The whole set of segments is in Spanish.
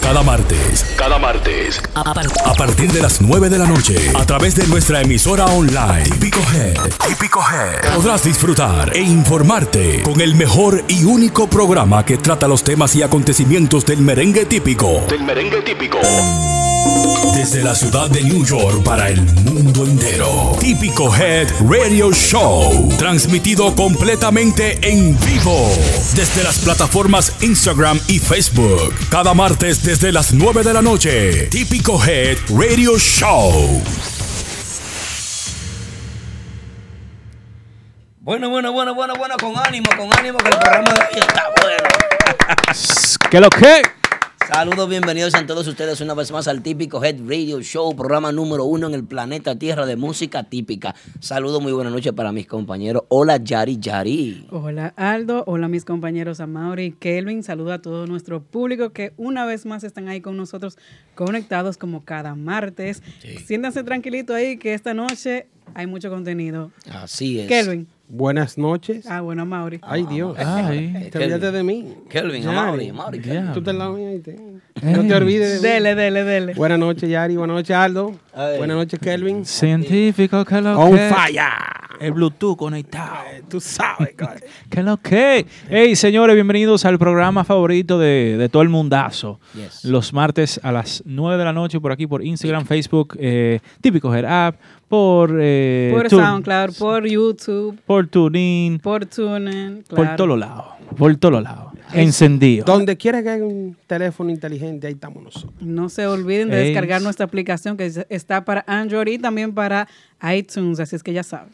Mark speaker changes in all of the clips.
Speaker 1: Cada martes. Cada martes.
Speaker 2: A par-
Speaker 1: A partir de las 9 de la noche, a través de nuestra emisora online, Típico Head, Típico Head, podrás disfrutar e informarte con el mejor y único programa que trata los temas y acontecimientos del merengue típico. Del merengue típico. Desde la ciudad de New York para el mundo entero. Típico Head Radio Show. Transmitido completamente en vivo. Desde las plataformas Instagram y Facebook. Cada martes desde las 9 de la noche. Típico Head Radio Show.
Speaker 3: Bueno, bueno, bueno, bueno, bueno, con ánimo, con ánimo, que el programa de hoy está bueno.
Speaker 4: ¿Qué lo que?
Speaker 3: Saludos, bienvenidos a todos ustedes una vez más al típico Head Radio Show, programa número uno en el planeta Tierra de música típica. Saludos, muy buenas noches para mis compañeros. Hola, Yari Yari.
Speaker 5: Hola Aldo, hola mis compañeros Amaury y Kelvin, saludo a todo nuestro público que una vez más están ahí con nosotros conectados como cada martes. Siéntanse tranquilito ahí que esta noche hay mucho contenido.
Speaker 3: Así es.
Speaker 5: Kelvin.
Speaker 4: Buenas noches.
Speaker 5: Ah, bueno, Amaury.
Speaker 4: Ay, Dios.
Speaker 6: Ay.
Speaker 4: Te olvidaste de mí.
Speaker 3: Kelvin,
Speaker 4: Yari.
Speaker 3: Amaury, Amaury, Kelvin.
Speaker 4: Tú te la olvidaste. No te olvides de mí.
Speaker 5: Dele, dele, dele.
Speaker 4: Buenas noches, Yari. Buenas noches, Aldo.
Speaker 3: Ay.
Speaker 4: Buenas noches, Kelvin.
Speaker 6: Científico, ¿qué lo
Speaker 4: On
Speaker 6: que?
Speaker 4: fire.
Speaker 6: El Bluetooth conectado.
Speaker 4: Eh, Tú sabes, cara.
Speaker 6: ¿Qué lo que? Hey, señores, bienvenidos al programa favorito de, de todo el mundazo.
Speaker 3: Yes.
Speaker 6: Los martes a las 9 de la noche por aquí, por Instagram, Facebook, eh, típico Head App, por... eh,
Speaker 5: por
Speaker 6: Tune-
Speaker 5: SoundCloud, por YouTube,
Speaker 6: Por TuneIn,
Speaker 5: por TuneIn.
Speaker 6: por todos lados. Por todos lados. Encendido.
Speaker 4: Donde quiera que haya un teléfono inteligente, ahí estamos nosotros.
Speaker 5: No se olviden de
Speaker 6: Ey.
Speaker 5: descargar nuestra aplicación que es- está para Android y también para iTunes, así es que ya saben.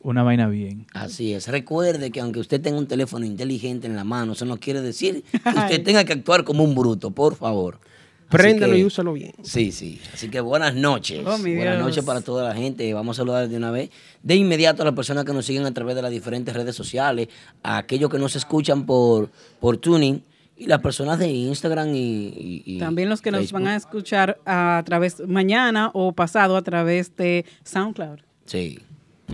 Speaker 6: Una vaina bien.
Speaker 3: Así es. Recuerde que aunque usted tenga un teléfono inteligente en la mano, eso no quiere decir que usted tenga que actuar como un bruto, por favor. Así
Speaker 4: Préndelo
Speaker 3: que-
Speaker 4: y úsalo bien.
Speaker 3: Sí, sí. Así que buenas noches.
Speaker 5: Oh, mi
Speaker 3: buenas
Speaker 5: Dios.
Speaker 3: noches para toda la gente. Vamos a saludar de una vez. De inmediato a las personas que nos siguen a través de las diferentes redes sociales, a aquellos que nos escuchan por, por tuning y las personas de Instagram y, y- y
Speaker 5: También los que nos van a
Speaker 3: Facebook.
Speaker 5: escuchar a través mañana o pasado a través de SoundCloud.
Speaker 3: Sí,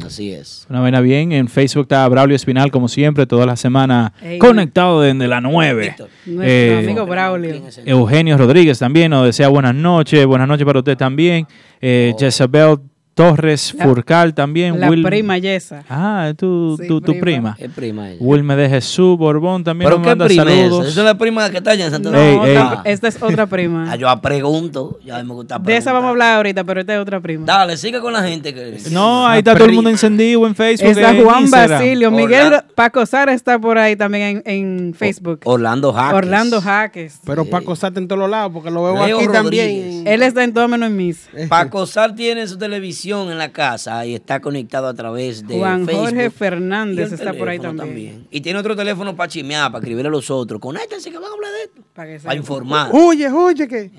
Speaker 3: así es.
Speaker 6: Una vaina bien. En Facebook está Braulio Espinal, como siempre, todas las semanas
Speaker 5: Ey.
Speaker 6: conectado desde la 9.
Speaker 3: Víctor.
Speaker 5: Nuestro
Speaker 6: Eh,
Speaker 5: amigo Braulio.
Speaker 6: Eugenio Rodríguez también nos desea buenas noches. Buenas noches para usted también. Eh,
Speaker 3: Oh.
Speaker 6: Jezabel Torres
Speaker 5: La-
Speaker 6: Furcal también.
Speaker 5: La
Speaker 6: Wil-
Speaker 5: prima Yesa.
Speaker 6: Ah, es tu,
Speaker 5: Sí,
Speaker 6: tu, tu prima.
Speaker 5: prima.
Speaker 3: Es prima ella.
Speaker 6: Wilme de Jesús Borbón también
Speaker 3: Pero
Speaker 6: nos
Speaker 3: qué
Speaker 6: manda
Speaker 3: prima es esa?
Speaker 6: saludos.
Speaker 3: Esa es la prima que está allá en Santo
Speaker 5: No,
Speaker 6: Ey,
Speaker 3: Domingo.
Speaker 6: ey.
Speaker 5: otra-
Speaker 3: Ah,
Speaker 5: esta es otra
Speaker 3: ah,
Speaker 5: prima.
Speaker 3: yo pregunto, ya me gusta
Speaker 5: De esa
Speaker 3: preguntar.
Speaker 5: vamos a hablar ahorita, pero esta es otra prima.
Speaker 3: Dale, sigue con la gente. Que... "Ah,
Speaker 6: No,
Speaker 4: La
Speaker 6: ahí está todo el
Speaker 4: prima.
Speaker 6: mundo encendido en Facebook.
Speaker 5: Está
Speaker 6: en
Speaker 5: Juan
Speaker 6: Instagram.
Speaker 5: Basilio, Miguel
Speaker 3: Hola.
Speaker 5: Paco Sara está por ahí también en, en Facebook.
Speaker 3: Orlando Jaques.
Speaker 5: Orlando Jaques.
Speaker 4: Pero para acosarte en todos lados, porque lo veo
Speaker 3: Leo
Speaker 4: aquí
Speaker 3: Rodríguez.
Speaker 4: también.
Speaker 5: Él está en todo menos en misa.
Speaker 3: Paco Sar tiene su televisión en la casa y está conectado a través de
Speaker 5: Juan
Speaker 3: Facebook.
Speaker 5: Jorge
Speaker 3: Y
Speaker 5: Fernández
Speaker 3: el
Speaker 5: está por ahí
Speaker 3: teléfono
Speaker 5: también.
Speaker 3: Y tiene otro teléfono para chimear, para escribir a los otros. Conéctense que van a hablar de esto.
Speaker 5: Para que
Speaker 3: Para
Speaker 5: sepan.
Speaker 3: Eh. informar.
Speaker 4: Oye, oye, que.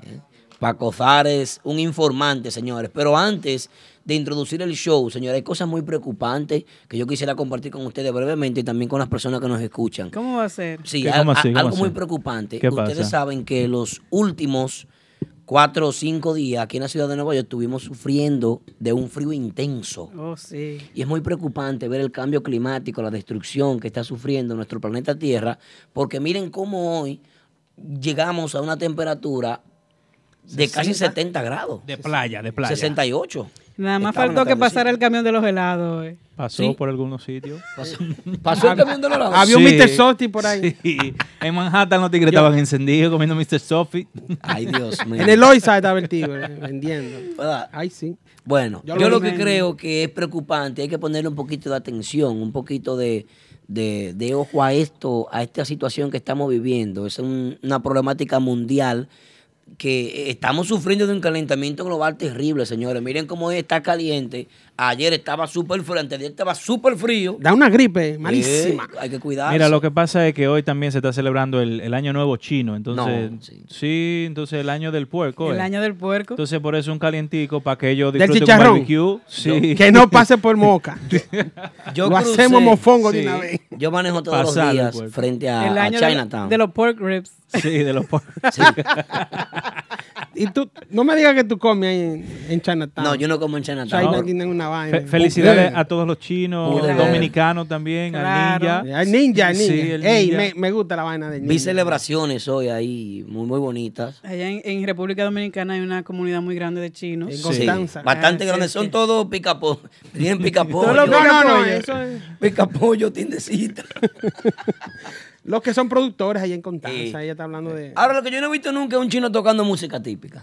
Speaker 3: Paco Zar es un informante, señores. Pero antes de introducir el show, señores, hay cosas muy preocupantes que yo quisiera compartir con ustedes brevemente y también con las personas que nos escuchan.
Speaker 5: ¿Cómo va a ser?
Speaker 3: Sí,
Speaker 6: ¿Qué?
Speaker 3: a-
Speaker 6: ¿Cómo
Speaker 3: a-
Speaker 6: así? ¿Cómo
Speaker 3: algo
Speaker 6: así?
Speaker 3: muy preocupante.
Speaker 6: ¿Qué
Speaker 3: Ustedes
Speaker 6: pasa?
Speaker 3: saben que los últimos cuatro o cinco días aquí en la ciudad de Nueva York estuvimos sufriendo de un frío intenso.
Speaker 5: Oh, sí.
Speaker 3: Y es muy preocupante ver el cambio climático, la destrucción que está sufriendo nuestro planeta Tierra, porque miren cómo hoy llegamos a una temperatura de casi 70 grados.
Speaker 6: De playa, de playa.
Speaker 3: 68.
Speaker 5: Nada más
Speaker 3: Estaba
Speaker 5: faltó que
Speaker 3: notando, sí.
Speaker 5: pasara el camión de los helados. eh. Ah,
Speaker 6: Pasó
Speaker 3: Sí.
Speaker 6: por algunos sitios.
Speaker 3: Pasó, pasó el camión de los lados.
Speaker 4: Había un Mr. Softy por ahí.
Speaker 6: Sí. En Manhattan los tigres estaban encendidos comiendo Mr. Softy.
Speaker 3: Ay, Dios mío.
Speaker 4: En el Loisa estaba el tigre, eh, vendiendo.
Speaker 3: ¿Verdad?
Speaker 4: Ay, sí.
Speaker 3: Bueno, yo,
Speaker 4: Yo
Speaker 3: lo
Speaker 4: lo
Speaker 3: que
Speaker 5: vi.
Speaker 3: creo que es preocupante, hay que ponerle un poquito de atención, un poquito de, de- de ojo a esto, a esta situación que estamos viviendo. Es un- una problemática mundial que estamos sufriendo de un calentamiento global terrible, señores. Miren cómo hoy está caliente. Ayer estaba súper frío, antes estaba súper frío.
Speaker 4: Da una gripe malísima.
Speaker 3: Eh, hay que cuidarse.
Speaker 6: Mira, lo que pasa es que hoy también se está celebrando el, el Año Nuevo Chino. Entonces,
Speaker 3: No, sí.
Speaker 6: sí. entonces el Año del Puerco.
Speaker 5: El
Speaker 6: ¿eh?
Speaker 5: año del puerco.
Speaker 6: Entonces, por eso un calientico para que ellos
Speaker 4: Del
Speaker 6: disfruten un
Speaker 4: chicharrón.
Speaker 6: barbecue. Sí.
Speaker 4: Que no pase por moca.
Speaker 3: yo,
Speaker 4: Lo
Speaker 3: crucé-
Speaker 4: hacemos mofongo de
Speaker 6: sí.
Speaker 4: una vez.
Speaker 3: yo manejo todos los
Speaker 6: Pasado,
Speaker 3: días
Speaker 6: pues.
Speaker 3: frente a,
Speaker 5: el
Speaker 3: a
Speaker 5: año de-
Speaker 3: Chinatown.
Speaker 5: de los pork ribs.
Speaker 6: Sí, de los puercos.
Speaker 3: Sí.
Speaker 4: y tú, no me digas que tú comes ahí en, en Chinatown.
Speaker 3: No, yo no como en
Speaker 4: Chinatown
Speaker 3: Chinatown.
Speaker 4: tiene una vaina.
Speaker 6: Fe- felicidades
Speaker 4: Pude.
Speaker 6: a todos los chinos,
Speaker 3: Pude ver.
Speaker 6: dominicanos también,
Speaker 5: Claro.
Speaker 6: al ninja.
Speaker 4: Al ninja, al ninja.
Speaker 6: Sí, el
Speaker 4: Ey,
Speaker 6: ninja.
Speaker 4: Me, me gusta la vaina del ninja.
Speaker 3: Vi celebraciones hoy ahí, muy, muy bonitas.
Speaker 5: Allá en, en República Dominicana hay una comunidad muy grande de chinos.
Speaker 4: En
Speaker 3: Sí,
Speaker 4: Constanza.
Speaker 3: bastante
Speaker 5: Ah, sí,
Speaker 3: grandes.
Speaker 5: sí.
Speaker 3: Son todos picapo. Tienen picapollo.
Speaker 4: Todos los
Speaker 3: Pica-
Speaker 4: no, eh. no, no, picapollo. eso es-
Speaker 3: picapollo, tiendecita.
Speaker 4: Los que son productores allá en Constanza.
Speaker 3: Sí.
Speaker 4: Ella está hablando de
Speaker 3: Ahora, lo que yo no he visto nunca es un chino tocando música típica.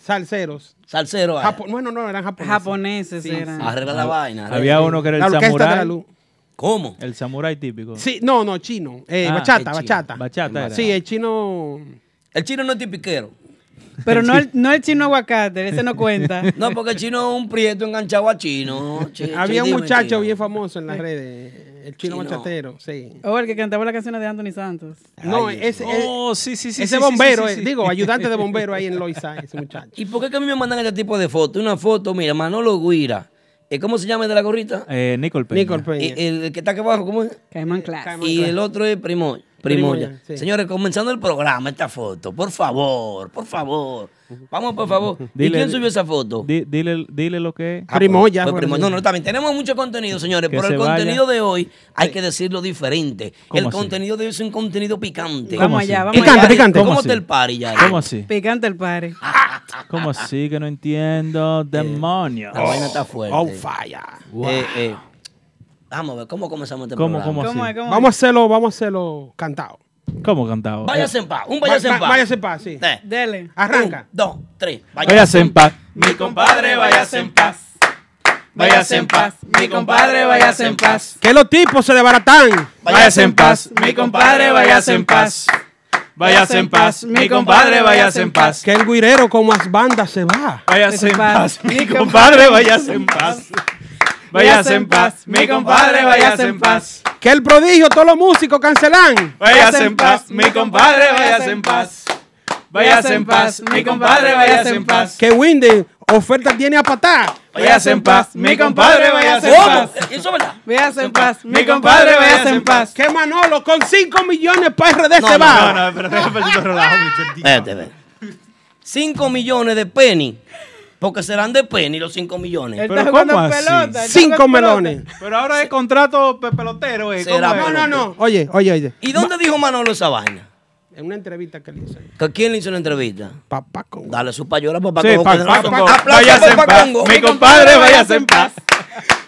Speaker 4: salseros.
Speaker 3: Salsero. ah,
Speaker 4: Japo- bueno, no, eran japoneses.
Speaker 5: Japoneses eran.
Speaker 3: Arregla la vaina. arregla.
Speaker 6: Ah, Había uno que era
Speaker 4: La
Speaker 6: el
Speaker 4: orquesta de la
Speaker 6: samurái.
Speaker 4: luz.
Speaker 3: ¿Cómo?
Speaker 6: El samurái típico.
Speaker 4: Sí, no, no, chino. Eh,
Speaker 6: Ah,
Speaker 3: el
Speaker 4: bachata,
Speaker 3: chino.
Speaker 4: bachata.
Speaker 6: Bachata era.
Speaker 4: Sí, el chino.
Speaker 3: El chino no es tipiquero.
Speaker 5: Pero no el, no el chino aguacate, ese no cuenta.
Speaker 3: No, porque el chino es un prieto enganchado a chino. Chi-
Speaker 4: Había un
Speaker 3: chi- dime,
Speaker 4: muchacho
Speaker 3: chino.
Speaker 4: bien famoso en las redes. El chino,
Speaker 3: Chino.
Speaker 4: bachatero, sí.
Speaker 5: O el que cantaba las canciones de Anthony Santos.
Speaker 4: No,
Speaker 3: Ay,
Speaker 4: ese,
Speaker 6: Oh, sí, sí, sí. sí,
Speaker 4: ese
Speaker 6: sí,
Speaker 4: bombero,
Speaker 6: sí, sí,
Speaker 4: eh,
Speaker 6: sí.
Speaker 4: digo, ayudante de bombero ahí en Loiza, ese muchacho.
Speaker 3: ¿Y por qué que a mí me mandan este tipo de fotos? Una foto, mira, Manolo Guira. Eh, ¿Cómo se llama el de la gorrita?
Speaker 6: Eh, Nicole Peña.
Speaker 4: Nicole Peña.
Speaker 3: Eh, El, que está aquí abajo, ¿cómo es?
Speaker 5: Caimán Class.
Speaker 4: Caimán.
Speaker 3: Y el otro es Primo, Primoya.
Speaker 4: Primoya, sí.
Speaker 3: Señores, comenzando el programa, esta foto. Por favor, por favor. Vamos, por favor. ¿Y
Speaker 6: Dile-
Speaker 3: quién subió esa foto?
Speaker 6: Di- dile, dile lo que es.
Speaker 3: Ah,
Speaker 4: Primoya,
Speaker 3: fue
Speaker 4: fue
Speaker 3: Primoya.
Speaker 4: pues, Primoya.
Speaker 3: No, no, también tenemos mucho contenido, señores,
Speaker 6: Que
Speaker 3: pero el
Speaker 6: se vaya. Eh,
Speaker 3: contenido de hoy hay que decirlo diferente.
Speaker 6: ¿Cómo
Speaker 3: El
Speaker 6: así?
Speaker 3: contenido de hoy es un contenido picante.
Speaker 6: ¿Cómo
Speaker 5: Vamos
Speaker 6: así?
Speaker 5: allá, vamos
Speaker 4: Picante,
Speaker 5: allá.
Speaker 4: picante.
Speaker 3: ¿Cómo,
Speaker 6: ¿Cómo
Speaker 3: está
Speaker 6: así?
Speaker 3: el party ya? eh?
Speaker 6: ¿Cómo así?
Speaker 5: Picante el padre.
Speaker 6: ¿Cómo así que no entiendo? Demonios.
Speaker 3: Eh, La vaina está fuerte.
Speaker 4: Oh, falla.
Speaker 3: Eh, eh, Vamos a ver, ¿cómo comenzamos este
Speaker 6: ¿Cómo,
Speaker 3: programa?
Speaker 6: cómo
Speaker 5: ¿Cómo
Speaker 6: así?
Speaker 5: es? ¿Cómo
Speaker 4: Vamos a hacerlo, vamos a hacerlo cantado.
Speaker 6: ¿Cómo cantaba?
Speaker 3: Váyase en paz, un váyase en
Speaker 4: Va- va-
Speaker 3: paz.
Speaker 4: váyase en paz, sí.
Speaker 5: es?
Speaker 3: Eh,
Speaker 5: Dele.
Speaker 4: Arranca.
Speaker 3: Un, dos, tres.
Speaker 6: Váyase en paz.
Speaker 5: Mi compadre, váyase en paz.
Speaker 6: Váyase en paz.
Speaker 5: Mi compadre, váyase en paz.
Speaker 4: Que los tipos se desbaratan.
Speaker 6: Váyase en paz.
Speaker 5: Mi compadre, váyase en paz. Váyase en paz. Mi compadre, váyase en paz.
Speaker 4: Que el guirero con más bandas se va.
Speaker 6: Váyase en paz.
Speaker 5: Mi
Speaker 6: Mi
Speaker 5: compadre,
Speaker 6: compadre, váyase en paz. Váyase en paz. Mi compadre, váyase en paz.
Speaker 4: Que el prodigio, todos los músicos cancelan.
Speaker 6: Váyase en paz. Mi compadre, váyase en paz. Váyase en paz. Mi compadre, váyase en paz.
Speaker 4: Que Windy oferta tiene a patar.
Speaker 6: Váyase en paz. Mi compadre, váyase en
Speaker 3: ¿Cómo?
Speaker 6: paz.
Speaker 3: Eso es verdad.
Speaker 5: Váyase en paz. Mi compadre, váyase en paz.
Speaker 4: Que Manolo con 5 millones para RD
Speaker 3: No,
Speaker 4: se
Speaker 3: no,
Speaker 4: va.
Speaker 3: no,
Speaker 2: No, pero déjame ver si te relajo, mucho.
Speaker 3: Espérate, espérate. 5 millones de penny. Porque serán de penny los 5 millones.
Speaker 5: Él
Speaker 6: Pero
Speaker 5: está jugando
Speaker 6: ¿cómo así?
Speaker 5: pelota. él está
Speaker 4: Cinco
Speaker 5: jugando pelota.
Speaker 4: melones.
Speaker 2: Pero ahora es contrato pe- pelotero, eh. ¿Cómo
Speaker 3: Será,
Speaker 2: es?
Speaker 4: No, no, no. Oye, oye, oye.
Speaker 3: ¿Y dónde dijo Manolo esa vaina?
Speaker 4: En una entrevista que le hice.
Speaker 3: ¿Que ¿A quién le hizo la entrevista?
Speaker 4: Papá con.
Speaker 3: Dale su payola a Papá
Speaker 6: Sí,
Speaker 3: Congo,
Speaker 6: pa-
Speaker 3: que de nosotros-
Speaker 6: Paco.
Speaker 3: Aplausos
Speaker 6: Váyase
Speaker 3: para
Speaker 6: en
Speaker 3: Papá
Speaker 6: paz.
Speaker 3: Congo.
Speaker 6: Mi compadre, váyase en paz.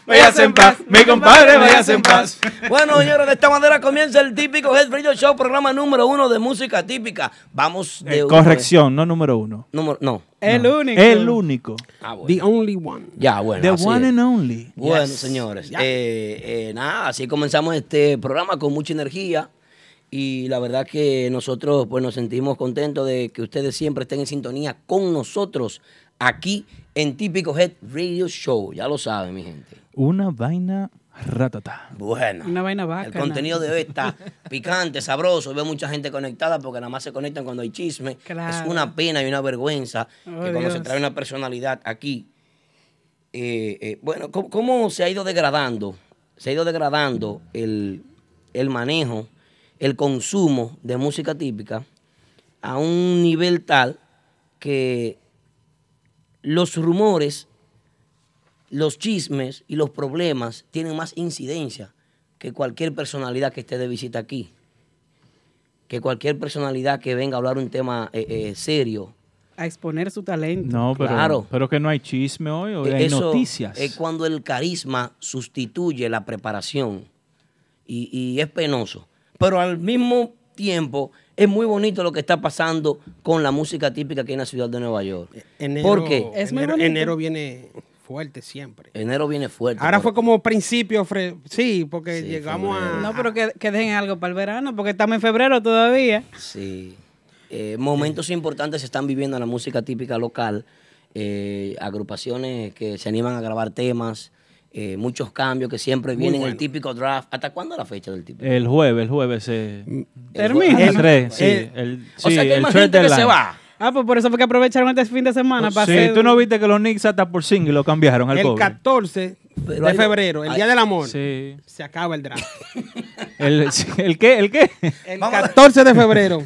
Speaker 6: Váyase en paz. Mi compadre, váyase en paz.
Speaker 3: Bueno, señores, de esta manera comienza el típico Head Radio Show, programa número uno de música típica. Vamos de
Speaker 6: Eh,
Speaker 3: una
Speaker 6: corrección, no número uno.
Speaker 3: vez. Número- no.
Speaker 5: El único.
Speaker 6: El único.
Speaker 3: Ah, bueno.
Speaker 4: The only one.
Speaker 3: Ya, bueno.
Speaker 6: The
Speaker 3: así
Speaker 6: one
Speaker 3: es.
Speaker 6: and only.
Speaker 3: Bueno, señores, eh, eh, nada, así comenzamos este programa con mucha energía y la verdad que nosotros pues nos sentimos contentos de que ustedes siempre estén en sintonía con nosotros aquí en Típico Head Radio Show, ya lo saben mi gente.
Speaker 6: Una vaina ratata.
Speaker 3: Bueno,
Speaker 5: Una vaina
Speaker 3: el
Speaker 5: bacana.
Speaker 3: contenido de hoy está picante, sabroso, veo mucha gente conectada porque nada más se conectan cuando hay chisme.
Speaker 5: Claro.
Speaker 3: Es una pena y una vergüenza que
Speaker 5: Oh,
Speaker 3: cuando se
Speaker 5: Dios.
Speaker 3: trae una personalidad aquí eh, eh, bueno, ¿cómo, cómo se ha ido degradando? Se ha ido degradando el, el manejo, el consumo de música típica a un nivel tal que los rumores, los chismes y los problemas tienen más incidencia que cualquier personalidad que esté de visita aquí, que cualquier personalidad que venga a hablar un tema eh, eh, serio.
Speaker 5: A exponer su talento.
Speaker 6: No, pero,
Speaker 3: Claro.
Speaker 6: pero que no hay chisme hoy, hoy
Speaker 3: Eh,
Speaker 6: hay
Speaker 3: eso
Speaker 6: noticias.
Speaker 3: Es cuando el carisma sustituye la preparación y, y es penoso. Pero al mismo tiempo es muy bonito lo que está pasando con la música típica aquí en la ciudad de Nueva York.
Speaker 4: Eh, Enero,
Speaker 3: Porque
Speaker 5: Es muy
Speaker 4: enero,
Speaker 5: bonito.
Speaker 4: enero viene fuerte siempre.
Speaker 3: enero viene fuerte.
Speaker 4: Ahora fue
Speaker 3: porque-
Speaker 4: como principio, fre- sí, porque
Speaker 3: Sí,
Speaker 4: llegamos a.
Speaker 5: No, pero que, que dejen algo para el verano, porque estamos en febrero todavía.
Speaker 3: Sí. Eh, momentos importantes se están viviendo en la música típica local. Eh, agrupaciones que se animan a grabar temas. eh, muchos cambios que siempre vienen. El típico draft. ¿Hasta cuándo es la fecha del típico?
Speaker 6: El jueves, el jueves se...
Speaker 3: Mm,
Speaker 5: Termina.
Speaker 6: El 3, sí.
Speaker 4: eh,
Speaker 6: el,
Speaker 3: o
Speaker 6: sí,
Speaker 3: sea que hay
Speaker 6: el
Speaker 3: más
Speaker 6: trade
Speaker 3: gente que se
Speaker 6: deadline.
Speaker 3: va.
Speaker 5: Ah, pues por eso fue que aprovecharon este fin de semana para
Speaker 6: Sí,
Speaker 5: hacer-
Speaker 6: tú no viste que los Knicks hasta por single lo cambiaron al
Speaker 4: el
Speaker 6: cobre.
Speaker 4: 14
Speaker 3: Pero
Speaker 4: de
Speaker 3: hay-
Speaker 4: febrero, el
Speaker 3: hay-
Speaker 4: Día del Amor,
Speaker 6: Sí.
Speaker 4: se acaba el drama.
Speaker 6: ¿El, el qué? ¿El qué?
Speaker 4: El 14 de febrero.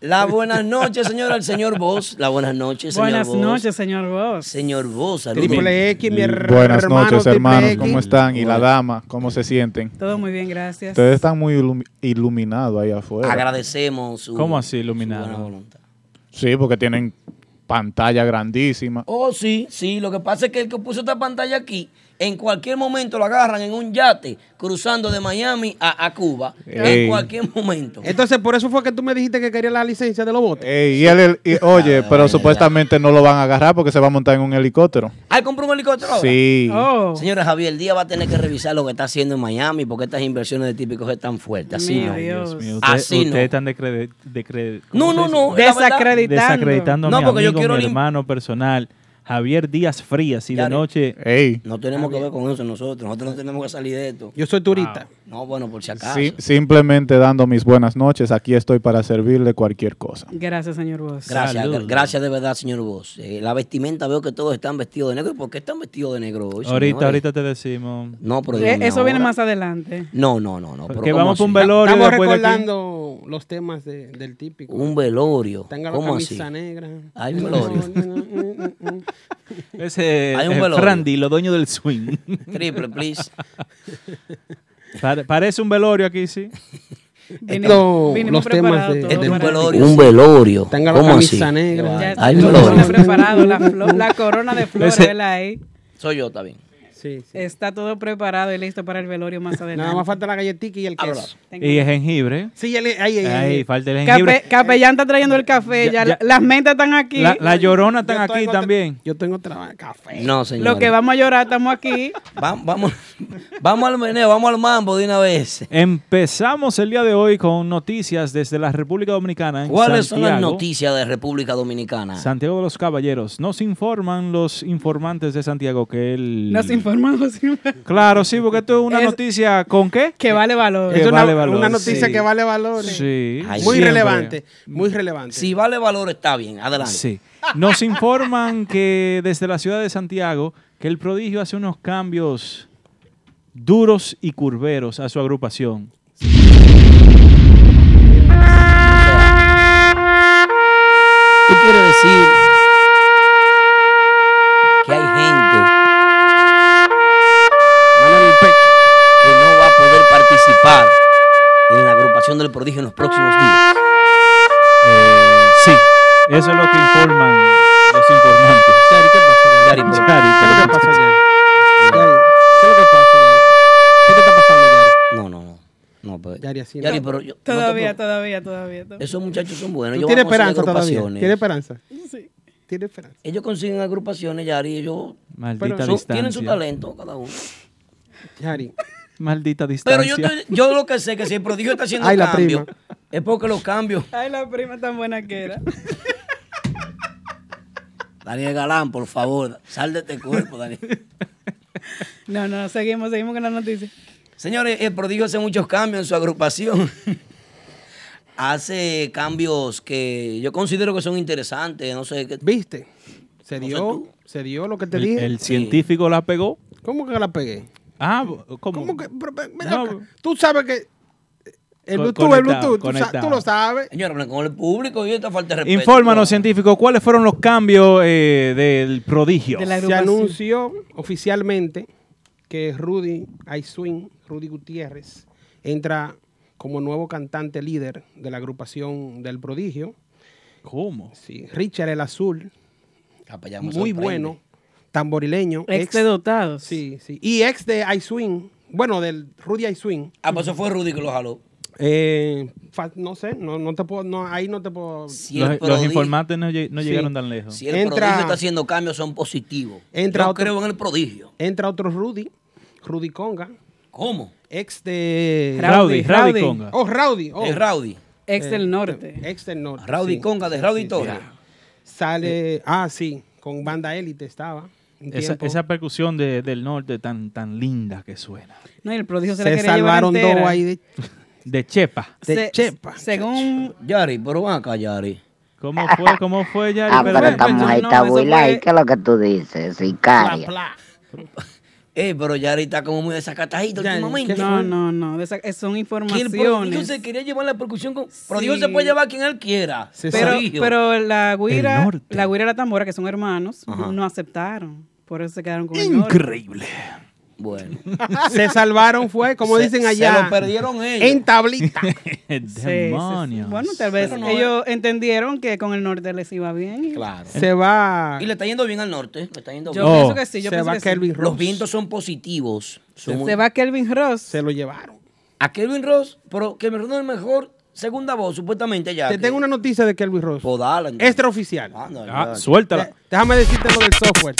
Speaker 3: La buenas noches, señora, al señor Vos. La buenas noches, señor
Speaker 5: Buenas
Speaker 3: Vos.
Speaker 5: noches, señor Vos.
Speaker 3: Señor Vos, saludos.
Speaker 4: Triple X, mi hermano.
Speaker 7: Buenas noches,
Speaker 4: Triple
Speaker 7: hermanos.
Speaker 4: X.
Speaker 7: ¿Cómo están? Y la dama, ¿cómo se sienten?
Speaker 5: Todo muy bien, gracias.
Speaker 7: Ustedes están muy ilumi- iluminados ahí afuera.
Speaker 3: Agradecemos su,
Speaker 6: ¿Cómo así,
Speaker 3: su
Speaker 6: iluminado?
Speaker 3: buena voluntad.
Speaker 7: Sí, porque tienen pantalla grandísima.
Speaker 3: Oh, sí, sí. Lo que pasa es que el que puso esta pantalla aquí, en cualquier momento lo agarran en un yate cruzando de Miami a, a Cuba.
Speaker 7: Ey.
Speaker 3: En cualquier momento.
Speaker 4: Eh. Entonces, por eso fue que tú me dijiste que querías la licencia de los botes.
Speaker 7: Ey, y él- él-
Speaker 3: Ah,
Speaker 7: y- oye, pero supuestamente no lo van a agarrar porque se va a montar en un helicóptero.
Speaker 3: ¿Hay ¿Ah, compró un helicóptero ahora?
Speaker 7: Sí.
Speaker 5: Oh,
Speaker 3: Señora Javier Díaz va a tener que revisar lo que está haciendo en Miami porque estas inversiones de típicos están fuertes. Así
Speaker 5: mi
Speaker 3: no.
Speaker 5: Dios.
Speaker 6: Dios mío,
Speaker 3: Así
Speaker 6: ustedes-
Speaker 3: no.
Speaker 6: ustedes están decrede- decrede-
Speaker 3: No,
Speaker 6: ¿cómo se
Speaker 3: no,
Speaker 6: dice?
Speaker 3: no. la verdad-
Speaker 5: Desacreditando.
Speaker 6: Desacreditando
Speaker 3: No,
Speaker 6: a mi
Speaker 3: porque yo
Speaker 6: amigo,
Speaker 3: quiero
Speaker 6: mi
Speaker 3: lim-
Speaker 6: hermano personal, Javier Díaz Frías. Y de
Speaker 3: Claro.
Speaker 6: noche,
Speaker 7: Ey,
Speaker 3: No tenemos que ver con eso nosotros. Nosotros no tenemos que salir de esto.
Speaker 4: Ah, Yo soy turista.
Speaker 3: No, bueno, por si acaso.
Speaker 7: sí, simplemente dando mis buenas noches, aquí estoy para servirle cualquier cosa.
Speaker 5: Gracias, señor Vos.
Speaker 3: Gracias,
Speaker 6: Salud.
Speaker 3: gra- gracias de verdad, señor Vos. Eh, la vestimenta veo que todos están vestidos de negro. ¿Por qué están vestidos de negro hoy? señores?
Speaker 6: ahorita, ahorita te decimos.
Speaker 3: No, pero
Speaker 5: Eh,
Speaker 3: dígame
Speaker 5: Eso viene
Speaker 3: ahora.
Speaker 5: más adelante.
Speaker 3: No, no, no, no. pero
Speaker 6: Que
Speaker 3: ¿cómo
Speaker 6: vamos por un
Speaker 3: así?
Speaker 6: velorio
Speaker 4: Estamos
Speaker 6: después de aquí.
Speaker 4: recordando los temas de- del típico.
Speaker 3: Un velorio.
Speaker 4: Tenga la
Speaker 3: ¿Cómo así?
Speaker 4: camisa negra.
Speaker 3: Hay un velorio.
Speaker 6: Ese
Speaker 3: Hay un
Speaker 6: eh,
Speaker 3: velorio.
Speaker 6: Randy, lo dueño del swing.
Speaker 3: Triple, please.
Speaker 6: Pare- parece un velorio aquí, sí.
Speaker 4: Esto, los temas de-
Speaker 5: preparados
Speaker 4: de-
Speaker 5: todos
Speaker 3: un
Speaker 5: para
Speaker 3: velorio.
Speaker 5: esto.
Speaker 3: Un velorio.
Speaker 4: Tenga la
Speaker 3: ¿Cómo así?
Speaker 4: camisa negra.
Speaker 5: Ya
Speaker 3: Ay,
Speaker 5: está todo
Speaker 3: Flores.
Speaker 5: preparado, la, flor- la corona de flores,
Speaker 6: Ese-
Speaker 5: vela ahí.
Speaker 3: Soy yo, está bien.
Speaker 4: Sí, sí.
Speaker 5: Está todo preparado y listo para el velorio más adelante.
Speaker 4: Nada más falta la galletita y el
Speaker 3: Ábrala.
Speaker 4: queso.
Speaker 5: Tengo-
Speaker 6: Y el jengibre.
Speaker 4: Sí, el- ahí, ahí,
Speaker 6: Ay,
Speaker 4: ahí.
Speaker 6: falta el jengibre.
Speaker 5: Cape- capellán está trayendo el café,
Speaker 6: Ya-
Speaker 5: ya,
Speaker 6: ya.
Speaker 5: las mentas están aquí.
Speaker 6: La, la llorona
Speaker 4: Yo
Speaker 6: están aquí
Speaker 4: tengo tra-
Speaker 6: también.
Speaker 4: Yo tengo trabajo café.
Speaker 3: No, señor.
Speaker 5: Lo que vamos a llorar, estamos aquí.
Speaker 3: vamos, vamos al meneo, vamos al mambo de una vez.
Speaker 6: Empezamos el día de hoy con noticias desde la República Dominicana. en
Speaker 3: ¿Cuáles son las
Speaker 6: Santiago.
Speaker 3: noticias de República Dominicana?
Speaker 6: Santiago de los Caballeros. Nos informan los informantes de Santiago que el...
Speaker 5: Nos informan los
Speaker 6: Claro, sí, porque esto es una
Speaker 5: Es-
Speaker 6: noticia con qué?
Speaker 5: que vale valor.
Speaker 6: Que
Speaker 4: Es una,
Speaker 6: vale valor,
Speaker 4: una noticia
Speaker 6: sí.
Speaker 4: que vale valor.
Speaker 6: Sí.
Speaker 3: Ay,
Speaker 4: Muy
Speaker 6: siempre.
Speaker 4: relevante. Muy relevante.
Speaker 3: Si vale valor, está bien. Adelante.
Speaker 6: Sí. Nos informan que desde la ciudad de Santiago que el prodigio hace unos cambios duros y curveros a su agrupación.
Speaker 3: Tú quieres decir que hay gente que no va a poder participar en la agrupación del prodigio en los próximos días.
Speaker 6: Eh, sí, eso es lo que informan los informantes.
Speaker 3: Yari,
Speaker 4: Yari, ¿qué pasa, Yari?
Speaker 6: Yari, pero-
Speaker 3: por-
Speaker 4: ¿Qué es lo que pasa, Yari? Yari, ¿qué es lo que pasa, Yari? ¿Qué te está pasando, Yari?
Speaker 3: No, no, no. No, pero,
Speaker 4: Yari, así no.
Speaker 3: Yari, pero yo- no te
Speaker 5: Todavía,
Speaker 3: preocupes.
Speaker 5: todavía, todavía, todavía.
Speaker 3: Esos muchachos son buenos.
Speaker 4: ¿Tú
Speaker 3: Ellos
Speaker 4: tienes
Speaker 3: van a conseguir
Speaker 4: esperanza todavía?
Speaker 3: agrupaciones.
Speaker 4: ¿Tienes esperanza?
Speaker 5: Sí.
Speaker 4: ¿Tienes esperanza?
Speaker 3: Ellos consiguen agrupaciones, Yari. Ellos
Speaker 6: Maldita
Speaker 3: son-
Speaker 6: distancia.
Speaker 3: tienen su talento cada uno.
Speaker 4: Yari.
Speaker 6: Maldita distancia.
Speaker 3: Pero yo, estoy- yo lo que sé es que si el prodigio está haciendo
Speaker 4: Ay, la
Speaker 3: cambios,
Speaker 4: prima.
Speaker 3: es porque los cambios.
Speaker 5: Ay, la prima tan buena que era.
Speaker 3: Daniel Galán, por favor, sal de este cuerpo, Daniel.
Speaker 5: No, no, seguimos, seguimos con la noticia.
Speaker 3: Señores, el prodigio hace muchos cambios en su agrupación. hace cambios que yo considero que son interesantes. No sé qué.
Speaker 4: ¿Viste? Se
Speaker 3: No sé
Speaker 4: dio,
Speaker 3: tú.
Speaker 4: se dio lo que te
Speaker 6: El,
Speaker 4: dije.
Speaker 6: el científico la pegó.
Speaker 4: ¿Cómo que la pegué?
Speaker 6: Ah, ¿cómo?
Speaker 4: ¿Cómo que? pero, pero, ven
Speaker 6: No.
Speaker 4: acá. Tú sabes que el
Speaker 6: Co-
Speaker 4: Bluetooth, el
Speaker 6: conectado,
Speaker 4: Bluetooth, tú, sa-
Speaker 6: conectado.
Speaker 4: tú lo sabes.
Speaker 3: Señor, hablen con el público y esta falta de respeto.
Speaker 6: Infórmanos,
Speaker 3: Claro.
Speaker 6: científico, ¿cuáles fueron los cambios eh, del prodigio?
Speaker 5: De la
Speaker 4: Se
Speaker 5: agrupación.
Speaker 4: anunció oficialmente que Rudy Aizwin, Rudy Gutiérrez, entra como nuevo cantante líder de la agrupación del prodigio.
Speaker 6: ¿Cómo?
Speaker 4: Sí, Richard el Azul,
Speaker 3: Capellán, Ah, pues me
Speaker 4: muy
Speaker 3: sorprende.
Speaker 4: bueno, tamborileño.
Speaker 5: Ex de dotados.
Speaker 4: sí, sí. Y ex de Aizwin, bueno, del Rudy Aizwin.
Speaker 3: Ah, pues eso fue Rudy que lo jaló.
Speaker 4: Eh, fa- no sé, no, no te puedo, no, ahí no te puedo.
Speaker 3: Si el
Speaker 6: Los, los
Speaker 3: prodigio-
Speaker 6: informantes no, lle- no
Speaker 4: Sí.
Speaker 6: llegaron tan lejos.
Speaker 3: Si el
Speaker 4: Entra-
Speaker 3: prodigio está haciendo cambios, son positivos.
Speaker 4: Entra
Speaker 3: Yo
Speaker 4: otro-
Speaker 3: creo en el prodigio.
Speaker 4: Entra otro Rudy, Rudy Conga,
Speaker 3: ¿Cómo?
Speaker 4: ex de.
Speaker 6: Rowdy,
Speaker 5: Rowdy,
Speaker 6: Rowdy
Speaker 5: Rowdy.
Speaker 6: Conga.
Speaker 4: Oh, Rowdy. oh. Eh,
Speaker 3: Es Rowdy.
Speaker 5: Ex del norte.
Speaker 4: Ex del norte.
Speaker 3: Rowdy
Speaker 4: sí.
Speaker 3: Conga, de Rowdy
Speaker 4: Sí,
Speaker 3: Torres. Eh.
Speaker 4: sí. Sale, ah, sí, con banda élite estaba. un
Speaker 6: Esa,
Speaker 4: tiempo.
Speaker 6: esa percusión de- del norte tan, tan linda que suena.
Speaker 5: No, y el prodigio se, la
Speaker 4: se
Speaker 5: quería llevar
Speaker 4: salvaron dos
Speaker 5: entera.
Speaker 4: ahí de,
Speaker 6: De Chepa.
Speaker 4: de
Speaker 5: Se-
Speaker 4: Chepa.
Speaker 5: Según
Speaker 3: Yari, pero van acá, Yari.
Speaker 6: ¿Cómo fue? ¿Cómo fue, Yari?
Speaker 8: Ah,
Speaker 6: Pero
Speaker 8: pero
Speaker 6: ven,
Speaker 5: esta
Speaker 8: esta
Speaker 6: ven,
Speaker 5: mujer
Speaker 8: mujer
Speaker 5: no, está
Speaker 8: está
Speaker 5: eso fue-
Speaker 8: buena
Speaker 5: buila, ¿y
Speaker 8: y
Speaker 5: qué
Speaker 8: qué es lo que tú dices,
Speaker 4: Pla,
Speaker 8: sicaria.
Speaker 4: pla.
Speaker 3: Eh, pero ya ahorita como muy este desacatadito
Speaker 4: Ya,
Speaker 3: últimamente.
Speaker 4: que
Speaker 5: No, no, no. de esa- eh, son
Speaker 3: Que el prodigio
Speaker 5: informaciones.
Speaker 3: se quería llevar la percusión con. Prodigio
Speaker 5: Sí.
Speaker 3: se puede llevar a quien él quiera.
Speaker 4: Sí, sí.
Speaker 5: Pero,
Speaker 3: Prodigio.
Speaker 5: pero la
Speaker 6: El
Speaker 5: guira,
Speaker 6: norte.
Speaker 5: la guira y la tambora, que son hermanos,
Speaker 3: Ajá.
Speaker 5: no aceptaron. Por eso se quedaron con el norte.
Speaker 6: Increíble.
Speaker 3: Bueno.
Speaker 4: Se salvaron fue, como
Speaker 3: Se-
Speaker 4: dicen
Speaker 3: se
Speaker 4: allá.
Speaker 3: lo perdieron ellos.
Speaker 4: En tablita.
Speaker 5: Sí, sí, sí.
Speaker 6: Demonios.
Speaker 5: Bueno, tal vez
Speaker 3: Pero no eh.
Speaker 5: ellos entendieron que con el norte les iba bien. y-
Speaker 3: Claro.
Speaker 4: se va.
Speaker 3: Y le está yendo bien al norte. Le está yendo
Speaker 5: Yo
Speaker 3: bien.
Speaker 6: No.
Speaker 5: pienso que sí, yo
Speaker 4: se
Speaker 5: pienso
Speaker 4: va
Speaker 5: que sí.
Speaker 4: Kelvin Ross.
Speaker 3: Los vientos son positivos. Son muy-
Speaker 5: Se va Kelvin Ross.
Speaker 4: Se lo llevaron.
Speaker 3: A Kelvin Ross, pero Kelvin Ross no es el mejor segunda voz, supuestamente ya.
Speaker 4: Te tengo una noticia de Kelvin Ross.
Speaker 3: Podala.
Speaker 4: Extraoficial.
Speaker 6: Ah, suéltala.
Speaker 4: De- déjame decirte lo del software.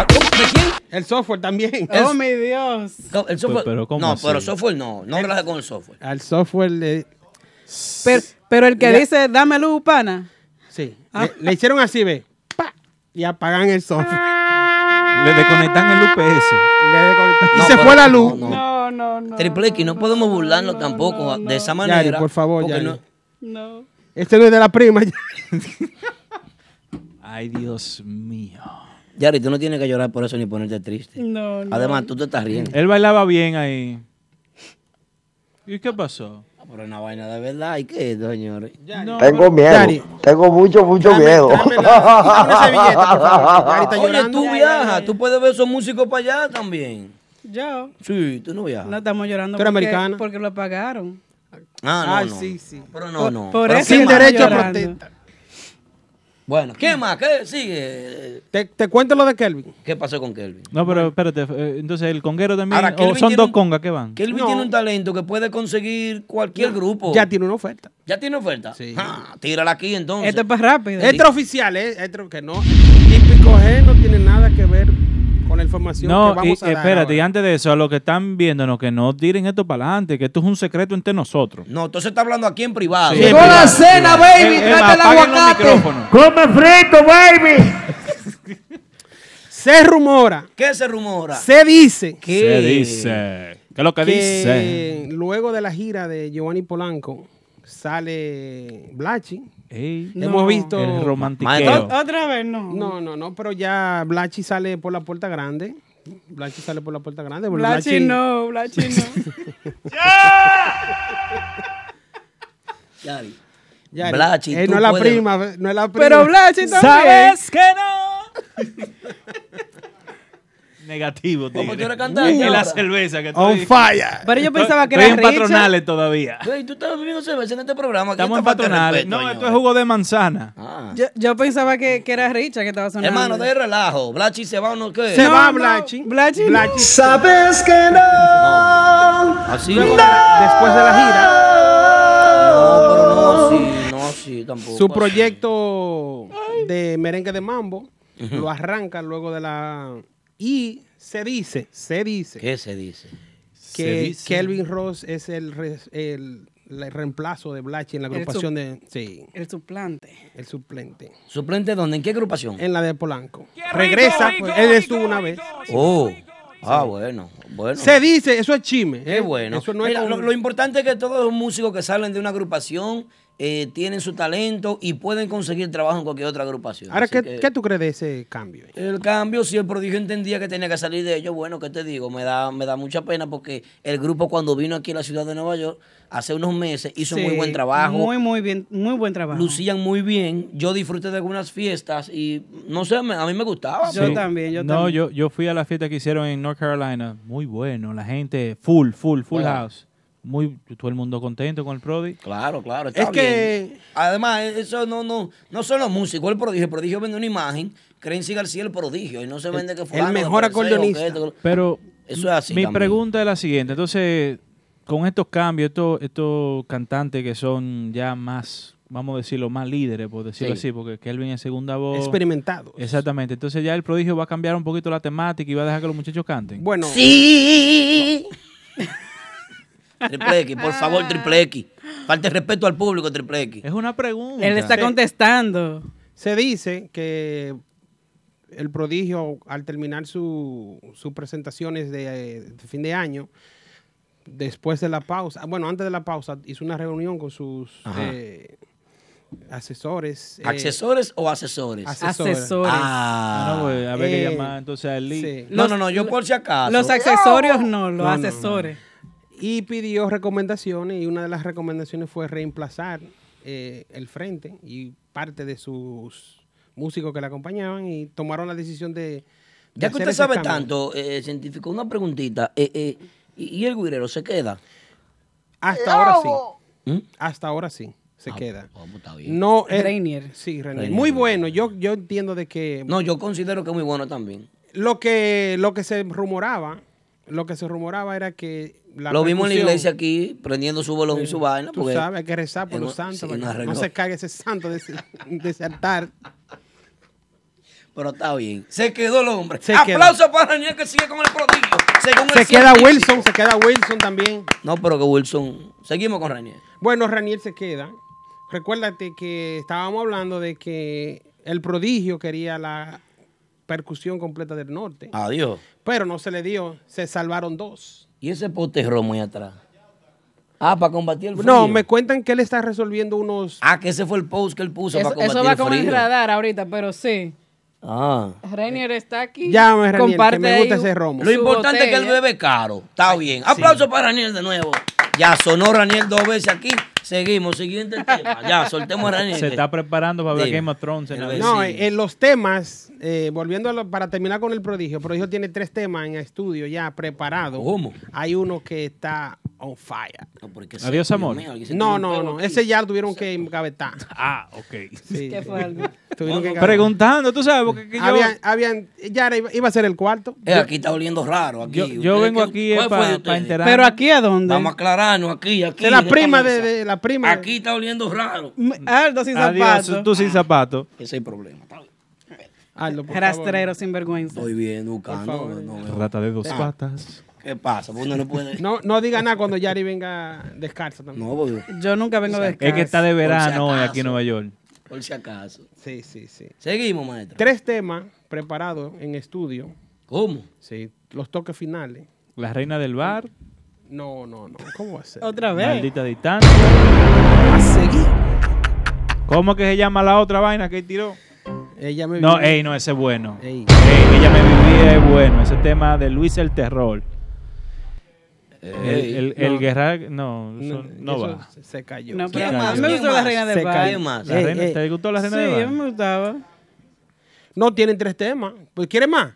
Speaker 3: Ah, ¿De quién?
Speaker 4: El software también.
Speaker 5: Oh, mi Dios. Eh,
Speaker 3: No, El software.
Speaker 6: pero ¿cómo
Speaker 3: no,
Speaker 6: así?
Speaker 3: pero software no. No relaja con el software.
Speaker 4: Al software le.
Speaker 5: Pero, pero el que
Speaker 4: Ya.
Speaker 5: dice, dame luz, pana.
Speaker 4: Sí.
Speaker 5: Ah.
Speaker 4: Le, le hicieron así, ve. Pa, Y apagan el software.
Speaker 6: Le desconectan el UPS.
Speaker 4: Le desconectan. y
Speaker 3: No,
Speaker 4: se
Speaker 3: pero-
Speaker 4: fue la luz.
Speaker 3: no,
Speaker 5: No, no, no.
Speaker 3: Triple X, no podemos burlarnos tampoco de esa manera.
Speaker 4: Yari, por favor,
Speaker 3: porque
Speaker 4: Yari.
Speaker 3: no-
Speaker 5: No.
Speaker 4: Este no es de la prima.
Speaker 6: Ay, Dios mío.
Speaker 3: Yari, tú no tienes que llorar por eso ni ponerte triste.
Speaker 5: No, no.
Speaker 3: Además, tú te estás riendo.
Speaker 6: Él bailaba bien ahí. Eh, ¿Y qué pasó?
Speaker 3: Ah, Pero una vaina de verdad, ¿y qué, señores?
Speaker 6: No,
Speaker 8: Tengo miedo.
Speaker 4: Yari.
Speaker 8: Tengo mucho, mucho
Speaker 4: Dame-
Speaker 8: miedo.
Speaker 4: dame la- una servilleta, por favor, que Yari está
Speaker 3: Oye,
Speaker 4: llorando.
Speaker 3: tú
Speaker 5: Ya, ya,
Speaker 3: viajas,
Speaker 5: ya.
Speaker 3: tú puedes ver esos músicos para allá también.
Speaker 5: Yo.
Speaker 3: Sí, tú no viajas.
Speaker 5: No estamos llorando
Speaker 4: Tú eres
Speaker 5: porque,
Speaker 4: americana.
Speaker 5: porque lo apagaron.
Speaker 3: Ah, no,
Speaker 4: Ay,
Speaker 3: no.
Speaker 4: sí, sí.
Speaker 3: Pero no,
Speaker 5: Por-
Speaker 3: no.
Speaker 5: por
Speaker 3: Pero
Speaker 5: eso
Speaker 3: ¿qué
Speaker 4: Sin
Speaker 5: es que
Speaker 3: más?
Speaker 5: está
Speaker 4: derecho a
Speaker 5: llorando.
Speaker 4: protesta.
Speaker 3: Bueno, ¿qué más? ¿Qué sigue?
Speaker 4: Te, te cuento lo de Kelvin.
Speaker 3: ¿Qué pasó con Kelvin?
Speaker 6: No, pero espérate. eh, Entonces, el conguero también.
Speaker 3: Ahora,
Speaker 6: o
Speaker 3: Kelvin
Speaker 6: son
Speaker 3: tiene
Speaker 6: dos
Speaker 3: un-
Speaker 6: congas que van.
Speaker 3: Kelvin
Speaker 4: No.
Speaker 3: tiene un talento que puede conseguir cualquier grupo.
Speaker 4: Ya tiene una oferta.
Speaker 3: ¿Ya tiene oferta?
Speaker 4: Sí.
Speaker 3: Ja, tírala aquí entonces.
Speaker 5: Esto es para rápido.
Speaker 4: Extraoficial, ¿eh? Extra- que no. Típico G no tiene nada que ver con la información
Speaker 6: No,
Speaker 4: que vamos
Speaker 6: y-
Speaker 4: a dar.
Speaker 6: espérate, y
Speaker 4: ahora.
Speaker 6: antes de eso, a los que están viéndonos, que no tiren esto para adelante, que esto es un secreto entre nosotros.
Speaker 3: No, entonces está hablando aquí en privado.
Speaker 6: Sí. Llegó la cena, baby,
Speaker 4: eh,
Speaker 6: trata el aguacate.
Speaker 4: Se rumora,
Speaker 3: ¿Qué se rumora?
Speaker 4: se dice
Speaker 3: ¿Qué?
Speaker 6: Se dice. ¿Qué es lo que, dice?
Speaker 4: que luego de la gira de Giovanni Polanco sale Blachi.
Speaker 6: Ey,
Speaker 5: No.
Speaker 4: Hemos visto.
Speaker 6: El
Speaker 3: Maestro.
Speaker 6: romantiqueo.
Speaker 5: Otra vez no.
Speaker 4: No, no, no, pero ya Blachi sale por la puerta grande. Blachi sale por la puerta grande. pero
Speaker 5: Blachi no, Blachi no.
Speaker 3: Yari.
Speaker 4: ya,
Speaker 3: Blachi,
Speaker 4: eh,
Speaker 3: tú
Speaker 4: no es la
Speaker 3: puedes-
Speaker 4: prima, no es la prima.
Speaker 5: Pero Blachi también.
Speaker 6: ¿Sabes que no? Negativo,
Speaker 3: Como tú
Speaker 6: tigre.
Speaker 3: eres cantante
Speaker 6: Y
Speaker 3: ahora.
Speaker 6: la cerveza que
Speaker 4: On
Speaker 6: estoy-
Speaker 4: fire.
Speaker 5: Pero yo pensaba que
Speaker 6: estoy
Speaker 5: era
Speaker 6: en
Speaker 5: Richard.
Speaker 6: patronales todavía.
Speaker 3: Güey, tú estás bebiendo cerveza en este programa. Aquí
Speaker 6: Estamos en
Speaker 3: esta falta de
Speaker 6: patronales.
Speaker 3: respeto,
Speaker 6: No, esto es
Speaker 3: señores.
Speaker 6: jugo de manzana.
Speaker 3: Ah.
Speaker 5: Yo, yo pensaba que, que era Richard que estaba sonando.
Speaker 3: Hermano, de relajo. Blachi se va o no qué.
Speaker 4: Se
Speaker 5: No,
Speaker 4: va
Speaker 5: no,
Speaker 4: Blachi.
Speaker 5: Blachi no.
Speaker 8: Sabes que no.
Speaker 3: Así.
Speaker 4: Luego,
Speaker 3: no,
Speaker 4: después de la gira,
Speaker 3: pero no así. No así tampoco.
Speaker 4: su
Speaker 3: así.
Speaker 4: proyecto de merengue de mambo lo arranca luego de la. Y se dice, se dice
Speaker 3: ¿Qué se dice?
Speaker 6: Se
Speaker 4: que
Speaker 6: dice.
Speaker 4: Kelvin Ross es el, re- el, el reemplazo de Blachi en la
Speaker 5: El
Speaker 4: agrupación de. Sí,
Speaker 5: El suplante.
Speaker 4: el suplente.
Speaker 3: ¿Suplente dónde? ¿En qué agrupación?
Speaker 4: En la de Polanco. Regresa, pues, él estuvo una vez.
Speaker 3: Oh. Ah, bueno. Bueno.
Speaker 4: Se dice, eso es chisme.
Speaker 3: Qué
Speaker 4: ¿eh?
Speaker 3: bueno.
Speaker 4: Eso no es
Speaker 3: Mira,
Speaker 4: con-
Speaker 3: lo, lo importante es que todos los músicos que salen de una agrupación eh, tienen su talento y pueden conseguir trabajo en cualquier otra agrupación.
Speaker 4: Ahora,
Speaker 3: Así
Speaker 4: ¿qué,
Speaker 3: que
Speaker 4: qué tú crees de ese cambio?
Speaker 3: El cambio, si el prodigio entendía que tenía que salir de ellos, bueno, ¿qué te digo? Me da, me da mucha pena porque el grupo cuando vino aquí a la ciudad de Nueva York hace unos meses hizo
Speaker 5: Sí,
Speaker 3: muy buen trabajo.
Speaker 5: Muy, muy bien. Muy buen trabajo.
Speaker 3: lucían muy bien. Yo disfruté de algunas fiestas y no sé, me- a mí me gustaba.
Speaker 5: Yo también, yo
Speaker 6: no,
Speaker 5: también.
Speaker 6: Yo, yo fui a la fiesta que hicieron en North Carolina. Muy bueno, la gente full, full, full
Speaker 3: Wow.
Speaker 6: house. Muy, todo el mundo contento con el Prodi.
Speaker 3: Claro, claro, está
Speaker 4: Es que-
Speaker 3: bien. Además, eso no, no, no son los músicos, el prodigio. El prodigio vende una imagen, Crency García el prodigio, y no se vende que fue
Speaker 4: mejor acordeonista.
Speaker 6: Pero
Speaker 3: Eso es así
Speaker 6: mi
Speaker 3: también.
Speaker 6: pregunta es la siguiente. Entonces, con estos cambios, estos, estos cantantes que son ya más, vamos a decirlo, más líderes, por decirlo
Speaker 3: Sí.
Speaker 6: así, porque Kelvin es segunda
Speaker 3: Oh.
Speaker 6: voz.
Speaker 4: Experimentado.
Speaker 6: Exactamente. Entonces ya el prodigio va a cambiar un poquito la temática y va a dejar que los muchachos canten.
Speaker 4: Bueno,
Speaker 3: Sí. Triple X, por favor, Triple X. Falte respeto al público, Triple X.
Speaker 6: Es una pregunta.
Speaker 5: Él está contestando.
Speaker 4: se dice que el prodigio, al terminar su- sus presentaciones de, de fin de año, después de la pausa, bueno, antes de la pausa, hizo una reunión con sus
Speaker 3: Ajá.
Speaker 4: eh, asesores. eh,
Speaker 3: ¿Accesores o asesores?
Speaker 4: Asesores.
Speaker 5: Asesores.
Speaker 3: Ah.
Speaker 6: no, pues, habría que
Speaker 4: Eh,
Speaker 6: llamar entonces a Eli.
Speaker 4: sí.
Speaker 3: No, no, no, yo por si acaso.
Speaker 5: Los accesorios no, los
Speaker 4: No, no, no.
Speaker 5: asesores.
Speaker 4: Y pidió recomendaciones y una de las recomendaciones fue reemplazar eh, el frente y parte de sus músicos que le acompañaban y tomaron la decisión de... de
Speaker 3: ya que
Speaker 4: hacer
Speaker 3: usted
Speaker 4: ese
Speaker 3: sabe
Speaker 4: cambio.
Speaker 3: tanto, eh, científico, una preguntita. Eh, eh, ¿Y y el guirero se queda?
Speaker 4: Hasta ahora sí.
Speaker 3: ¿Mm?
Speaker 4: Hasta ahora sí. Se queda.
Speaker 3: Ah, pues, está bien.
Speaker 4: No, eh,
Speaker 5: Reinier.
Speaker 4: Sí, Reinier.
Speaker 3: Reinier.
Speaker 4: Muy bueno. Yo, yo entiendo de que
Speaker 3: No, yo considero que es muy bueno también.
Speaker 4: lo que lo que se rumoraba, lo que se rumoraba era que la
Speaker 3: Lo vimos en la
Speaker 4: percusión-
Speaker 3: iglesia aquí, prendiendo su bolón y su vaina.
Speaker 4: Tú
Speaker 3: porque-
Speaker 4: sabes, hay que rezar por
Speaker 3: en
Speaker 4: los
Speaker 3: un-
Speaker 4: santos.
Speaker 3: sí, en
Speaker 4: para
Speaker 3: un
Speaker 4: que
Speaker 3: arreglo.
Speaker 4: no se caiga ese santo de ese, de ese altar.
Speaker 3: Pero está bien. Se quedó el hombre.
Speaker 4: Se quedó.
Speaker 3: Aplauso para Daniel que sigue con el prodigio. según
Speaker 4: Se
Speaker 3: el
Speaker 4: queda
Speaker 3: científico.
Speaker 4: Wilson, se queda Wilson también.
Speaker 3: No, pero que Wilson. Seguimos con Ranier.
Speaker 4: Bueno, Raniel se queda. Recuérdate que estábamos hablando de que el prodigio quería la percusión completa del norte,
Speaker 3: Adiós.
Speaker 4: pero no se le dio, se salvaron dos.
Speaker 3: ¿Y ese poste romo ahí atrás? Ah, para combatir el frío.
Speaker 4: No, me cuentan que él está resolviendo unos...
Speaker 3: Ah, que ese fue el post que él puso para
Speaker 5: Eso,
Speaker 3: combatir
Speaker 5: eso va
Speaker 3: el
Speaker 5: con el
Speaker 3: frío.
Speaker 5: radar ahorita, pero sí.
Speaker 3: ah.
Speaker 5: Reinier está aquí.
Speaker 4: Llame, Reinier, que me
Speaker 5: ahí
Speaker 4: gusta ese
Speaker 5: un-
Speaker 4: romo.
Speaker 3: Lo
Speaker 5: su
Speaker 3: importante es que él
Speaker 5: botella.
Speaker 3: bebe caro. Está bien. Aplauso para Raniel de nuevo. Ya sonó Raniel dos veces aquí. Seguimos. Siguiente tema. Ya, soltemos a Raniel.
Speaker 6: Se está preparando para ver
Speaker 3: Dime.
Speaker 6: Game of Thrones en
Speaker 3: El
Speaker 6: la
Speaker 3: beso.
Speaker 4: No, eh,
Speaker 3: sí.
Speaker 4: en los temas, eh, volviendo a lo- para terminar con el prodigio, el prodigio tiene tres temas en estudio ya preparado.
Speaker 3: ¿Cómo?
Speaker 4: Hay uno que está on fire.
Speaker 3: No, porque
Speaker 6: Adiós,
Speaker 3: Dios
Speaker 6: amor.
Speaker 3: mío, alguien se tiró
Speaker 4: No,
Speaker 3: un
Speaker 4: no,
Speaker 3: pelo
Speaker 4: no.
Speaker 3: aquí.
Speaker 4: Ese ya lo tuvieron que engavetar.
Speaker 6: Ah, ok.
Speaker 4: Sí.
Speaker 5: ¿Qué fue, Aldo?
Speaker 4: Tuvieron que engavetar.
Speaker 6: Preguntando, tú sabes, porque que yo,
Speaker 4: Habían, habían- ya era- iba, iba a ser el cuarto.
Speaker 3: Eh, aquí está oliendo raro. Aquí.
Speaker 6: yo,
Speaker 3: ¿Ustedes
Speaker 6: yo vengo aquí
Speaker 3: qué- cuál fue de
Speaker 6: para
Speaker 3: ustedes?
Speaker 6: enterarme.
Speaker 5: Pero aquí a dónde?
Speaker 3: Vamos a aclararnos aquí, aquí.
Speaker 4: De la
Speaker 3: esta
Speaker 4: prima de,
Speaker 3: mesa.
Speaker 4: de- la prima.
Speaker 3: Aquí está oliendo raro.
Speaker 5: M- Aldo Ah, sin
Speaker 6: Adiós,
Speaker 5: zapatos.
Speaker 6: tú sin zapato.
Speaker 3: Ah, Ese es el problema. está bien.
Speaker 4: Aldo, por favor.
Speaker 5: Rastrero sin vergüenza.
Speaker 3: Estoy bien, buscando. No, Ah. veo.
Speaker 6: Rata de dos patas.
Speaker 3: ¿Qué pasa? Porque uno no puede.
Speaker 4: No, no diga nada cuando Yari venga descalza también.
Speaker 3: No, porque-
Speaker 5: Yo nunca vengo de
Speaker 6: Es que está de
Speaker 3: Por si
Speaker 6: verano hoy
Speaker 3: acaso.
Speaker 6: aquí en Nueva York.
Speaker 3: por si acaso.
Speaker 4: Sí, sí, sí.
Speaker 3: Seguimos, maestro.
Speaker 4: Tres temas preparados en estudio.
Speaker 3: ¿Cómo?
Speaker 4: Sí. Los toques finales.
Speaker 6: La reina del bar,
Speaker 4: No, no, no. ¿Cómo va a ser?
Speaker 5: Otra vez.
Speaker 6: Este, maldita distancia. ¿Cómo que se llama la otra vaina que tiró?
Speaker 4: Ella me
Speaker 6: No, eh,
Speaker 4: vio.
Speaker 6: ey, no, ese es bueno.
Speaker 4: Ey.
Speaker 6: Ey, ella me vivía es bueno. Ese tema de Luis el Terror.
Speaker 3: Ey,
Speaker 6: el el, el Guerra- no, eso no,
Speaker 4: Mm, eso
Speaker 6: va.
Speaker 4: se- Se cayó.
Speaker 5: No,
Speaker 6: ¿Quién
Speaker 5: pero a
Speaker 6: más?
Speaker 5: mí me
Speaker 3: ¿Quién
Speaker 5: gustó la
Speaker 3: más?
Speaker 5: reina
Speaker 4: Se
Speaker 5: del
Speaker 4: cayó.
Speaker 5: bar.
Speaker 3: ¿Qué más?
Speaker 6: La
Speaker 4: Ey,
Speaker 6: reina-
Speaker 4: ey.
Speaker 6: ¿Te gustó la
Speaker 5: Sí,
Speaker 6: reina
Speaker 5: a
Speaker 6: del
Speaker 5: mí
Speaker 6: bar?
Speaker 5: me gustaba.
Speaker 4: eh, No tienen tres temas. Pues quiere más.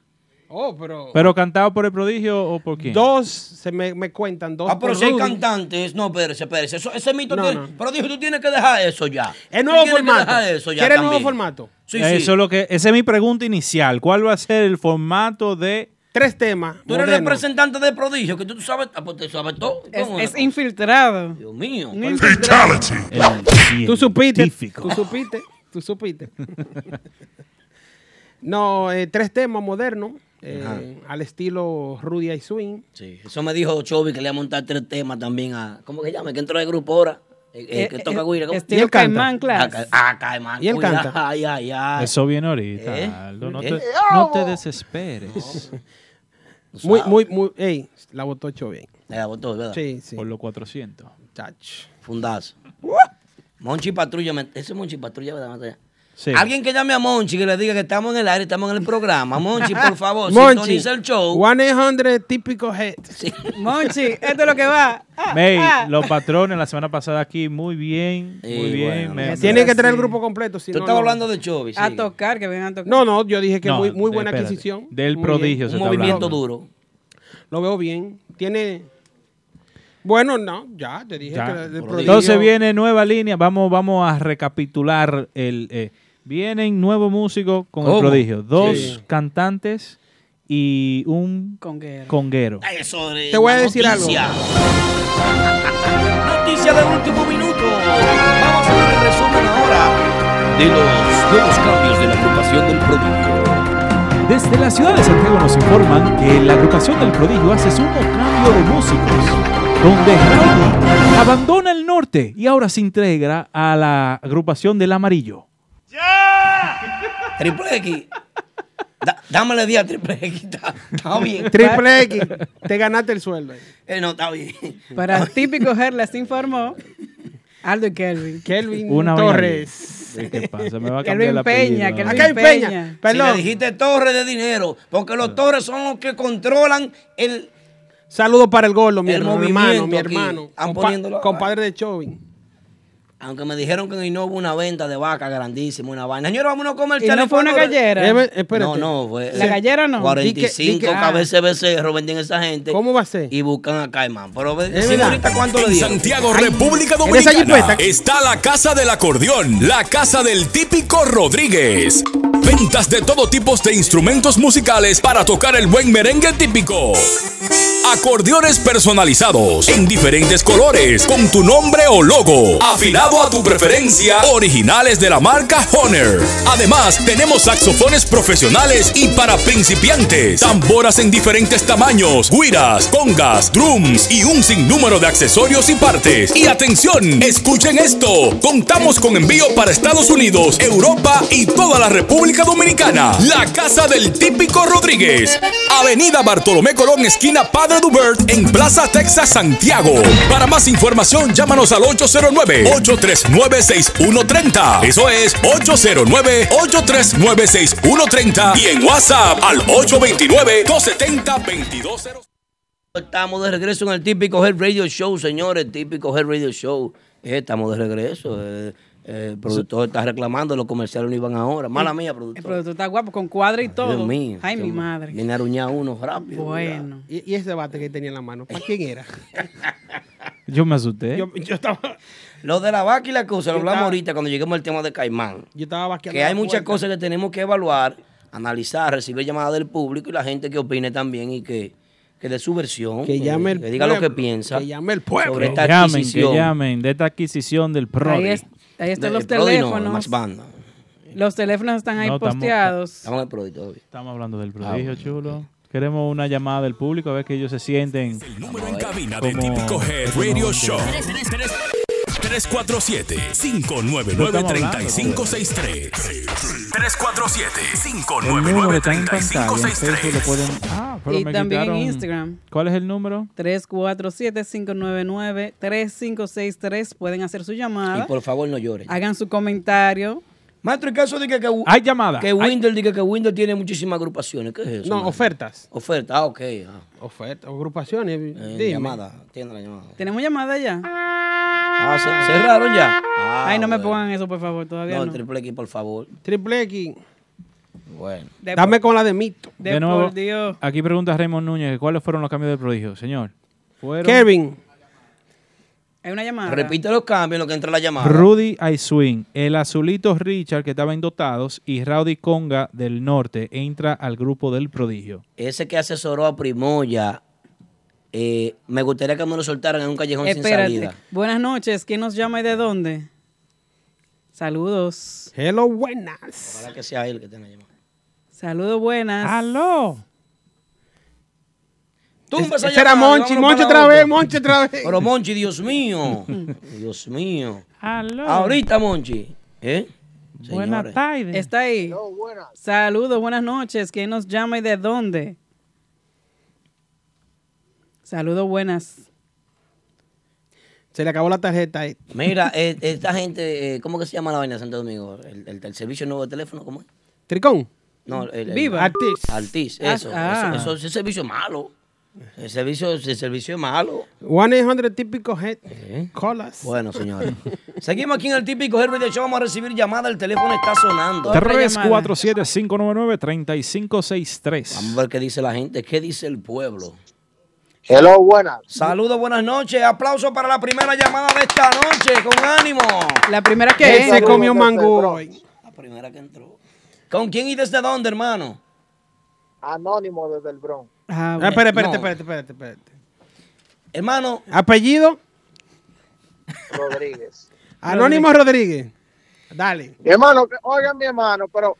Speaker 4: Oh, pero.
Speaker 3: Ah,
Speaker 6: ¿Pero cantado por el prodigio o por quién?
Speaker 4: Dos, se me, me cuentan, dos.
Speaker 3: Ah, pero
Speaker 4: por
Speaker 3: si hay
Speaker 4: Rudy.
Speaker 3: cantantes. No, espérese, espérese. Eso, ese mito
Speaker 4: No,
Speaker 3: tiene.
Speaker 4: no.
Speaker 3: Pero dijo, tú tienes que dejar eso ya.
Speaker 4: El
Speaker 3: Tú
Speaker 4: nuevo
Speaker 3: tienes que
Speaker 4: formato.
Speaker 3: dejar eso ya
Speaker 4: ¿Quiere el nuevo
Speaker 3: también.
Speaker 4: formato? Eh,
Speaker 3: Sí, sí.
Speaker 6: Eh, Eso es lo que, esa es mi pregunta inicial. ¿Cuál va a ser el formato de
Speaker 4: Tres temas.
Speaker 3: Tú eres
Speaker 4: modernos.
Speaker 3: representante de prodigio, que tú, tú sabes, ah, pues, te sabes todo.
Speaker 5: Es,
Speaker 3: ¿Cómo
Speaker 5: es
Speaker 3: no?
Speaker 5: infiltrado.
Speaker 3: Dios mío.
Speaker 5: Un
Speaker 6: el
Speaker 4: Tú supiste.
Speaker 6: científico?
Speaker 4: Tú supiste. Tú supiste. no, eh, tres temas modernos. eh, al estilo Rudy y Swing.
Speaker 3: Sí, eso me dijo Chovy que le iba a montar tres temas también a. ¿Cómo que se llama? El Que entró del grupo ahora. El, el que
Speaker 5: Eh,
Speaker 3: toca
Speaker 5: eh,
Speaker 3: guira. ¿cómo?
Speaker 5: Estilo
Speaker 4: él canta?
Speaker 5: Caimán
Speaker 3: Ah,
Speaker 5: Class.
Speaker 3: ca- ah, Caimán.
Speaker 4: Y él
Speaker 3: cuida.
Speaker 4: canta.
Speaker 3: Ay, ay, ay.
Speaker 6: Eso viene ahorita,
Speaker 3: ¿Eh?
Speaker 6: Aldo. No,
Speaker 3: ¿Eh?
Speaker 6: te, no te desesperes
Speaker 4: Muy, muy, muy. Ey, la botó bien.
Speaker 3: Le la botó, ¿verdad?
Speaker 4: Sí, sí.
Speaker 6: por los 400.
Speaker 4: Chacho.
Speaker 3: Fundazo. Monchi Patrulla. me- Ese es Monchi Patrulla, ¿verdad? Más allá.
Speaker 6: Sí.
Speaker 3: Alguien que llame a Monchi que le diga que estamos en el aire, estamos en el programa. Monchi, por favor,
Speaker 4: Monchi.
Speaker 3: sintoniza el show.
Speaker 4: 100 típico head.
Speaker 5: Monchi, esto es lo que va. Ah,
Speaker 6: May,
Speaker 5: ah.
Speaker 6: los patrones la semana pasada aquí, muy bien,
Speaker 3: Eh,
Speaker 6: muy bien.
Speaker 3: bueno,
Speaker 6: me-
Speaker 3: gracias.
Speaker 4: Tiene que
Speaker 5: Sí.
Speaker 4: tener el grupo completo. Si
Speaker 3: Tú
Speaker 4: no,
Speaker 3: estabas
Speaker 4: no.
Speaker 3: hablando de Chovy.
Speaker 5: A
Speaker 3: sí.
Speaker 5: tocar, que vengan a tocar.
Speaker 4: No, no, yo dije que
Speaker 6: No,
Speaker 4: muy, muy
Speaker 6: de-
Speaker 4: buena
Speaker 6: espérate.
Speaker 4: adquisición.
Speaker 6: Del
Speaker 4: Muy
Speaker 6: prodigio
Speaker 4: bien.
Speaker 6: se
Speaker 3: Un
Speaker 6: está
Speaker 3: movimiento
Speaker 6: hablando.
Speaker 3: duro.
Speaker 4: Lo veo bien. Tiene. Bueno, no, ya te dije
Speaker 6: Ya.
Speaker 4: que del prodigio-
Speaker 6: Entonces viene nueva línea, vamos, vamos a recapitular el... eh, vienen nuevos músicos con
Speaker 3: ¿Cómo?
Speaker 6: el prodigio, dos
Speaker 4: Sí.
Speaker 6: cantantes y un
Speaker 5: Conguero.
Speaker 6: conguero.
Speaker 3: Eso es
Speaker 4: Te voy a
Speaker 3: una
Speaker 4: decir
Speaker 3: noticia. Noticia de último minuto. Vamos a ver el resumen ahora de los nuevos cambios de la agrupación del producto.
Speaker 6: Desde la ciudad de Santiago nos informan que la agrupación del prodigio hace su cambio de músicos, donde Raúl abandona el norte y ahora se integra a la agrupación del amarillo.
Speaker 3: Triple X. Da- dámele día a Triple X. Está, está bien.
Speaker 4: Triple X, te ganaste el sueldo. ahí.
Speaker 3: Eh, no, está bien.
Speaker 5: Para típico Her les informó Aldo y Kelvin.
Speaker 4: Kelvin
Speaker 6: Una vaina
Speaker 4: Torres.
Speaker 6: ahí. ¿Qué pasa? Ah, Me va a cambiar
Speaker 5: Kelvin
Speaker 6: la
Speaker 5: Peña, Kelvin
Speaker 4: Acá hay Peña.
Speaker 5: Peña.
Speaker 4: Perdón.
Speaker 3: Si le dijiste torres de dinero, porque
Speaker 6: Ah.
Speaker 3: los torres son los que controlan el.
Speaker 4: Saludos para el gordo, mi
Speaker 3: El
Speaker 4: hermano,
Speaker 3: movimiento
Speaker 4: mi
Speaker 3: aquí.
Speaker 4: hermano.
Speaker 3: Están
Speaker 4: Compa-
Speaker 3: poniéndolo-
Speaker 4: compadre de Chovin.
Speaker 3: Aunque me dijeron que en Hinojo hubo una venta de vaca grandísima, una vaina. Señora, vámonos a comer
Speaker 5: Y no fue una
Speaker 3: teléfono de-
Speaker 5: gallera.
Speaker 4: Eh, espérate.
Speaker 3: No, no, eh, fue.
Speaker 5: La gallera no.
Speaker 3: 45
Speaker 4: Di que- ah. di que-
Speaker 3: cabezas de becerro vendían esa gente.
Speaker 4: ¿Cómo va a ser?
Speaker 3: Y buscan a Caimán. Pero ve-
Speaker 4: Es
Speaker 3: sí,
Speaker 4: verdad.
Speaker 3: ahorita cuánto le
Speaker 1: En
Speaker 3: dieron.
Speaker 1: Santiago, República
Speaker 4: esa
Speaker 1: Dominicana,
Speaker 4: jipeta.
Speaker 1: está la Casa del Acordeón, la Casa del Típico Rodríguez. Ventas de todo tipo de instrumentos musicales para tocar el buen merengue típico. Acordeones personalizados en diferentes colores con tu nombre o logo, afilado a tu preferencia, originales de la marca Honor. Además, tenemos saxofones profesionales y para principiantes, tamboras en diferentes tamaños, guiras, congas, drums y un sinnúmero de accesorios y partes. Y atención, escuchen esto, contamos con envío para Estados Unidos, Europa y toda la República Dominicana. La casa del típico Rodríguez. Avenida Bartolomé Colón, esquina Padre Dubert, en Plaza Texas, Santiago. Para más información, llámanos al 809-839-6130. Eso es 809-839-6130. Y en WhatsApp al 829-270-2200.
Speaker 3: Estamos de regreso en el típico Head Radio Show, señores. Típico Head Radio Show. Eh, estamos de regreso. eh, eh, el productor está reclamando, los comerciales no iban ahora. Mala mía,
Speaker 5: El
Speaker 3: productor.
Speaker 5: productor está guapo, con cuadra y todo.
Speaker 3: Dios mío.
Speaker 5: Ay, mi
Speaker 3: Dios mío.
Speaker 5: madre.
Speaker 3: Viene a aruñar uno rápido. mira.
Speaker 5: Bueno.
Speaker 4: Y, y ese bate que tenía en la mano, ¿para quién era?
Speaker 6: Yo me asusté.
Speaker 4: Yo, yo estaba,
Speaker 3: Lo de la vaca y la cosa, lo
Speaker 4: Yo
Speaker 3: hablamos
Speaker 4: estaba-
Speaker 3: ahorita cuando lleguemos al tema de Caimán.
Speaker 4: yo estaba vaqueando
Speaker 3: Que hay
Speaker 4: la
Speaker 3: muchas
Speaker 4: puerta.
Speaker 3: cosas que tenemos que evaluar, analizar, recibir llamadas del público y la gente que opine también y que, que dé su versión.
Speaker 4: Que llame el
Speaker 3: que diga lo que
Speaker 4: pueblo,
Speaker 3: piensa.
Speaker 4: que llame el pueblo.
Speaker 3: Sobre
Speaker 6: que
Speaker 3: esta
Speaker 6: llamen, que
Speaker 3: adquisición.
Speaker 6: llamen de esta adquisición del
Speaker 5: Ahí,
Speaker 6: PRODI.
Speaker 5: es- ahí
Speaker 3: De-
Speaker 5: están los
Speaker 3: Prodi no, de Max
Speaker 5: teléfonos.
Speaker 3: Banda.
Speaker 5: los teléfonos están ahí
Speaker 6: No, estamos-
Speaker 5: posteados.
Speaker 3: Estamos en el Ah, Prodi todavía.
Speaker 6: Estamos hablando del prodigio, chulo. Queremos una llamada del público a ver que ellos se sienten.
Speaker 1: Número en cabina de
Speaker 6: Como-
Speaker 1: Típico Head Radio Show. 347-599-3563. 347-599-3563.
Speaker 6: El número está en pantalla. Ustedes lo pueden. Ah, pero
Speaker 5: Y
Speaker 6: me
Speaker 5: también en
Speaker 6: quitaron-
Speaker 5: Instagram.
Speaker 6: ¿Cuál es el número?
Speaker 5: 347-599-3563. Pueden hacer su
Speaker 3: Y
Speaker 5: llamada.
Speaker 3: por favor no llores.
Speaker 5: Hagan su comentario.
Speaker 3: Maestro, el caso de que, que,
Speaker 6: Hay llamada.
Speaker 3: que
Speaker 6: Hay-
Speaker 3: Windows diga que Windows tiene muchísimas agrupaciones. ¿Qué es eso?
Speaker 4: No,
Speaker 3: maestro?
Speaker 4: ofertas.
Speaker 3: Oferta, ah, ok. ah.
Speaker 4: Ofertas, agrupaciones.
Speaker 3: Eh,
Speaker 4: dime.
Speaker 3: llamada, tiene la llamada.
Speaker 5: ¿Tenemos llamada ya?
Speaker 3: Ah, ¿se- cerraron ya. Ah,
Speaker 5: Ay, no me
Speaker 3: bueno.
Speaker 5: pongan eso, por favor, todavía
Speaker 3: No,
Speaker 5: no.
Speaker 3: triple X, por favor.
Speaker 4: Triple X.
Speaker 3: Bueno.
Speaker 5: De,
Speaker 4: Dame con la de mito.
Speaker 5: de
Speaker 6: De nuevo,
Speaker 5: por Dios.
Speaker 6: aquí pregunta Raymond Núñez, ¿cuáles fueron los cambios del prodigio, señor? Fueron
Speaker 4: Kevin.
Speaker 5: Hay una llamada.
Speaker 3: Repite los cambios en lo que entra la llamada.
Speaker 6: Rudy Aizwin, el azulito Richard que estaba en dotados y Rowdy Conga del norte entra al grupo del prodigio.
Speaker 3: Ese que asesoró a Primoya, eh, me gustaría que me lo soltaran en un callejón sin
Speaker 5: Espérate.
Speaker 3: salida.
Speaker 5: Buenas noches. ¿Quién nos llama y de dónde? Saludos.
Speaker 4: Hello, buenas.
Speaker 3: Ojalá que sea él que tenga llamada.
Speaker 5: Saludos, buenas.
Speaker 6: ¡Aló!
Speaker 3: Tumba esa
Speaker 4: Ese era
Speaker 3: llamada,
Speaker 4: Monchi.
Speaker 3: vámonos
Speaker 4: Monchi
Speaker 3: para
Speaker 4: otra vez,
Speaker 3: otro.
Speaker 4: Monchi otra vez.
Speaker 3: Pero Monchi, Dios mío. Dios mío.
Speaker 6: ¡Aló!
Speaker 3: Ahorita, Monchi. ¿Eh? Señores,
Speaker 6: tardes.
Speaker 5: Está ahí. Saludos, buenas noches. ¿Quién nos llama y de dónde? Saludos, buenas.
Speaker 4: Se le acabó la tarjeta ahí.
Speaker 3: Mira, eh, esta gente, eh, ¿cómo que se llama la vaina de Santo Domingo? ¿El, el, el servicio nuevo de teléfono? ¿Cómo es?
Speaker 4: Tricón.
Speaker 3: No, el, el-
Speaker 5: Viva.
Speaker 4: Artis.
Speaker 3: Altiz,
Speaker 5: Ah,
Speaker 3: eso,
Speaker 5: ah.
Speaker 3: eso, eso, ese servicio es malo. El servicio, ese servicio es malo.
Speaker 4: 1-800 típico head.
Speaker 3: ¿Eh?
Speaker 4: Colas.
Speaker 3: Bueno, señores. Seguimos aquí en el típico Herbert de Show. Vamos a recibir llamada. El teléfono está sonando.
Speaker 5: Otra llamada.
Speaker 6: 347-599-3563.
Speaker 3: Vamos a ver qué dice la gente, qué dice el pueblo.
Speaker 8: Hello, buenas.
Speaker 3: Saludos, buenas noches. Aplauso para la primera llamada de esta noche. Con ánimo.
Speaker 5: La primera que
Speaker 4: Él
Speaker 5: es.
Speaker 4: se comió
Speaker 8: Saludos,
Speaker 4: mangú
Speaker 8: bro.
Speaker 4: hoy.
Speaker 3: La primera que entró. ¿Con quién y desde dónde, hermano? Eh,
Speaker 8: Anónimo desde el
Speaker 5: Ah,
Speaker 8: Bronx.
Speaker 4: Ah,
Speaker 5: bueno.
Speaker 4: Espérate, espérate,
Speaker 3: No.
Speaker 4: espérate, espérate, espérate.
Speaker 3: Hermano,
Speaker 4: Apellido.
Speaker 8: Rodríguez.
Speaker 4: Anónimo Rodríguez. Dale.
Speaker 8: Mi hermano, que- oigan mi hermano, pero,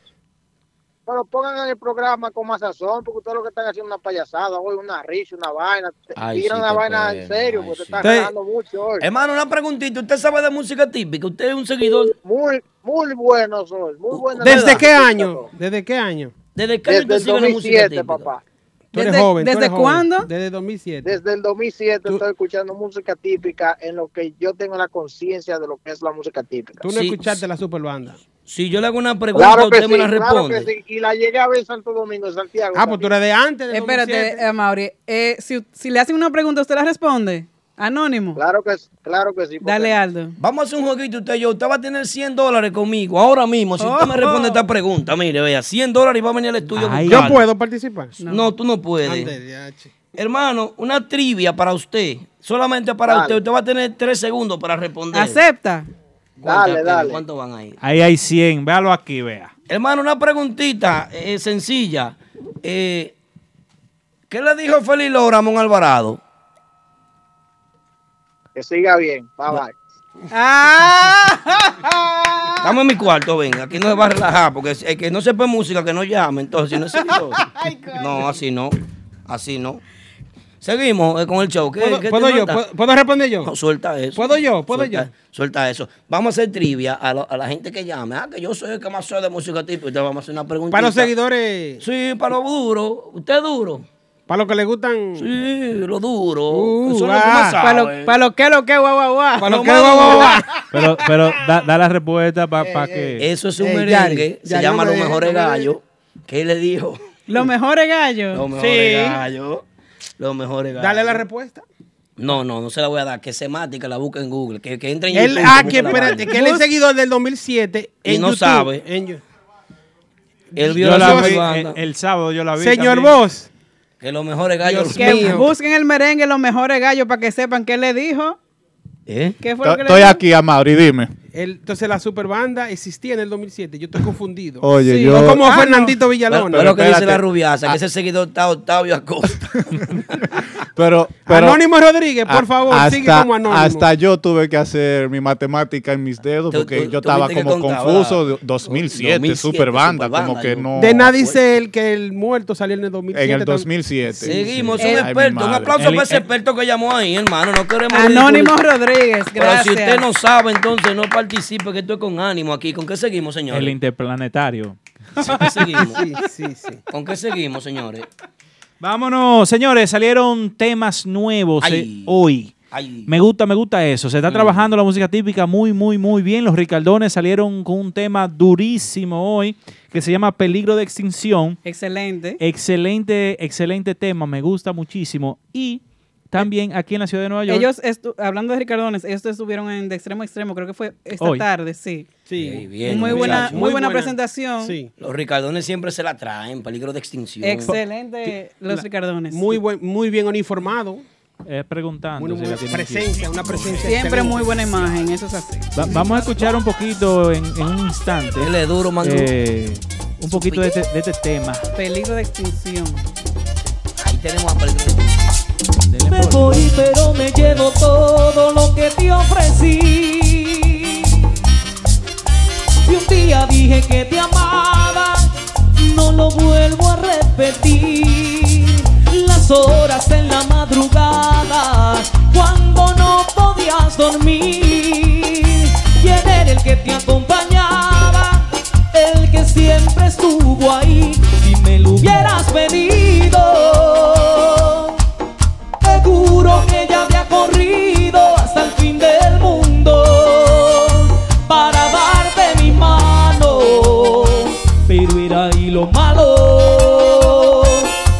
Speaker 8: pero pongan en el programa con más sazón, porque ustedes lo que están haciendo es una payasada hoy, una risa, una vaina.
Speaker 3: Ay,
Speaker 8: Tiran
Speaker 3: sí,
Speaker 8: la
Speaker 3: te
Speaker 8: vaina
Speaker 3: creo.
Speaker 8: en serio,
Speaker 3: Ay,
Speaker 8: porque se
Speaker 3: sí.
Speaker 8: están
Speaker 4: Te-
Speaker 8: ganando mucho hoy.
Speaker 3: hermano, una preguntita. ¿Usted sabe de música típica? ¿Usted es un seguidor?
Speaker 8: Muy, muy buenos hoy, muy buenos.
Speaker 4: ¿Desde qué año? ¿Desde qué año?
Speaker 3: ¿Desde qué año
Speaker 8: Desde
Speaker 3: usted sigue
Speaker 8: el
Speaker 3: la música
Speaker 8: 2007,
Speaker 3: típica?
Speaker 8: papá.
Speaker 4: Tú eres
Speaker 5: ¿Desde-
Speaker 4: joven. tú
Speaker 5: desde
Speaker 4: eres joven.
Speaker 5: cuándo?
Speaker 4: Desde 2007.
Speaker 8: Desde el 2007
Speaker 4: Tú-
Speaker 8: estoy escuchando música típica en lo que yo tengo la conciencia de lo que es la música típica.
Speaker 4: Tú no
Speaker 3: Sí.
Speaker 4: escuchaste la superbanda.
Speaker 3: Si yo le hago una pregunta, usted me la
Speaker 8: claro
Speaker 3: responde.
Speaker 8: que sí. Y la llegué a ver en Santo Domingo, en Santiago.
Speaker 4: Ah, pues tú
Speaker 8: también.
Speaker 4: eres de antes. de
Speaker 5: Espérate,
Speaker 4: 2007.
Speaker 5: eh, Mauri. eh, si, si le hacen una pregunta, ¿usted la responde? Anónimo.
Speaker 8: Claro que, claro que sí. porque-
Speaker 5: Dale, Aldo.
Speaker 3: Vamos a hacer un jueguito usted y yo. Usted va a tener 100 dólares conmigo ahora mismo. Si usted me
Speaker 5: Oh.
Speaker 3: responde esta pregunta, mire, vea, 100 dólares y va a venir al estudio. a
Speaker 6: Ay.
Speaker 4: Yo
Speaker 3: buscarlo.
Speaker 4: puedo participar.
Speaker 3: No, tú no puedes.
Speaker 4: Antes, ya, che.
Speaker 3: Hermano, una trivia para usted. Solamente para
Speaker 8: Dale.
Speaker 3: usted. Usted va a tener 3 segundos para responder.
Speaker 5: ¿Acepta?
Speaker 3: ¿Cuántas
Speaker 8: Dale,
Speaker 3: tiene?
Speaker 8: dale.
Speaker 3: ¿Cuántos van ahí?
Speaker 6: Ahí hay 100, véalo aquí, vea.
Speaker 3: Hermano, una preguntita eh, sencilla. Eh, ¿Qué le dijo Félix Lora a Ramón Alvarado?
Speaker 8: Que siga bien. Bye, bye.
Speaker 3: Dame mi cuarto, venga. Aquí no se va a relajar, porque el que no sepa música, que no llame. Entonces, si no es exitoso. No, así no. Así no. Seguimos eh, con el show. ¿Qué,
Speaker 4: ¿Puedo,
Speaker 3: qué te
Speaker 4: puedo yo?
Speaker 3: falta?
Speaker 4: ¿Puedo, puedo responder yo?
Speaker 3: No, suelta eso.
Speaker 4: ¿Puedo yo? ¿Puedo
Speaker 3: suelta,
Speaker 4: yo?
Speaker 3: Suelta eso. Vamos a hacer trivia a, lo- a la gente que llame. Ah, que yo soy el que más soy de música tipo. Entonces vamos a hacer una pregunta.
Speaker 4: Para los seguidores,
Speaker 3: Sí, para los duros. ¿Usted es duro?
Speaker 4: para los que les gustan.
Speaker 3: Sí, lo duro. Eso
Speaker 4: Uh,
Speaker 3: es lo que
Speaker 4: ah,
Speaker 3: más
Speaker 5: Para
Speaker 3: saben.
Speaker 5: lo, pa' lo que, lo que, guau, guau, guau.
Speaker 4: Para los
Speaker 3: lo
Speaker 4: que.
Speaker 3: más
Speaker 4: guau, guau, guau.
Speaker 6: Pero, pero da, da la respuesta para que...
Speaker 3: Eso es un
Speaker 4: Eh,
Speaker 3: merengue.
Speaker 4: Yari,
Speaker 3: se
Speaker 4: Yari,
Speaker 3: llama
Speaker 4: no
Speaker 3: Los
Speaker 4: me-
Speaker 3: Mejores
Speaker 4: no me-
Speaker 3: Gallos. ¿Qué le dijo?
Speaker 5: Los mejores gallos.
Speaker 3: Los Mejores Gallos. Los Mejores Gallos.
Speaker 4: Dale la respuesta.
Speaker 3: No, no, no se la voy a dar. Que se mate y que la busque en Google. Que, que entre en
Speaker 4: Él,
Speaker 3: YouTube,
Speaker 4: ah,
Speaker 3: busque
Speaker 4: que
Speaker 3: la
Speaker 4: espérate,
Speaker 3: vaina.
Speaker 4: que él es seguidor del 2007
Speaker 3: Y
Speaker 4: en
Speaker 3: no
Speaker 4: YouTube,
Speaker 3: sabe.
Speaker 4: en Yo-
Speaker 3: Él vio
Speaker 6: Yo la vi,
Speaker 3: banda.
Speaker 6: el, el sábado yo la vi.
Speaker 4: Señor
Speaker 6: también.
Speaker 4: Vos,
Speaker 3: Que Los Mejores Gallos.
Speaker 5: Que
Speaker 4: mío.
Speaker 5: busquen el merengue, los mejores gallos, para que sepan qué le dijo.
Speaker 3: ¿Eh?
Speaker 5: ¿Qué fue lo
Speaker 7: To-
Speaker 5: que
Speaker 7: Estoy
Speaker 5: le dijo?
Speaker 7: aquí, Amaury, dime.
Speaker 4: el- entonces la superbanda existía en el 2007. Yo estoy confundido.
Speaker 7: Oye,
Speaker 5: Sí.
Speaker 7: yo.
Speaker 4: No como
Speaker 5: Ah, no.
Speaker 4: Fernandito
Speaker 3: Pero,
Speaker 4: Villalona.
Speaker 3: pero lo que dice
Speaker 7: espérate.
Speaker 3: la rubiaza,
Speaker 6: Ah.
Speaker 3: que ese seguidor está Octavio Acosta.
Speaker 7: Pero, pero-
Speaker 4: Anónimo Rodríguez, por
Speaker 7: a-
Speaker 4: favor,
Speaker 7: hasta,
Speaker 4: sigue como anónimo.
Speaker 7: Hasta yo tuve que hacer mi matemática en mis dedos
Speaker 3: Tú-
Speaker 7: porque
Speaker 3: tú-
Speaker 7: yo
Speaker 3: tú
Speaker 7: estaba
Speaker 3: viste que
Speaker 7: como
Speaker 3: contaba.
Speaker 7: confuso. de- 2007,
Speaker 3: 2007,
Speaker 7: super banda, como
Speaker 3: superbanda,
Speaker 7: que
Speaker 3: yo-
Speaker 7: no.
Speaker 4: de nadie dice el que el muerto salió en el 2007.
Speaker 7: En el
Speaker 4: tan-
Speaker 7: 2007.
Speaker 3: Seguimos,
Speaker 7: Ay,
Speaker 3: un
Speaker 7: mi
Speaker 3: experto. Un
Speaker 7: madre.
Speaker 3: aplauso
Speaker 6: El-
Speaker 3: para ese
Speaker 6: el-
Speaker 3: experto que llamó ahí, hermano. No queremos.
Speaker 5: Anónimo
Speaker 3: ridiculizar.
Speaker 5: Rodríguez,
Speaker 3: Pero
Speaker 5: gracias.
Speaker 3: si usted no sabe, entonces no participe, que estoy con ánimo aquí. ¿Con qué seguimos,
Speaker 6: El
Speaker 3: señores?
Speaker 6: interplanetario.
Speaker 3: ¿Con qué seguimos?
Speaker 4: Sí, sí, sí.
Speaker 3: ¿Con qué seguimos, señores?
Speaker 6: Vámonos, señores, salieron temas nuevos eh,
Speaker 3: Ay.
Speaker 6: hoy.
Speaker 3: Ay. Mm.
Speaker 6: Me gusta, me gusta eso. Se está trabajando la música típica muy, muy, muy bien. Los Ricardones salieron con un tema durísimo hoy que se llama Peligro de Extinción.
Speaker 5: Excelente.
Speaker 6: Excelente, excelente tema. Me gusta muchísimo. Y también aquí en la ciudad de Nueva York.
Speaker 5: Ellos, estu- hablando de Ricardones, ellos estuvieron en de extremo a extremo, creo que fue esta
Speaker 6: Hoy.
Speaker 5: tarde, sí.
Speaker 4: Sí.
Speaker 3: Ey, bien,
Speaker 5: muy, buena,
Speaker 3: muchacho.
Speaker 5: muy buena presentación.
Speaker 4: Sí.
Speaker 3: Los ricardones siempre se la traen, peligro de extinción.
Speaker 5: Excelente, los Ricardones.
Speaker 4: Muy, buen, muy bien uniformado.
Speaker 6: eh, preguntando.
Speaker 4: Una
Speaker 6: si la tienen aquí.
Speaker 4: presencia, una presencia.
Speaker 5: Siempre
Speaker 4: excelente.
Speaker 5: muy buena imagen, eso es así.
Speaker 6: Va- vamos a escuchar un poquito en, en un instante.
Speaker 3: Él es duro, mango.
Speaker 6: eh, un poquito de este, de este tema.
Speaker 5: Peligro de extinción.
Speaker 3: Ahí tenemos a peligro de extinción.
Speaker 6: Denle
Speaker 9: Me
Speaker 6: por-
Speaker 9: voy, pero me llevo todo lo que te ofrecí. Y un día dije que te amaba, no lo vuelvo a repetir. Las horas en la madrugada, cuando no podías dormir. ¿Quién era el que te acompañaba? El que siempre estuvo ahí. Si me lo hubieras pedido. Seguro que ya había corrido hasta el fin del mundo para darte mi mano, pero era ahí lo malo,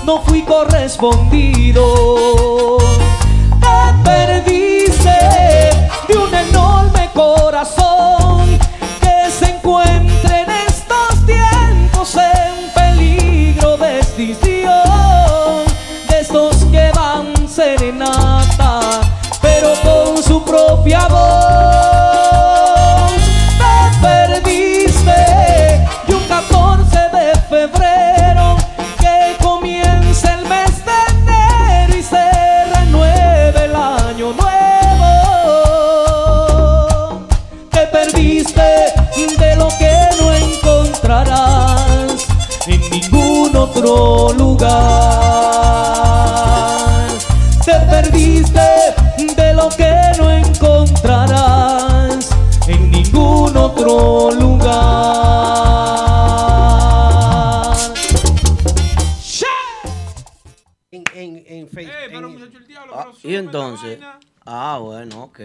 Speaker 9: no fui correspondido. Te perdiste de un enorme corazón que se encuentra en estos tiempos en peligro de extinción de esos que van serenata, pero con su propia voz. Te perdiste y un 14 de febrero que comienza el mes de enero y se renueve el año nuevo. Te perdiste de lo que no encontrarás en ningún otro lugar. Te perdiste de lo que no encontrarás en ningún otro lugar.
Speaker 3: Y entonces. Ah, bueno, ok.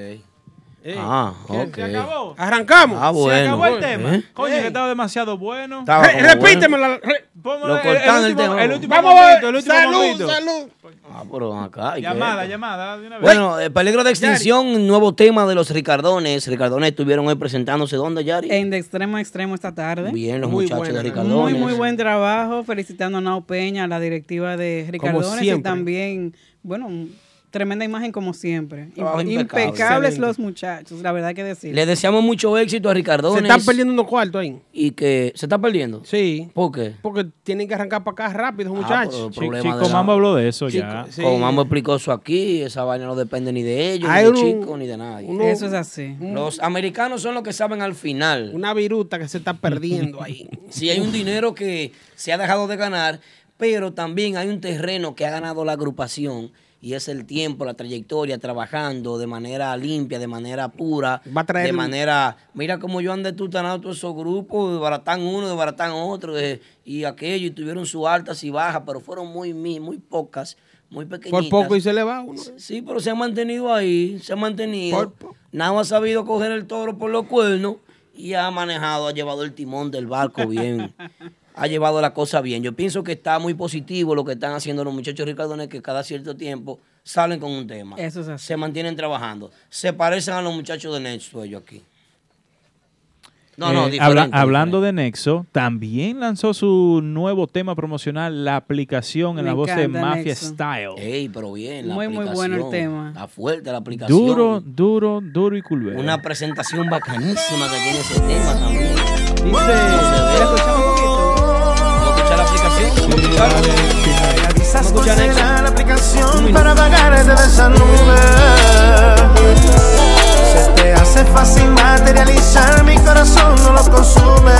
Speaker 3: ah,
Speaker 9: ¿qué?
Speaker 3: ok.
Speaker 9: ¿Se acabó?
Speaker 4: Arrancamos.
Speaker 3: Ah, bueno.
Speaker 9: Se acabó el tema.
Speaker 3: ¿Eh?
Speaker 6: Coño,
Speaker 9: Ey.
Speaker 6: que estaba demasiado bueno.
Speaker 3: Estaba
Speaker 4: Re-
Speaker 3: como
Speaker 4: repíteme
Speaker 3: bueno.
Speaker 4: la- re-
Speaker 9: Póngalo
Speaker 3: Lo
Speaker 9: el-
Speaker 3: cortaron el
Speaker 9: el, último,
Speaker 3: tema.
Speaker 9: el último
Speaker 4: Vamos a
Speaker 9: momento, el
Speaker 4: ver.
Speaker 9: último
Speaker 4: Salud,
Speaker 9: momento.
Speaker 4: salud.
Speaker 3: Ah, pero acá. ¿y qué es
Speaker 9: Llamada,
Speaker 3: esto?
Speaker 9: llamada de una vez.
Speaker 3: Bueno, eh, peligro de extinción, nuevo tema de los Ricardones. Ricardones estuvieron hoy presentándose. ¿Dónde, Yari?
Speaker 5: En de extremo a extremo esta tarde.
Speaker 3: Bien, los
Speaker 4: Muy
Speaker 3: muchachos
Speaker 4: buena,
Speaker 3: de
Speaker 4: ¿no?
Speaker 5: Muy,
Speaker 3: Ricardones.
Speaker 5: muy buen trabajo. Felicitando a Nao Peña, a la directiva de Ricardones. Y
Speaker 4: siempre.
Speaker 5: también, bueno, un- tremenda imagen como siempre.
Speaker 3: Trabajo
Speaker 5: Impe-
Speaker 3: Oh, impecable.
Speaker 5: Impecables los muchachos, la verdad que decir.
Speaker 3: Le deseamos mucho éxito a
Speaker 4: Se
Speaker 3: Ricardones.
Speaker 4: están perdiendo unos cuartos ahí.
Speaker 3: Y que se está perdiendo.
Speaker 4: Sí.
Speaker 3: ¿Por qué?
Speaker 4: Porque tienen que arrancar para acá rápido,
Speaker 3: Ah,
Speaker 4: muchachos.
Speaker 3: pero problema
Speaker 6: Chico
Speaker 3: de la-
Speaker 6: Mambo habló de eso ya.
Speaker 4: Sí.
Speaker 3: Como Mambo explicó eso aquí, esa vaina no depende ni de ellos,
Speaker 4: Hay
Speaker 3: ni de
Speaker 4: un-
Speaker 3: chicos, ni de nadie.
Speaker 4: uno-
Speaker 5: Eso es así.
Speaker 3: Los americanos son los que saben al final.
Speaker 4: Una viruta que se está perdiendo ahí.
Speaker 3: Si hay un dinero que se ha dejado de ganar, pero también hay un terreno que ha ganado la agrupación y es el tiempo, la trayectoria, trabajando de manera limpia, de manera pura,
Speaker 4: Va a traer
Speaker 3: de
Speaker 4: un-
Speaker 3: manera, mira como yo andé tutanado todos esos grupos, de baratán uno, de baratán otro, eh, y aquello, y tuvieron sus altas y bajas, pero fueron muy, mi- muy pocas, muy pequeñitas.
Speaker 4: Por poco y se le va uno.
Speaker 3: Sí, pero se ha mantenido ahí, se ha mantenido. Nada ha sabido coger el toro por los cuernos y ha manejado, ha llevado el timón del barco bien. ha llevado la cosa bien. Yo pienso que está muy positivo lo que están haciendo los muchachos ricardones que cada cierto tiempo salen con un tema.
Speaker 5: Eso es así.
Speaker 3: Se mantienen trabajando. Se parecen a los muchachos de Next ellos aquí. No, no,
Speaker 6: Eh,
Speaker 3: diferente,
Speaker 6: habla-
Speaker 3: diferente.
Speaker 6: hablando de Nexo, también lanzó su nuevo tema promocional, la aplicación en
Speaker 5: Me
Speaker 6: la voz de
Speaker 5: encanta
Speaker 6: Mafia
Speaker 5: Nexo.
Speaker 6: Style.
Speaker 3: Ey, pero bien, la
Speaker 5: Muy, muy bueno el
Speaker 3: aplicación.
Speaker 5: tema.
Speaker 3: Está fuerte la aplicación.
Speaker 6: Duro, duro, duro y culver.
Speaker 3: Una presentación bacanísima que tiene ese tema también.
Speaker 4: Dice, ¿la escuchamos un poquito?
Speaker 3: ¿Vamos a escuchar la aplicación? ¿Vamos a escucharla? Vamos a
Speaker 8: Quizás
Speaker 3: escuchar
Speaker 8: considerar
Speaker 3: Nexo.
Speaker 8: la
Speaker 3: Un
Speaker 8: aplicación
Speaker 3: minuto.
Speaker 8: para vagarte de esa nube. Se te hace fácil materializar, mi corazón no lo consume.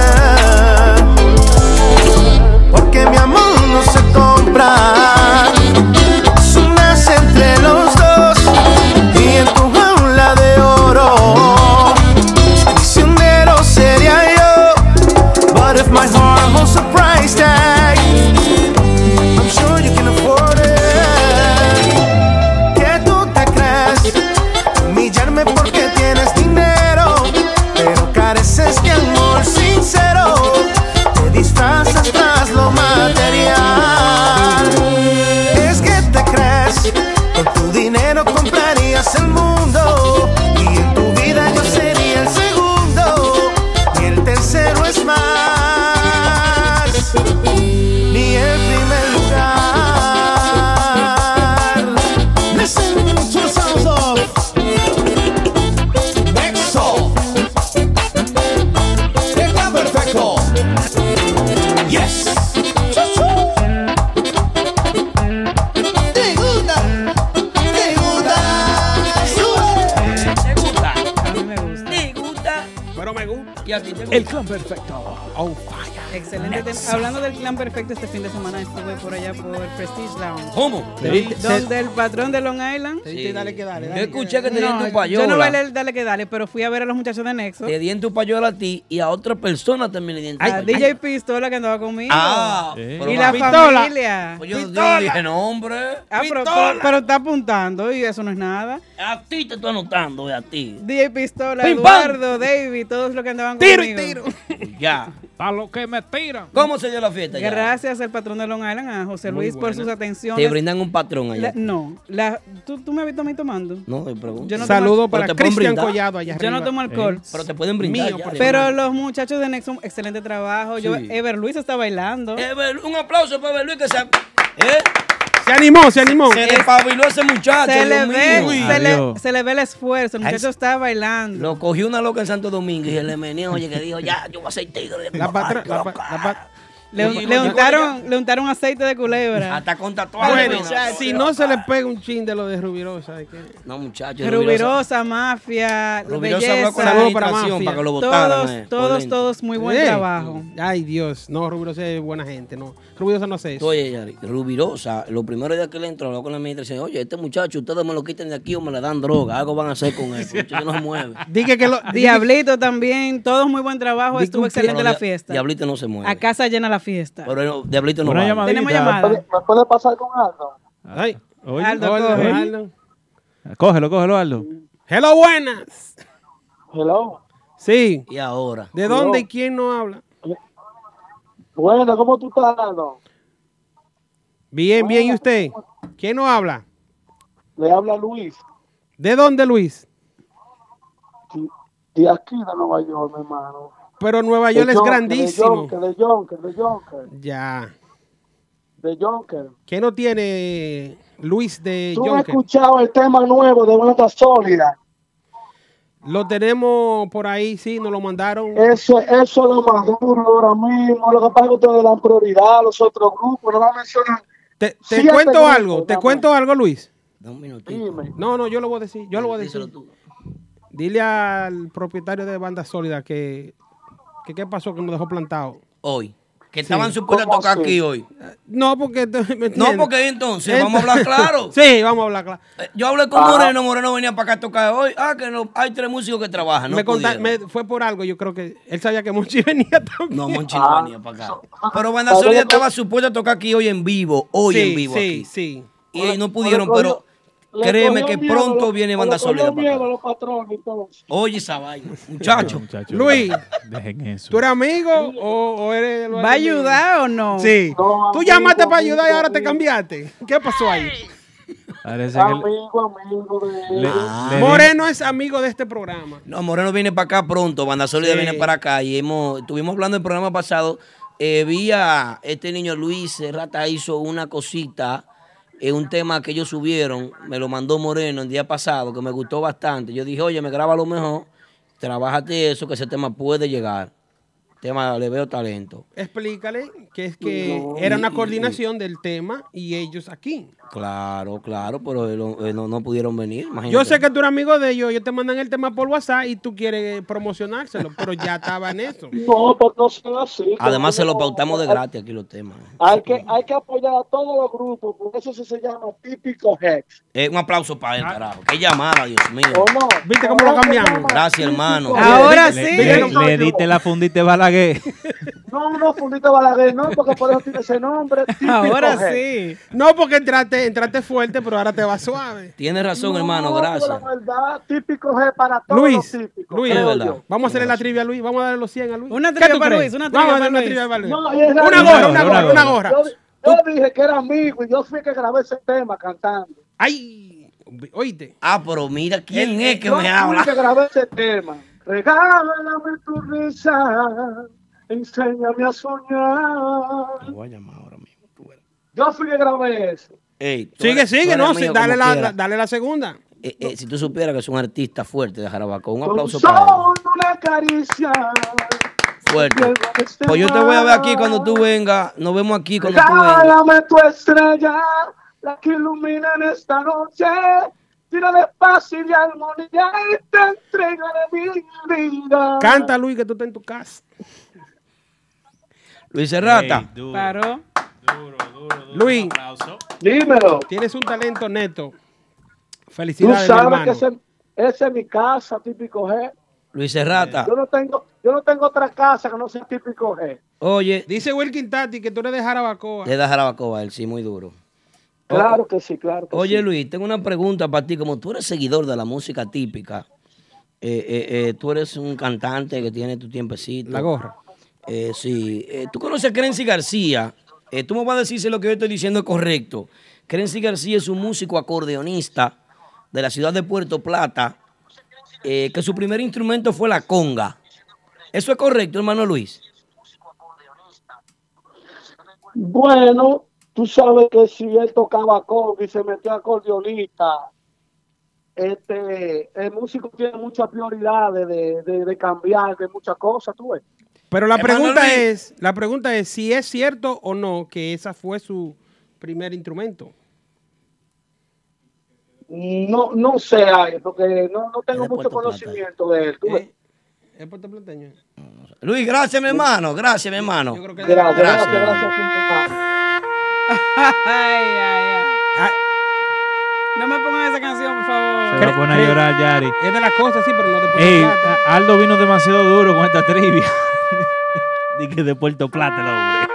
Speaker 8: Porque mi amor no se compra, su nace entre los dos y en tu jaula de oro. Prisionero sería yo, but if my heart holds a price tag. I'm sure you can afford it. ¿Qué tú te crees? Humillarme porque tienes dinero, pero careces de amor sincero. Te disfrazas tras lo material. Es que te crees, con tu dinero comprarías el mundo. Y en tu vida yo sería el segundo, y el tercero es más ni el primer lugar. Listen to the sounds of EXO. Está perfecto. Yes. Chuchu. Te gusta, te gusta. Sube.
Speaker 3: ¿Te gusta?
Speaker 5: A mí me gusta.
Speaker 3: ¿Te gusta?
Speaker 4: Pero me gusta.
Speaker 3: ¿Y a ti te gusta?
Speaker 6: El clan perfecto. Oh,
Speaker 4: On fire.
Speaker 5: Excelente. tema. Hablando del clan perfecto, este fin de semana estuve por allá por Prestige Lounge.
Speaker 3: ¿Cómo?
Speaker 5: Don- Donde el patrón de Long Island.
Speaker 4: Te diste, dale que dale.
Speaker 3: Yo
Speaker 4: dale que
Speaker 3: escuché que te dieron
Speaker 5: No,
Speaker 3: tu payola.
Speaker 5: yo no bailé el dale que dale, pero fui a ver a los muchachos de Nexo.
Speaker 3: Te dieron tu payola a ti y a otra persona también le dieron tu
Speaker 5: A
Speaker 3: payola.
Speaker 5: DJ Pistola que andaba conmigo.
Speaker 3: Ah,
Speaker 6: Sí.
Speaker 3: pero
Speaker 5: y la
Speaker 4: Pistola.
Speaker 5: familia.
Speaker 3: Pues yo yo dije, no, hombre.
Speaker 5: Ah, pero, pero- pero está apuntando y eso no es nada.
Speaker 3: A ti te estoy anotando, es a ti.
Speaker 5: DJ Pistola,
Speaker 3: Pim, pam.
Speaker 5: Eduardo, David, todos los que andaban
Speaker 4: Tiro y
Speaker 5: conmigo.
Speaker 4: tiro.
Speaker 3: Ya.
Speaker 6: Para lo que me tiran.
Speaker 3: ¿Cómo se dio la fiesta? ya?
Speaker 5: Gracias al patrón de Long Island, a José Luis, por sus atenciones.
Speaker 3: Te brindan un patrón allá.
Speaker 5: La- no, la- ¿tú, tú me has visto a mí tomando.
Speaker 3: No, te pregunto.
Speaker 5: Yo no
Speaker 4: Saludo
Speaker 5: tomo-
Speaker 4: para
Speaker 3: Pero te pueden
Speaker 4: Cristian
Speaker 3: brindar.
Speaker 4: Collado allá
Speaker 5: Yo no
Speaker 4: arriba. Eh,
Speaker 5: tomo alcohol.
Speaker 3: Pero te pueden brindar.
Speaker 4: Mío,
Speaker 3: ya,
Speaker 4: por
Speaker 3: ya.
Speaker 5: Pero los muchachos de Nexon, excelente trabajo. Yo, Ever Luis está bailando.
Speaker 3: Ever- un aplauso para Ever Luis que se, ¿eh?
Speaker 4: Se animó, se animó.
Speaker 3: se despabiló ese muchacho.
Speaker 5: se, le
Speaker 3: Dios Ah, mío.
Speaker 5: ve, se, le,
Speaker 6: Adiós.
Speaker 5: se le ve el esfuerzo. El
Speaker 3: Ay,
Speaker 5: muchacho está bailando.
Speaker 3: Lo cogió una loca en Santo Domingo y se le meneó, oye, que dijo, ya, yo voy a ser tigre.
Speaker 4: La patra-
Speaker 3: Ay,
Speaker 4: la pa-
Speaker 3: loca.
Speaker 4: la pa-
Speaker 5: Le,
Speaker 3: Y
Speaker 5: le
Speaker 3: lo-
Speaker 5: untaron, le untaron aceite de culebra.
Speaker 3: Hasta con tatuaje.
Speaker 4: Bueno,
Speaker 3: mira.
Speaker 4: si no se le pega un chin de lo de Rubirosa. ¿de qué?
Speaker 3: No, muchacho.
Speaker 5: Rubirosa, mafia,
Speaker 3: Rubirosa habló con
Speaker 5: belleza.
Speaker 3: la
Speaker 4: Saludos para
Speaker 3: administración
Speaker 4: Mafia.
Speaker 3: para que lo votaran. eh,
Speaker 5: Todos,
Speaker 3: por
Speaker 5: todos,
Speaker 3: dentro.
Speaker 5: todos, muy buen
Speaker 4: Sí.
Speaker 5: trabajo.
Speaker 4: Ay, Dios. No, Rubirosa es buena gente. No, Rubirosa no hace eso.
Speaker 3: Oye, Yari, Rubirosa, lo primero día que le entró, habló con la administración, oye, este muchacho, ustedes me lo quiten de aquí o me le dan droga, algo van a hacer con él, porque este no se mueve.
Speaker 4: Dije que lo.
Speaker 5: Diablito también, todos muy buen trabajo. Estuvo excelente la
Speaker 3: Di-
Speaker 5: fiesta.
Speaker 3: Diablito no se mueve.
Speaker 5: A casa llena la fiesta.
Speaker 3: Pero no, Diablito no
Speaker 6: Una
Speaker 3: va.
Speaker 6: llamada.
Speaker 5: Tenemos
Speaker 6: Ahorita.
Speaker 5: llamada.
Speaker 10: ¿Me puede pasar con algo?
Speaker 4: Ay,
Speaker 6: Oye,
Speaker 5: Aldo,
Speaker 4: Hola,
Speaker 5: coge.
Speaker 4: Aldo.
Speaker 6: Cógelo, cógelo, Aldo.
Speaker 4: Hello, buenas.
Speaker 8: Hello.
Speaker 4: Sí.
Speaker 3: Y ahora.
Speaker 4: ¿De dónde y quién no habla?
Speaker 8: Bueno, ¿cómo tú estás, Aldo?
Speaker 4: Bien, bien, ¿y usted? ¿Quién no habla?
Speaker 8: Le habla Luis,
Speaker 4: ¿De dónde, Luis?
Speaker 8: de aquí de Nueva York, mi hermano.
Speaker 4: Pero Nueva York
Speaker 8: De
Speaker 4: es
Speaker 8: Jonker,
Speaker 4: grandísimo.
Speaker 8: De Jonker, de Jonker, de Jonker.
Speaker 4: Ya.
Speaker 8: De Jonker.
Speaker 4: ¿Qué no tiene Luis de
Speaker 8: ¿Tú has
Speaker 4: Jonker?
Speaker 8: escuchado el tema nuevo de Banda Sólida?
Speaker 4: Lo tenemos por ahí, sí, nos lo mandaron.
Speaker 8: Eso, eso es lo más duro ahora mismo. Lo que pasa es que ustedes dan prioridad a los otros grupos, no la mencionan.
Speaker 4: Te, te
Speaker 8: Siete
Speaker 4: cuento
Speaker 8: grupos,
Speaker 4: algo, te
Speaker 8: dame.
Speaker 4: cuento algo, Luis.
Speaker 8: Dime.
Speaker 4: No, no, yo lo voy a decir, yo lo voy a decir. Dile al propietario de Banda Sólida que, que qué pasó que nos dejó plantado.
Speaker 3: Hoy. Que
Speaker 4: Sí.
Speaker 3: estaban supuestos a
Speaker 4: ¿Cómo
Speaker 3: tocar
Speaker 4: así?
Speaker 3: aquí hoy.
Speaker 4: No, porque. ¿me
Speaker 3: No,
Speaker 4: entiendes?
Speaker 3: porque entonces, vamos a hablar claro.
Speaker 4: sí, vamos a hablar claro.
Speaker 3: Eh, Yo hablé con
Speaker 4: Ah.
Speaker 3: Moreno, Moreno venía para acá a tocar hoy. Ah, que no, hay tres músicos que trabajan. No
Speaker 4: me conta-
Speaker 3: pudieron.
Speaker 4: me- fue por algo, yo creo que él sabía que Monchi venía también.
Speaker 3: No, Monchi no Ah. venía para acá. Pero Banda
Speaker 4: Pero
Speaker 3: Sólida
Speaker 4: yo-
Speaker 3: estaba supuesta a tocar aquí hoy en vivo. Hoy
Speaker 4: Sí,
Speaker 3: en vivo
Speaker 4: sí,
Speaker 3: aquí.
Speaker 4: Sí,
Speaker 3: Y ellos no pudieron, pero
Speaker 8: Le
Speaker 3: créeme
Speaker 8: cogió
Speaker 3: que
Speaker 8: miedo,
Speaker 3: pronto
Speaker 8: lo-
Speaker 3: viene
Speaker 8: le
Speaker 3: Banda
Speaker 8: cogió
Speaker 3: Sólida para acá.
Speaker 8: miedo a los patrones, entonces.
Speaker 3: Oye esa vaina, muchacho.
Speaker 4: Luis.
Speaker 6: Dejen eso.
Speaker 4: ¿Tú eres amigo o, o eres.?
Speaker 5: ¿Va a ayudar o no?
Speaker 4: Sí.
Speaker 8: No,
Speaker 4: Tú
Speaker 8: amigo,
Speaker 4: llamaste para ayudar y
Speaker 8: amigo,
Speaker 4: ahora te
Speaker 8: amigo.
Speaker 4: cambiaste. ¿Qué pasó ahí?
Speaker 3: Pues
Speaker 6: Parece que le-
Speaker 8: Amigo, amigo de
Speaker 6: le-
Speaker 3: Ah.
Speaker 6: le-
Speaker 4: Moreno es amigo de este programa.
Speaker 3: No, Moreno viene para acá pronto, Banda Sólida
Speaker 4: Sí.
Speaker 3: viene para acá y hemos, estuvimos hablando en el programa pasado. Eh, vi a este niño Luis eh, Rata hizo una cosita, eh, un tema que ellos subieron, me lo mandó Moreno el día pasado, que me gustó bastante. Yo dije, oye, me graba lo mejor, trabájate eso, que ese tema puede llegar. Tema, le veo talento.
Speaker 4: Explícale que es que
Speaker 3: No.
Speaker 4: era una
Speaker 3: Y-
Speaker 4: coordinación del tema y ellos aquí.
Speaker 3: Claro, claro, pero eh, lo- eh, no, no pudieron venir. imagínate.
Speaker 4: Yo sé que tú eres amigo de ellos, ellos te mandan el tema por WhatsApp y tú quieres promocionárselo, pero ya estaba en eso.
Speaker 8: No, pues no sea así.
Speaker 3: Además, se
Speaker 8: como
Speaker 3: lo
Speaker 8: que no.
Speaker 3: pautamos de gratis aquí los temas.
Speaker 8: Hay que, hay que apoyar a todos los grupos, por eso sí se llama típico Hex.
Speaker 3: Eh, un aplauso para él, carajo. Qué llamada, Dios mío.
Speaker 8: ¿O no?
Speaker 4: Ah. ¿Viste cómo lo cambiamos?
Speaker 3: Gracias, hermano.
Speaker 5: Ahora
Speaker 6: le-
Speaker 5: sí.
Speaker 6: le-
Speaker 4: Mira,
Speaker 6: le diste la fundita de Balaguer.
Speaker 8: No, no, Fundita Balaguer, no, porque por eso tiene ese nombre. típico
Speaker 5: Ahora
Speaker 8: Hex.
Speaker 5: sí.
Speaker 4: No, porque entraste, entraste fuerte, pero ahora te va suave.
Speaker 3: Tienes razón, hermano,
Speaker 8: No, pero
Speaker 3: gracias.
Speaker 8: La verdad, típico G para todos los
Speaker 4: Luis,
Speaker 8: típicos.
Speaker 4: Luis,
Speaker 3: Es
Speaker 8: creo
Speaker 3: verdad.
Speaker 8: yo.
Speaker 4: vamos a hacerle la trivia a Luis, vamos a darle los 100 a Luis.
Speaker 5: Una
Speaker 4: ¿Qué
Speaker 5: trivia
Speaker 4: tú
Speaker 5: para
Speaker 4: crees?
Speaker 5: Luis, una
Speaker 4: Vamos
Speaker 5: trivia
Speaker 4: a darle
Speaker 5: para
Speaker 4: una
Speaker 5: Luis.
Speaker 4: trivia para Luis.
Speaker 8: No, y es
Speaker 4: Una gorra,
Speaker 8: amigo.
Speaker 4: una gorra, una gorra.
Speaker 8: Yo, yo dije que era amigo y yo fui que grabé ese tema cantando.
Speaker 4: Ay, oíste.
Speaker 3: Ah, pero mira quién es que
Speaker 8: yo
Speaker 3: me
Speaker 8: fui que
Speaker 3: habla.
Speaker 8: grabé ese tema. Regálame tu risa, enséñame a soñar.
Speaker 3: voy a llamar ahora mismo.
Speaker 8: Yo fui que grabé eso.
Speaker 4: Sigue, sigue, no, sí, dale, la, la- dale la segunda.
Speaker 3: Eh, si tú supieras que es un artista fuerte de Jarabacoa, un
Speaker 8: Con
Speaker 3: aplauso para él.
Speaker 8: solo una caricia.
Speaker 3: Fuerte.
Speaker 8: llévame este
Speaker 3: Pues yo te voy a ver
Speaker 8: mar.
Speaker 3: aquí cuando tú vengas. Nos vemos aquí cuando tú vengas.
Speaker 8: Regálame tu estrella, la que ilumina en esta noche. Tira de paz y de armonía y te entregaré mi vida.
Speaker 4: Canta, Luis, que tú estás en tu casa.
Speaker 3: Luis Serrata.
Speaker 5: Paró.
Speaker 4: Luis,
Speaker 8: Dímelo.
Speaker 4: tienes un talento neto.
Speaker 8: Tú
Speaker 4: Felicidades, mi
Speaker 8: sabes que
Speaker 4: hermano.
Speaker 8: ese, ese es mi casa, típico G.
Speaker 3: Luis Serrata.
Speaker 8: Yo no tengo, yo no tengo otra casa que no sea típico G.
Speaker 3: Oye,
Speaker 4: Dice Wilkin Tati que tú eres de Jarabacoa.
Speaker 3: le da Jarabacoa a él, sí, muy duro.
Speaker 8: Claro que sí, claro que
Speaker 3: Oye
Speaker 8: sí.
Speaker 3: Luis, tengo una pregunta para ti. Como tú eres seguidor de la música típica, eh, eh, eh, tú eres un cantante que tiene tu tiempecito.
Speaker 4: La gorra.
Speaker 3: Eh, sí. Eh, tú conoces a Crency García. Eh, tú me vas a decir si lo que yo estoy diciendo es correcto. Crency García es un músico acordeonista de la ciudad de Puerto Plata, eh, que su primer instrumento fue la conga. ¿Eso es correcto, hermano Luis?
Speaker 8: Bueno, tú sabes que si él tocaba conga y se metió acordeonista, este, el músico tiene muchas prioridades de, de, de cambiar, de muchas cosas, tú ves.
Speaker 4: Pero la
Speaker 3: Hermano
Speaker 4: pregunta
Speaker 3: Luis.
Speaker 4: es, la pregunta es si es cierto o no que esa fue su primer instrumento.
Speaker 8: No, no sé, ay, porque no, no tengo
Speaker 3: Es de
Speaker 8: mucho
Speaker 3: Puerto Plata.
Speaker 8: conocimiento de él, tú ves.
Speaker 4: ¿Eh? ¿Es puertoplateño?
Speaker 3: Luis, gracias, mi hermano. Gracias, mi hermano.
Speaker 4: Yo creo que
Speaker 8: Gracias, gracias,
Speaker 3: Gracias.
Speaker 8: gracias.
Speaker 5: Ay, ay, ay.
Speaker 4: Ah,
Speaker 5: No me pongan esa canción, por favor.
Speaker 6: Se va a poner a llorar, Yari.
Speaker 4: es Eh, de las cosas, sí, pero no de
Speaker 6: Ey,
Speaker 4: Puerto Plata.
Speaker 6: a- Aldo vino demasiado duro con esta trivia. Dije de Puerto Plata, el hombre.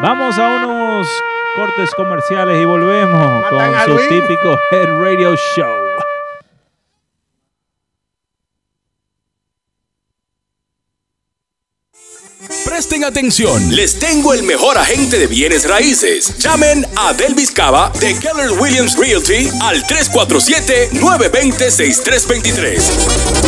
Speaker 6: Vamos a unos cortes comerciales y volvemos con
Speaker 11: a
Speaker 6: su
Speaker 11: Luis.
Speaker 6: típico Head Radio Show.
Speaker 1: Presten atención, les tengo el mejor agente de bienes raíces. Llamen a Delvis Cava de Keller Williams Realty al 347-920-6323.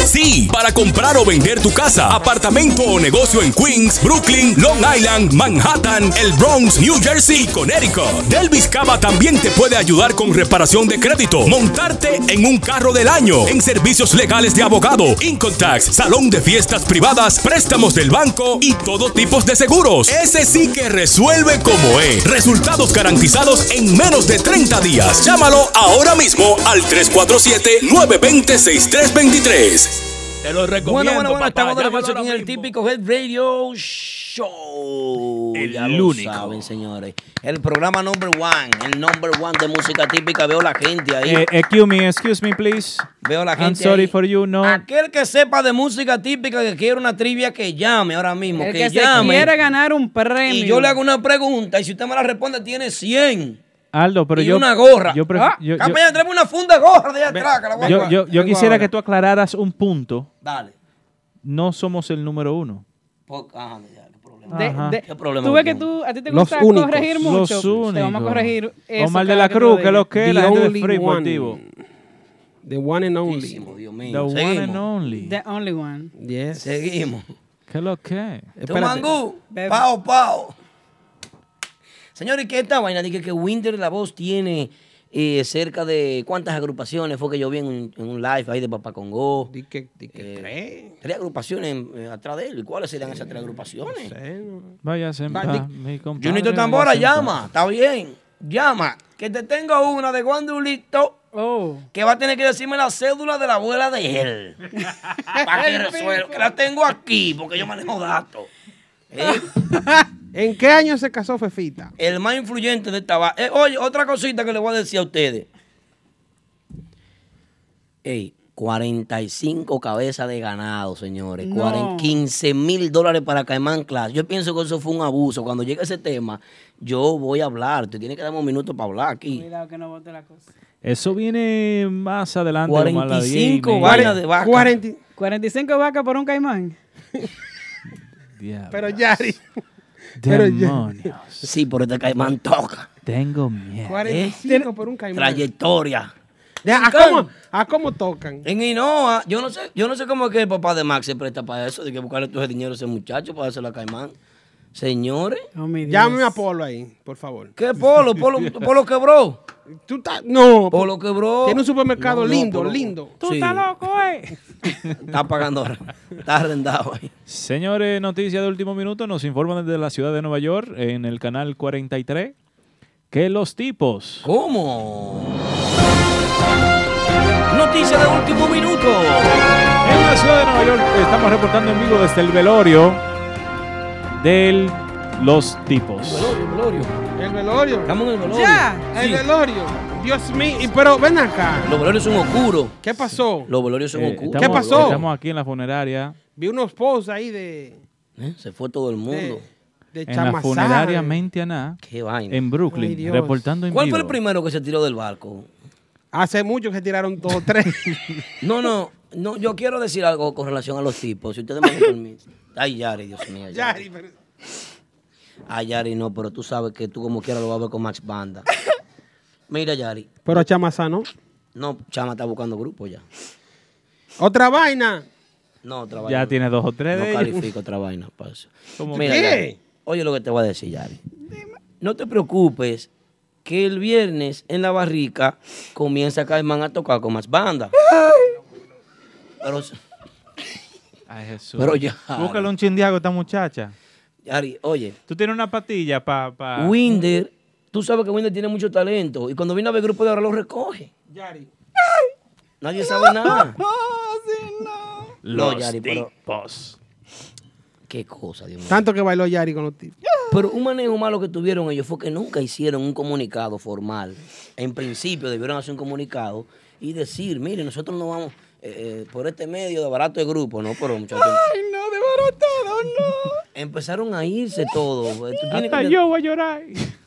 Speaker 1: Sí, para comprar o vender tu casa, apartamento o negocio en Queens, Brooklyn, Long Island, Manhattan, el Bronx, New Jersey y Connecticut. Delvis Cava también te puede ayudar con reparación de crédito, montarte en un carro del año, en servicios legales de abogado, Incontax, salón de fiestas privadas, préstamos del banco y todo tipo de seguros. Ese sí que resuelve como es. Resultados garantizados en menos de 30 días. Llámalo ahora mismo al 347-920-6323. Te lo
Speaker 3: Bueno,
Speaker 1: recomiendo.
Speaker 3: bueno, bueno,
Speaker 1: papá.
Speaker 3: estamos de
Speaker 1: Ya
Speaker 3: regreso
Speaker 1: lo
Speaker 3: aquí en el típico Head Radio Show.
Speaker 8: El
Speaker 3: Ya lo
Speaker 8: único.
Speaker 3: saben, señores.
Speaker 8: El programa number one, el number one de música típica. Veo la gente ahí.
Speaker 6: Eh, excuse me, excuse me, please.
Speaker 3: Veo la
Speaker 6: I'm
Speaker 3: gente
Speaker 6: sorry
Speaker 3: ahí. Ah,
Speaker 6: for you, no.
Speaker 3: Aquel que sepa de música típica que quiera una trivia que llame ahora mismo.
Speaker 5: El
Speaker 3: que,
Speaker 5: que se
Speaker 3: llame.
Speaker 5: quiere ganar un premio.
Speaker 3: Y yo le hago una pregunta y si usted me la responde tiene 100
Speaker 6: Aldo, Ah, pero
Speaker 3: y
Speaker 6: yo.
Speaker 3: una gorra.
Speaker 6: Yo, pref-
Speaker 3: ah,
Speaker 6: yo- yo-
Speaker 3: capellán, tráeme una funda de gorra de allá atrás. que la voy a
Speaker 6: yo-
Speaker 3: coger.
Speaker 6: yo- yo
Speaker 3: Vengo
Speaker 6: quisiera
Speaker 3: ahora.
Speaker 6: que tú aclararas un punto.
Speaker 3: Dale.
Speaker 6: No somos el número uno.
Speaker 3: Po- ajá, ya, qué problema.
Speaker 6: De-
Speaker 5: De-
Speaker 3: ¿Qué problema
Speaker 5: tú ves que
Speaker 3: tiene?
Speaker 5: tú, a ti te
Speaker 6: Los
Speaker 5: gusta
Speaker 6: únicos.
Speaker 5: corregir mucho.
Speaker 6: Los
Speaker 5: Te vamos
Speaker 6: únicos.
Speaker 5: a corregir eso.
Speaker 6: Omar de
Speaker 5: cada
Speaker 6: la
Speaker 5: que tú
Speaker 6: Cruz,
Speaker 5: lo
Speaker 6: que lo que
Speaker 5: digas.
Speaker 6: es la gente de Free Portivo.
Speaker 4: The one and only.
Speaker 6: The one and only.
Speaker 5: The only one.
Speaker 4: Yes.
Speaker 3: Seguimos.
Speaker 6: ¿Qué lo que?
Speaker 5: eh,
Speaker 3: Tumangú,
Speaker 5: Bebe.
Speaker 3: pao, pao. Señores, ¿qué esta vaina? Dije que Winder La Voz tiene eh, cerca de cuántas agrupaciones fue que yo vi en un, en un live ahí de Papá Congo. Eh,
Speaker 4: Dije tres.
Speaker 3: Tres agrupaciones eh, atrás de él. ¿Cuáles serían esas tres agrupaciones?
Speaker 6: Vaya en
Speaker 3: Va,
Speaker 6: paz,
Speaker 3: di-
Speaker 6: mi compadre.
Speaker 3: Junito Tambora,
Speaker 6: váyase en paz.
Speaker 3: llama, está bien. Llama, que te tengo una de Guandulito que va a tener que decirme la cédula de la abuela de él. Para que resuelva, que la tengo aquí, porque yo manejo datos.
Speaker 4: ¿En qué año se casó Fefita?
Speaker 3: El más influyente de esta va- Eh, oye, otra cosita que le voy a decir a ustedes. Ey, 45 cabezas de ganado, señores.
Speaker 8: No.
Speaker 3: Cuaren- 15 mil dólares para Caimán Class. Yo pienso que eso fue un abuso. Cuando llegue ese tema, yo voy a hablar. Tú tienes que darme un minuto para hablar aquí.
Speaker 5: Cuidado que no bote la cosa.
Speaker 6: Eso viene más adelante. como a las 10 y
Speaker 3: 45
Speaker 6: media.
Speaker 3: vainas de vaca.
Speaker 5: 45 vacas por un caimán.
Speaker 6: Diablo.
Speaker 4: Pero Yari.
Speaker 5: Pero ya-
Speaker 6: Demonios.
Speaker 3: Sí, por este Caimán toca.
Speaker 6: Tengo miedo.
Speaker 4: 45 por un caimán.
Speaker 3: Trayectoria.
Speaker 6: Ah,
Speaker 4: Ya, ¿a, cómo, ¿A cómo tocan?
Speaker 3: En Hinoa, yo no sé, yo no sé cómo es que el papá de Max se presta para eso, de que buscarle todo ese dinero a ese muchacho para hacerlo a Caimán. Señores.
Speaker 4: Llámame a Polo ahí, por favor.
Speaker 3: ¿Qué Polo? Polo, Polo quebró.
Speaker 4: Tú estás- No.
Speaker 3: Polo quebró.
Speaker 4: Tiene un supermercado
Speaker 3: No, no,
Speaker 4: lindo,
Speaker 3: Polo-
Speaker 4: lindo.
Speaker 3: Tú Sí. estás
Speaker 5: loco, eh.
Speaker 3: Está pagando, está arrendado ahí.
Speaker 6: Señores, noticias de último minuto. Nos informan desde la ciudad de Nueva York, en el canal 43, que los tipos.
Speaker 3: ¿Cómo? Noticia de último minuto.
Speaker 6: En la ciudad de Nueva York estamos reportando en vivo desde el velorio del Los Tipos.
Speaker 3: velorio.
Speaker 4: El velorio.
Speaker 3: Estamos en el velorio.
Speaker 4: Ya, el
Speaker 3: Sí.
Speaker 4: velorio. Dios mío. Y Pero ven acá.
Speaker 3: Los velorios son oscuros.
Speaker 4: ¿Qué pasó?
Speaker 3: Los velorios son
Speaker 6: Eh,
Speaker 3: oscuros.
Speaker 6: estamos-
Speaker 4: ¿Qué pasó?
Speaker 6: Estamos aquí en la funeraria,
Speaker 4: Vi unos posts ahí de,
Speaker 3: Eh, Se fue todo el mundo.
Speaker 4: de
Speaker 6: en la
Speaker 4: chamazal.
Speaker 6: funeraria Mentiana,
Speaker 3: Qué vaina.
Speaker 6: en Brooklyn,
Speaker 4: Ay, Dios.
Speaker 6: reportando en
Speaker 3: ¿Cuál
Speaker 6: vivo.
Speaker 3: fue el primero que se tiró del barco?
Speaker 4: Hace mucho que se tiraron todos tres.
Speaker 3: No, no, no, yo quiero decir algo con relación a los tipos, si ustedes me lo permiten. Ay, Yari, Dios mío. Yari.
Speaker 4: Yari, pero-
Speaker 3: Ay, Yari, no, pero tú sabes que tú como quieras lo vas a ver con Max Banda. Mira, Yari.
Speaker 4: Pero chamazal, ¿no?
Speaker 3: No, Chama está buscando grupo ya.
Speaker 4: Otra vaina.
Speaker 3: No, otra vaina.
Speaker 6: Ya tienes dos o tres
Speaker 3: No
Speaker 6: de ellos.
Speaker 3: califico otra vaina para eso.
Speaker 6: ¿Cómo
Speaker 3: Mira,
Speaker 6: que?
Speaker 3: Yari, oye lo que te voy a decir, Yari. No te preocupes que el viernes en la barrica comienza Caimán a tocar con más banda. Pero,
Speaker 6: Ay, Jesús.
Speaker 3: pero ya.
Speaker 6: Búscale un chindiago a esta muchacha.
Speaker 3: Yari, oye.
Speaker 6: Tú tienes una patilla para...
Speaker 3: Winder, tú sabes que Winder tiene mucho talento y cuando viene a ver grupo de ahora lo recoge.
Speaker 4: Yari.
Speaker 3: Nadie sabe nada.
Speaker 6: Los
Speaker 3: No, Yari, pero
Speaker 6: tipos.
Speaker 3: qué cosa, Dios mío.
Speaker 4: Tanto que bailó Yari con los tipos.
Speaker 3: Pero un manejo malo que tuvieron ellos fue que nunca hicieron un comunicado formal. En principio debieron hacer un comunicado y decir, mire, nosotros no vamos eh, eh, por este medio de barato de grupo, ¿no? Pero muchachos.
Speaker 5: Ay, no, de barato,
Speaker 3: Empezaron a irse todos. Tú tienes
Speaker 6: Hasta
Speaker 3: que-
Speaker 6: yo voy a llorar.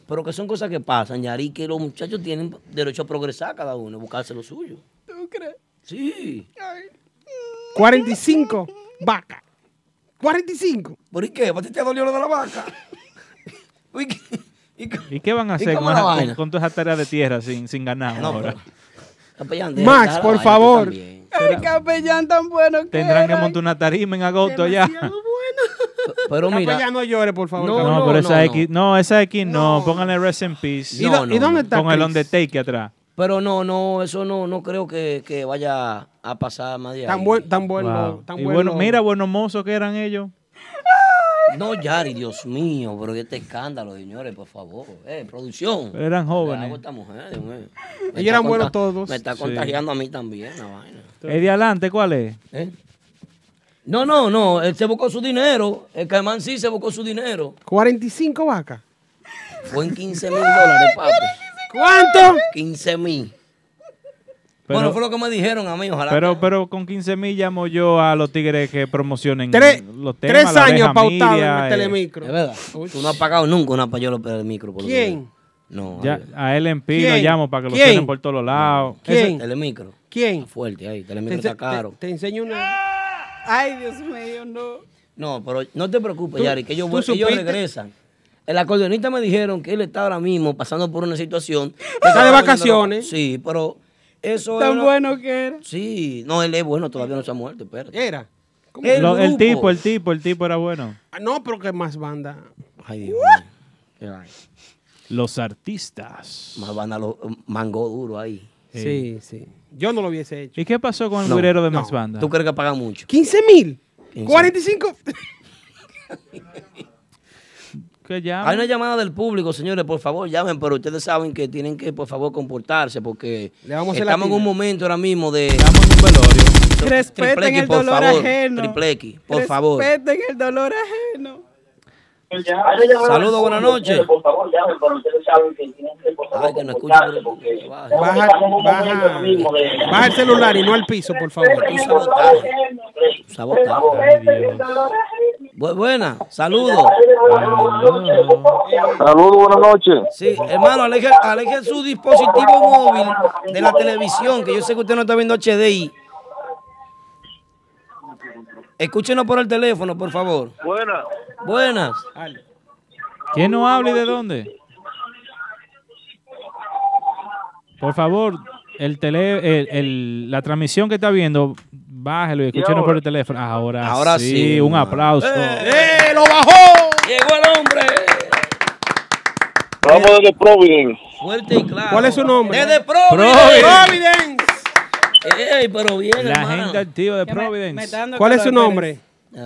Speaker 3: Pero que son cosas que pasan, Yari, que los muchachos tienen derecho a progresar cada uno, buscarse lo suyo.
Speaker 9: ¿Tú crees?
Speaker 3: Sí.
Speaker 4: 45 vaca. 45.
Speaker 12: ¿Por qué? ¿Por qué te dolió lo de la vaca? Uy, ¿qué?
Speaker 6: ¿Y qué van a
Speaker 12: ¿Y
Speaker 6: hacer
Speaker 12: cómo
Speaker 6: con,
Speaker 12: la
Speaker 6: esa- con-
Speaker 12: vaina?
Speaker 6: con toda esa tarea de tierra sin, sin ganado ahora?
Speaker 3: Capellán,
Speaker 6: deja Max, la por vaina, tú favor. también.
Speaker 5: El capellán tan bueno que
Speaker 6: Tendrán que
Speaker 5: era.
Speaker 6: montar una tarima en agosto ya.
Speaker 3: Pero
Speaker 4: mira. Capellán, pues, no llores, por favor.
Speaker 6: No,
Speaker 4: Capellán.
Speaker 6: pero esa X, no, esa X no. Pónganle rest in peace.
Speaker 3: ¿Y No, dó- y no. dónde está
Speaker 6: Con el
Speaker 3: Chris?
Speaker 6: Undertaker atrás.
Speaker 3: Pero no, no, eso no, no creo que, que vaya a pasar más de ahí.
Speaker 6: Tan buen-
Speaker 4: tan
Speaker 6: Wow. y bueno, mira, buenos mozos que eran ellos.
Speaker 3: No, Yari, Dios mío, pero este escándalo, señores, por favor. Eh, producción.
Speaker 6: Pero eran jóvenes.
Speaker 3: Le hago a esta mujer, Dios mío. Me está
Speaker 6: Ellos eran buenos
Speaker 3: conta-
Speaker 6: todos.
Speaker 3: Me está
Speaker 6: Sí.
Speaker 3: contagiando a mí también la vaina.
Speaker 6: El de adelante, ¿cuál es?
Speaker 3: ¿Eh? No, no, no, él se buscó su dinero. El Caimán sí se buscó su dinero.
Speaker 4: 45 vacas.
Speaker 3: Fue en 15 mil dólares, papi.
Speaker 4: ¿Cuánto?
Speaker 3: 15 mil.
Speaker 6: Pero-
Speaker 3: Bueno, fue lo que me dijeron a mí, ojalá.
Speaker 6: Pero, pero con 15 mil llamo yo a los tigres que promocionen
Speaker 3: Tres-
Speaker 6: los temas.
Speaker 3: tres
Speaker 6: la
Speaker 3: años
Speaker 6: abeja
Speaker 3: pautado en
Speaker 4: este
Speaker 6: media,
Speaker 3: el
Speaker 6: eh,
Speaker 3: Telemicro. Es verdad. Tú no has pagado nunca una payola para el micro. Por lo que
Speaker 4: ¿Quién?
Speaker 3: veo. No.
Speaker 6: Ya, a él en pino
Speaker 4: ¿Quién?
Speaker 6: llamo para que lo
Speaker 4: ¿Quién?
Speaker 6: tienen por todos lados.
Speaker 4: ¿Quién?
Speaker 6: Ese-
Speaker 3: Telemicro.
Speaker 4: ¿Quién?
Speaker 3: Fuerte ahí,
Speaker 4: Te,
Speaker 3: Telemicro
Speaker 4: ense-
Speaker 3: está caro.
Speaker 4: te- te enseño una.
Speaker 5: Ay, Dios mío, no.
Speaker 3: No, pero no te preocupes,
Speaker 5: Tú-
Speaker 3: Yari, que ellos,
Speaker 5: tú
Speaker 3: vu- ellos
Speaker 5: supiste-
Speaker 3: regresan. El acordeonista me dijeron que él está ahora mismo pasando por una situación.
Speaker 4: Está de vacaciones.
Speaker 3: Sí, pero eso
Speaker 4: Tan
Speaker 3: era-
Speaker 4: bueno que era.
Speaker 3: Sí, no, él es bueno, todavía no se ha muerto, espérate.
Speaker 4: Era. ¿Cómo?
Speaker 6: lo- el tipo, el tipo, el tipo era bueno.
Speaker 4: Ah, No, pero que más banda.
Speaker 3: Ay, Dios mío.
Speaker 6: Los artistas.
Speaker 3: Más van a los mango duro ahí.
Speaker 4: Sí, sí. Yo no lo hubiese hecho.
Speaker 6: ¿Y qué pasó con el
Speaker 3: No,
Speaker 6: güirero de
Speaker 3: no.
Speaker 6: Max Banda?
Speaker 3: ¿Tú crees que paga mucho?
Speaker 4: 15 mil.
Speaker 3: 15.
Speaker 4: 45.
Speaker 6: Que llama?
Speaker 3: Hay una llamada del público, señores, por favor, llamen, pero ustedes saben que tienen que, por favor, comportarse porque
Speaker 4: Le vamos a hacer la
Speaker 3: estamos en
Speaker 4: tira.
Speaker 3: un momento ahora mismo de...
Speaker 5: Respeten
Speaker 3: Triplequi,
Speaker 5: el
Speaker 3: por
Speaker 5: dolor
Speaker 3: favor.
Speaker 5: ajeno.
Speaker 3: Triplequi, por favor.
Speaker 5: Respeten el dolor ajeno.
Speaker 3: Saludos, buenas noches.
Speaker 13: Por favor, llamen, pero ustedes saben que tienen que por favor,
Speaker 3: que no
Speaker 13: comportarse, porque
Speaker 4: Baja, baja, baja el celular y no al piso, por favor.
Speaker 3: Sabotaje. Bu- buena, saludos.
Speaker 14: Saludos, buenas noches.
Speaker 3: Sí, hermano, aleje, aleje su dispositivo móvil de la televisión, que yo sé que usted no está viendo HDI. Escúchenos por el teléfono, por favor.
Speaker 14: Buenas.
Speaker 3: Buenas.
Speaker 6: ¿Quién no habla y de dónde? Por favor, el tele, el- el- la transmisión que está viendo, bájelo y escúchenos por el teléfono. Ahora,
Speaker 3: Ahora
Speaker 6: sí,
Speaker 3: sí,
Speaker 6: un
Speaker 3: ma.
Speaker 6: aplauso.
Speaker 3: ¡Eh, lo bajó! Llegó el hombre.
Speaker 14: Vamos desde Providence.
Speaker 3: Fuerte y claro.
Speaker 4: ¿Cuál es su nombre?
Speaker 3: Desde Providence.
Speaker 4: Providence.
Speaker 3: Ey, pero bien,
Speaker 6: La
Speaker 3: hermano.
Speaker 6: gente activa de
Speaker 4: Que me- me
Speaker 6: Providence.
Speaker 4: está dando ¿Cuál es calor, su nombre?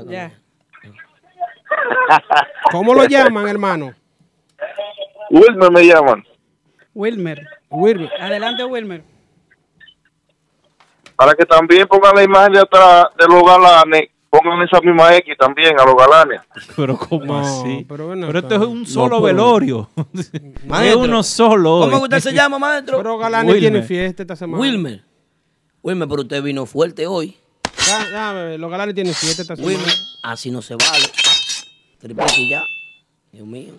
Speaker 5: Ya.
Speaker 4: ¿Cómo lo llaman, hermano?
Speaker 14: Wilmer me llaman.
Speaker 5: Wilmer.
Speaker 4: Wilmer.
Speaker 5: Adelante, Wilmer.
Speaker 14: Para que también pongan la imagen de atrás de los galanes, pongan esa misma X también a los galanes.
Speaker 6: Pero ¿cómo así?
Speaker 4: pero
Speaker 6: Pero,
Speaker 4: bueno,
Speaker 6: esto es un solo
Speaker 4: pero-
Speaker 6: velorio. es
Speaker 3: Maestro,
Speaker 6: uno solo.
Speaker 3: ¿Cómo
Speaker 6: hoy.
Speaker 3: que usted se llama, maestro?
Speaker 4: Pero Galanes tiene fiesta esta semana.
Speaker 3: Wilmer. Wilmer, pero usted vino fuerte hoy.
Speaker 4: Ya, ya, bebé, Ah, los galanes tienen siete esta semana.
Speaker 3: Wilmer, así no se vale. Triple X ya. Dios mío.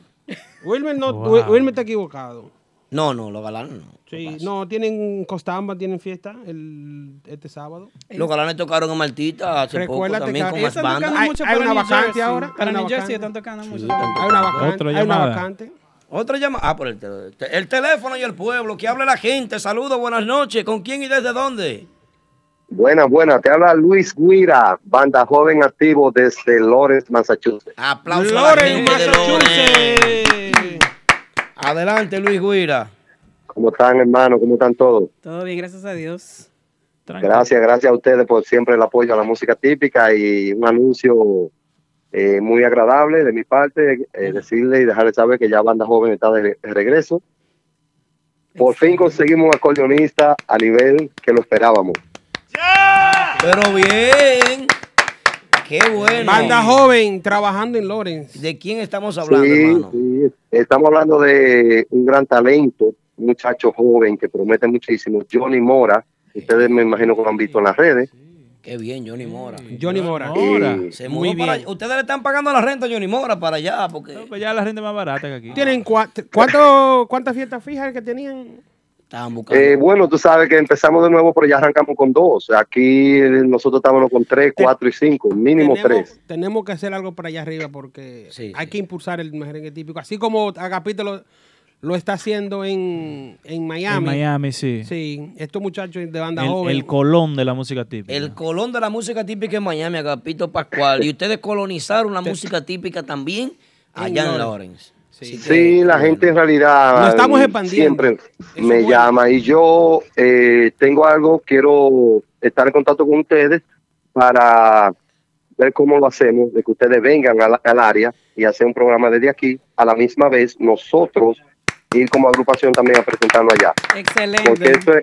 Speaker 4: Wilmer, no,
Speaker 3: Wow.
Speaker 4: Wil- Wilmer está equivocado.
Speaker 3: No, no, los galanes no.
Speaker 4: Sí, no, tienen Costamba, tienen fiesta el, este sábado.
Speaker 3: Los galanes tocaron a Martita hace
Speaker 4: Recuérdate
Speaker 3: poco también
Speaker 4: que
Speaker 3: con
Speaker 4: ahí
Speaker 3: más
Speaker 4: están
Speaker 3: bandas.
Speaker 4: tocando Hay- mucho hay para una New vacante Jersey. ahora,
Speaker 5: Para
Speaker 4: hay una
Speaker 5: New Jersey
Speaker 4: vacante.
Speaker 5: están tocando mucho.
Speaker 3: Hay
Speaker 4: una vacante, Otra hay una llamada. vacante.
Speaker 3: Otra llamada. Ah, por el, tel- te- el teléfono y el pueblo. Que hable la gente. Saludos, buenas noches. ¿Con quién y desde dónde?
Speaker 15: Buena, buena. Te habla Luis Guira, banda joven activo desde Lawrence, Massachusetts.
Speaker 3: Aplausos a la
Speaker 15: Loren,
Speaker 3: gente de Loren. Adelante, Luis Guira.
Speaker 15: ¿Cómo están, hermano? ¿Cómo están todos?
Speaker 5: Todo bien, gracias a Dios.
Speaker 15: Gracias, gracias a ustedes por siempre el apoyo a la música típica y un anuncio eh, muy agradable de mi parte. eh, decirle y dejarles saber que ya Banda Joven está de, re- de regreso. Por fin conseguimos un acordeonista a nivel que lo esperábamos.
Speaker 3: Pero bien. Qué bueno.
Speaker 4: Banda joven trabajando en Lawrence.
Speaker 3: ¿De quién estamos hablando,
Speaker 15: Sí,
Speaker 3: hermano?
Speaker 15: sí. Estamos hablando de un gran talento, un muchacho joven que promete muchísimo, Johnny Mora. Ustedes me imagino que lo han visto en las redes.
Speaker 16: Qué bien, Johnny Mora.
Speaker 4: Johnny Mora.
Speaker 16: Y- Se mudó
Speaker 3: Muy
Speaker 16: para
Speaker 3: bien. Ustedes le están pagando la renta a Johnny Mora para allá, porque.
Speaker 6: pues ya la renta es más barata que aquí.
Speaker 4: ¿Tienen cua- cuánto- cuántas fiestas fijas que tenían?
Speaker 15: Eh, bueno, tú sabes que empezamos de nuevo, pero ya arrancamos con dos. Aquí eh, nosotros estábamos con tres, cuatro y cinco, mínimo tres.
Speaker 4: Tenemos que hacer algo para allá arriba porque hay que impulsar el merengue típico. Así como Agapito lo, lo está haciendo en, en Miami.
Speaker 6: En Miami, sí.
Speaker 4: Sí, estos muchachos de banda
Speaker 6: El,
Speaker 4: joven.
Speaker 6: el colón de la música
Speaker 8: Eh,
Speaker 6: típica.
Speaker 3: El colón de la música típica en Miami, Agapito Pascual. Y ustedes colonizaron la música típica también allá en
Speaker 15: Lawrence.
Speaker 3: Lawrence.
Speaker 15: Sí, la gente en
Speaker 3: Nos
Speaker 15: realidad
Speaker 3: estamos
Speaker 15: eh,
Speaker 3: expandiendo.
Speaker 15: siempre me llama y yo eh, tengo algo, quiero estar en contacto con ustedes para ver cómo lo hacemos, de que ustedes vengan a la- al área y hacer un programa desde aquí, a la misma vez nosotros ir como agrupación también a presentarlo allá. Porque
Speaker 5: Excelente.
Speaker 15: esto es,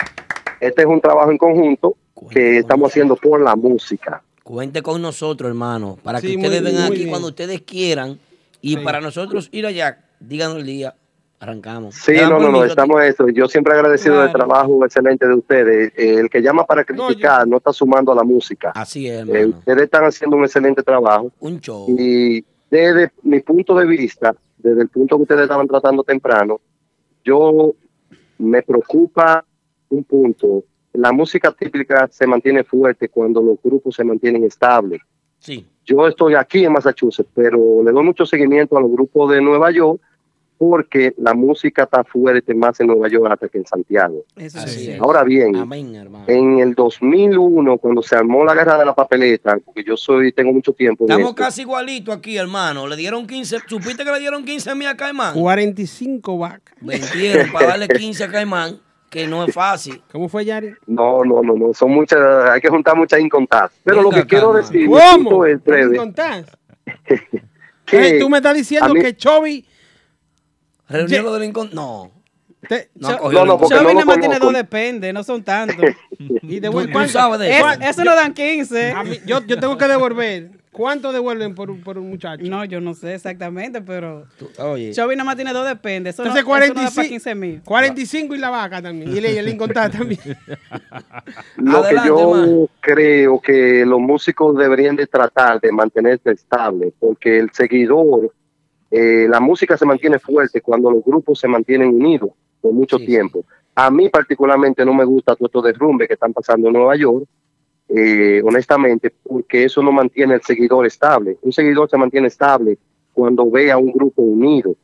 Speaker 15: este es un trabajo en conjunto que estamos haciendo por la música.
Speaker 16: Cuente con nosotros, hermano, para
Speaker 15: Sí,
Speaker 16: que
Speaker 15: muy
Speaker 16: ustedes
Speaker 15: bien,
Speaker 16: vengan
Speaker 15: muy
Speaker 16: aquí
Speaker 15: bien.
Speaker 16: cuando ustedes quieran y para nosotros ir allá, díganos el día, arrancamos.
Speaker 15: Sí,
Speaker 16: Le dan
Speaker 15: no, no, no,
Speaker 16: permiso,
Speaker 15: estamos eso. Yo siempre agradecido del trabajo excelente de ustedes. Eh, El que llama para criticar no está sumando a la música.
Speaker 16: Así es, Oh.
Speaker 15: Eh, ustedes están haciendo un excelente trabajo.
Speaker 16: Un show.
Speaker 15: Y desde mi punto de vista, desde el punto que ustedes estaban tratando temprano, yo me preocupa un punto. La música típica se mantiene fuerte cuando los grupos se mantienen estables.
Speaker 3: Sí.
Speaker 15: Yo estoy aquí en Massachusetts, pero le doy mucho seguimiento a los grupos de Nueva York porque la música está fuerte más en Nueva York hasta que en Santiago.
Speaker 16: Así es.
Speaker 15: Ahora bien,
Speaker 16: Amén, hermano.
Speaker 15: en el 2001, cuando se armó la guerra de la papeleta, porque yo soy tengo mucho tiempo en
Speaker 3: Estamos
Speaker 15: esto,
Speaker 3: casi igualitos aquí, hermano. Le dieron 15. ¿Supiste que le dieron 15 mil a Caimán?
Speaker 4: 45 vacas.
Speaker 3: Vendieron para darle 15 a Caimán, que no es fácil.
Speaker 4: ¿Cómo fue, Yari?
Speaker 15: No, no, no, no, son muchas, hay que juntar muchas incontadas. Pero lo que quiero decir mi punto
Speaker 4: ¿Cómo?
Speaker 15: es
Speaker 4: ¿Tú me
Speaker 15: breve,
Speaker 4: contás?
Speaker 15: que
Speaker 4: Eh, Tú me estás diciendo
Speaker 15: a mí-
Speaker 4: que Chovy...
Speaker 3: Reunió lo del incon- No.
Speaker 4: Te-
Speaker 3: No
Speaker 5: Cho-
Speaker 3: ha cogido
Speaker 15: No, no,
Speaker 3: ningún-
Speaker 15: porque
Speaker 5: Chovy
Speaker 15: no lo
Speaker 5: nada más tiene
Speaker 15: conozco.
Speaker 5: dos depende, no son tantos.
Speaker 4: y de
Speaker 3: Tú- tú sabes de
Speaker 5: Es-
Speaker 3: eso.
Speaker 5: eso no dan 15.
Speaker 4: A mí- yo, yo tengo que devolver. ¿Cuánto devuelven por, un- por un muchacho?
Speaker 5: No, yo no sé exactamente, pero.
Speaker 3: Oye.
Speaker 5: Chovy nada más tiene dos depende. Eso
Speaker 4: Entonces,
Speaker 5: no, eso no da para
Speaker 4: 45
Speaker 5: 15 mil.
Speaker 4: 45 y la vaca también. Y el, y el incontado también.
Speaker 15: lo
Speaker 4: Adelante,
Speaker 15: que yo
Speaker 4: man.
Speaker 15: creo que los músicos deberían de tratar de mantenerse estable, porque el seguidor, eh, la música se mantiene fuerte cuando los grupos se mantienen unidos por mucho tiempo. A mí particularmente no me gusta todo estos derrumbes que están pasando en Nueva York, eh, honestamente, porque eso no mantiene el seguidor estable. Un seguidor se mantiene estable cuando ve a un grupo unido,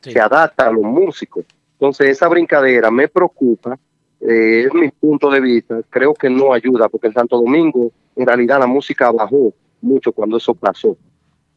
Speaker 15: se adapta a los músicos. Entonces, esa brincadera me preocupa, eh, es mi punto de vista, creo que no ayuda, porque en Santo Domingo, en realidad, la música bajó mucho cuando eso pasó.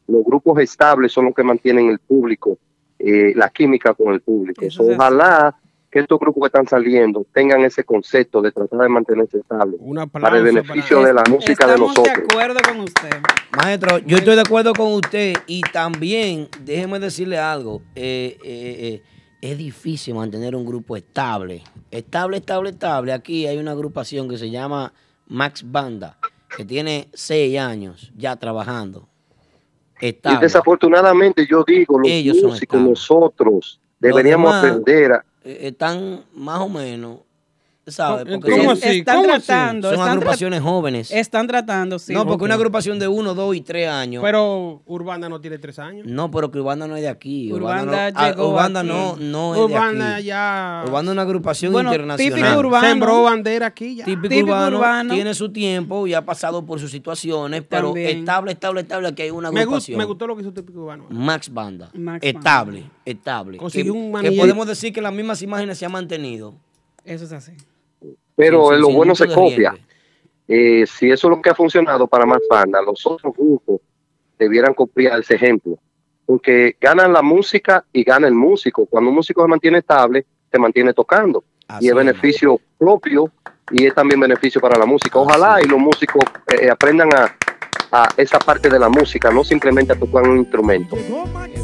Speaker 15: Los grupos estables son los que mantienen el público, eh, la química con el público. So, ojalá que estos grupos que están saliendo tengan ese concepto de tratar de mantenerse estable para el beneficio de la música de
Speaker 5: Estamos
Speaker 15: nosotros.
Speaker 5: de acuerdo con usted.
Speaker 3: Maestro, yo estoy de acuerdo con usted y también, déjeme decirle algo, eh, eh, eh, es difícil mantener un grupo estable. Estable, estable, estable. Aquí hay una agrupación que se llama Max Banda, que tiene seis años ya trabajando.
Speaker 15: Y
Speaker 3: Estable.
Speaker 15: desafortunadamente yo digo, los
Speaker 3: Ellos son
Speaker 15: músicos, nosotros,
Speaker 3: Los
Speaker 15: deberíamos
Speaker 3: demás,
Speaker 15: aprender a...
Speaker 3: eh, están más o menos, ¿sabes?
Speaker 5: ¿Cómo-
Speaker 3: Porque
Speaker 5: cómo
Speaker 3: son-
Speaker 5: así? Están ¿Cómo así? tratando,
Speaker 3: Son
Speaker 5: están
Speaker 3: agrupaciones jóvenes.
Speaker 5: Están tratando, sí.
Speaker 3: no, porque una agrupación de uno, dos y tres años.
Speaker 4: Pero Urbana no tiene tres años.
Speaker 3: No, pero que Urbanda no es de aquí.
Speaker 4: Urbanda
Speaker 3: no, ah,
Speaker 4: llegó
Speaker 3: Urbanda
Speaker 4: aquí.
Speaker 3: no, no es
Speaker 4: Urbanda
Speaker 3: de aquí.
Speaker 4: ya-
Speaker 3: Urbanda es una agrupación
Speaker 4: Bueno,
Speaker 3: internacional.
Speaker 4: Típico Urbano. Sembró bandera aquí ya.
Speaker 3: Típico,
Speaker 4: Típico
Speaker 3: urbano,
Speaker 4: Urbano.
Speaker 3: tiene su tiempo y ha pasado por sus situaciones, pero
Speaker 4: También.
Speaker 3: estable, estable, estable. Aquí hay una
Speaker 4: Me, gust-
Speaker 3: agrupación.
Speaker 4: me gustó lo que hizo Típico Urbano.
Speaker 3: Max Banda.
Speaker 4: Max
Speaker 3: estable, estable.
Speaker 4: Consiguió
Speaker 3: que,
Speaker 4: un
Speaker 3: que
Speaker 4: manager.
Speaker 3: podemos decir que las mismas imágenes se han mantenido.
Speaker 5: Eso es así.
Speaker 15: Pero
Speaker 3: Sí, sí,
Speaker 15: lo
Speaker 3: sí,
Speaker 15: bueno
Speaker 3: mucho
Speaker 15: se
Speaker 3: de
Speaker 15: copia. Eh, si eso es lo que ha funcionado para más bandas, los otros grupos debieran copiar ese ejemplo. Porque ganan la música y gana el músico. Cuando un músico se mantiene estable, se mantiene tocando. y es beneficio propio y es también beneficio para la música. Ojalá y los músicos eh, aprendan a, a esa parte de la música, no simplemente a tocar un instrumento.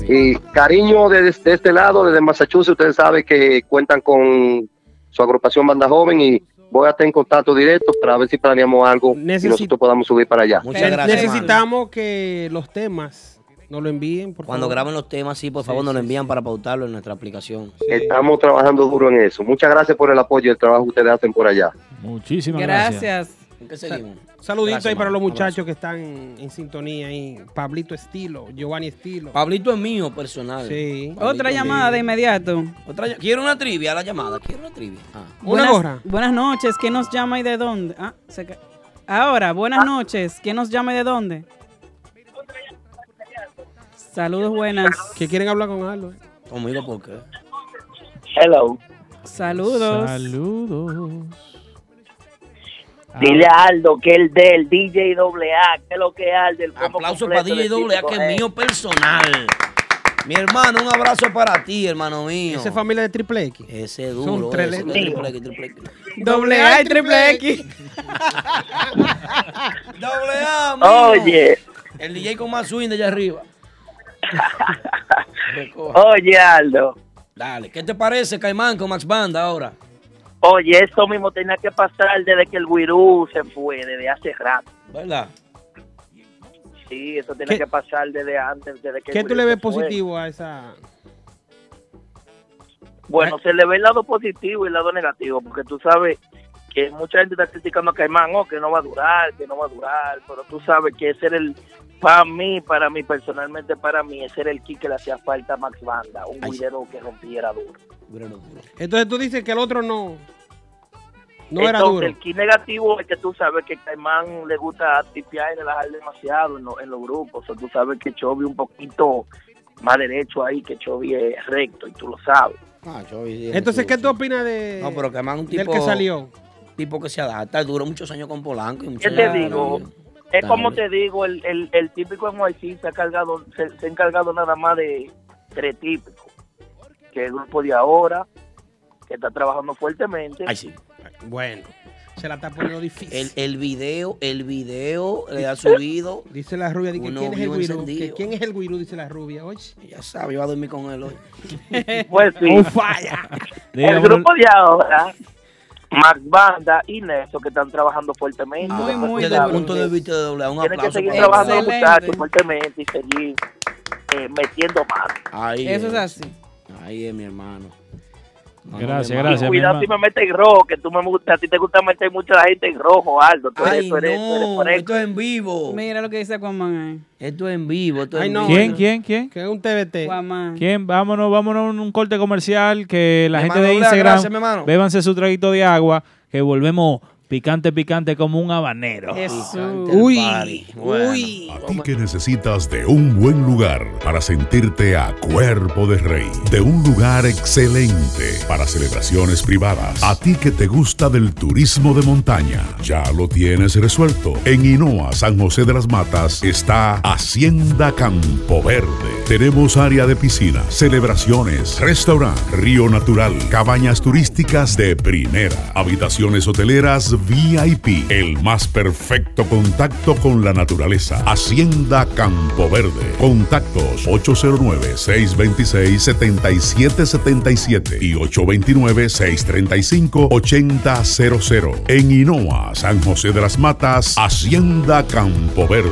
Speaker 15: Y cariño de, de este lado, desde Massachusetts, ustedes saben que cuentan con su agrupación Banda Joven y voy a estar en contacto directo para ver si planeamos algo y
Speaker 4: Necesito-
Speaker 15: nosotros podamos subir para allá.
Speaker 4: Eh, Necesitamos que los temas nos lo envíen. Por
Speaker 3: Cuando
Speaker 4: favor.
Speaker 3: graben los temas, sí, por favor, nos lo envían para pautarlo en nuestra aplicación.
Speaker 15: Estamos trabajando duro en eso. Muchas gracias por el apoyo y el trabajo que ustedes hacen por allá.
Speaker 6: Muchísimas gracias.
Speaker 5: Gracias.
Speaker 3: ¿Con qué seguimos?
Speaker 4: Saludito
Speaker 3: Gracias,
Speaker 4: ahí para
Speaker 3: hermano.
Speaker 4: los
Speaker 3: Un abrazo.
Speaker 4: muchachos que están en sintonía ahí. Pablito Estilo, Giovanni Estilo.
Speaker 3: Pablito es mío personal.
Speaker 4: Sí.
Speaker 5: Otra llamada de inmediato.
Speaker 3: Otra ll- quiero una trivia la llamada, quiero una trivia. Ah.
Speaker 5: buenas, Buenas noches, ¿quién nos llama y de dónde? Ah, se ca- Ahora, buenas noches, ¿quién nos llama y de dónde? Saludos, buenas.
Speaker 4: Que quieren hablar con algo.
Speaker 3: Conmigo, ¿por qué?
Speaker 16: Hello.
Speaker 5: Saludos.
Speaker 6: Saludos.
Speaker 16: Dile a Aldo que el del DJ AA, que es lo que es Aldo. El combo
Speaker 8: Aplauso para
Speaker 16: completo de
Speaker 8: DJ Doble, A,
Speaker 16: Típico
Speaker 8: que
Speaker 16: G.
Speaker 8: es mío personal. Mi hermano, un abrazo para ti, hermano mío.
Speaker 4: Esa es familia de Triple X.
Speaker 3: Ese es
Speaker 8: duro,
Speaker 4: Son tres
Speaker 8: ese
Speaker 4: letras.
Speaker 8: que es triple X, triple X.
Speaker 5: Doble A y triple X.
Speaker 8: Doble A, mío.
Speaker 16: Oye.
Speaker 8: El DJ con más swing de allá arriba. Recoja.
Speaker 16: Oye, Aldo.
Speaker 8: Dale, ¿qué te parece, Caimán, con Max Banda ahora?
Speaker 16: Oye, esto mismo tenía que pasar desde que el Wirú se fue, desde hace rato.
Speaker 8: ¿Verdad?
Speaker 16: Sí, eso tenía que pasar desde antes, desde que el
Speaker 4: ¿Qué tú
Speaker 16: Wirú
Speaker 4: le ves
Speaker 16: se fue.
Speaker 4: positivo
Speaker 15: pues.
Speaker 4: a esa?
Speaker 16: Bueno, se le ve el lado positivo y el lado negativo, porque tú sabes que mucha gente está criticando a Caimán, oh, que no va a durar, que no va a durar, pero tú sabes que ese era el, para mí, para mí, personalmente para mí, ese era el kick que le hacía falta a Max Banda, un guidero que rompiera duro.
Speaker 4: Entonces tú dices que el otro no. No era
Speaker 16: Entonces,
Speaker 4: duro.
Speaker 16: El key negativo es que tú sabes que Caimán le gusta tipear y relajar demasiado en, lo- en los grupos. O sea, tú sabes que Chovy un poquito más derecho ahí, que Chovy es recto y tú lo sabes.
Speaker 4: Entonces, ¿qué tú opinas de
Speaker 3: No, pero Caimán es un
Speaker 4: del
Speaker 3: tipo...
Speaker 4: que salió?
Speaker 3: Tipo que se adapta, duró muchos años con Polanco. Y muchos
Speaker 16: ¿Qué te
Speaker 3: años-
Speaker 16: digo? Es como
Speaker 3: Dale.
Speaker 16: te digo, el, el, el típico NYC se ha, cargado, se, se ha encargado nada más de tres típicos. Que el grupo de ahora, que está trabajando fuertemente.
Speaker 3: Ay, sí.
Speaker 4: Bueno, se la está poniendo difícil.
Speaker 3: El, el video, el video le ha subido.
Speaker 4: Dice la rubia, di que
Speaker 3: Uno
Speaker 4: ¿quién es el
Speaker 3: vio
Speaker 4: Wirú?
Speaker 3: encendido.
Speaker 4: Que ¿Quién es el Wirú? Dice la rubia. Oye.
Speaker 3: Ya sabe, yo voy a dormir con él hoy.
Speaker 16: Pues sí.
Speaker 3: On fire.
Speaker 16: el grupo de ahora, Max Banda y Neso, que están trabajando fuertemente.
Speaker 3: Muy, muy
Speaker 16: Entonces,
Speaker 3: Desde el
Speaker 16: ¿sabes?
Speaker 3: punto de vista de doble, A, un
Speaker 16: Tienen que
Speaker 3: aplauso.
Speaker 16: seguir
Speaker 3: para
Speaker 16: trabajando los
Speaker 3: Doble A.
Speaker 16: muchachos fuertemente y seguir eh, metiendo más.
Speaker 3: Ahí
Speaker 16: Eso es
Speaker 5: así.
Speaker 3: Ahí es, mi hermano. No,
Speaker 6: Gracias,
Speaker 3: mi hermano.
Speaker 6: gracias, mi
Speaker 16: Cuidado si me metes en rojo, que tú me gusta, a ti te gusta meter mucho a la gente en rojo, Aldo. Tú eres,
Speaker 8: Ay,
Speaker 16: tú eres, tú eres
Speaker 8: no,
Speaker 16: por eso.
Speaker 8: esto es en vivo.
Speaker 5: Mira lo que dice Aquaman.
Speaker 3: Esto es en vivo. Esto es en vivo.
Speaker 6: ¿Quién, quién, quién?
Speaker 4: Que es un TBT.
Speaker 5: Aquaman.
Speaker 6: ¿Quién? Vámonos, vámonos a un corte comercial que la
Speaker 8: Mi
Speaker 6: gente
Speaker 8: hermano,
Speaker 6: de
Speaker 8: doble A,
Speaker 6: Instagram,
Speaker 8: gracias, mi hermano.
Speaker 6: bébanse su traguito de agua, que volvemos picante, picante como un habanero.
Speaker 17: Uy,
Speaker 6: uy.
Speaker 17: A ti que necesitas de un buen lugar para sentirte a cuerpo de rey, de un lugar excelente para celebraciones privadas, a ti que te gusta del turismo de montaña, ya lo tienes resuelto. En Hinoa, San José de las Matas, está Hacienda Campo Verde. Tenemos área de piscina, celebraciones, restaurante, río natural, cabañas turísticas de primera, habitaciones hoteleras VIP, el más perfecto contacto con la naturaleza. Hacienda Campo Verde. Contactos 809-626-7777 y 829-635-8000. En Inoa, San José de las Matas, Hacienda Campo Verde.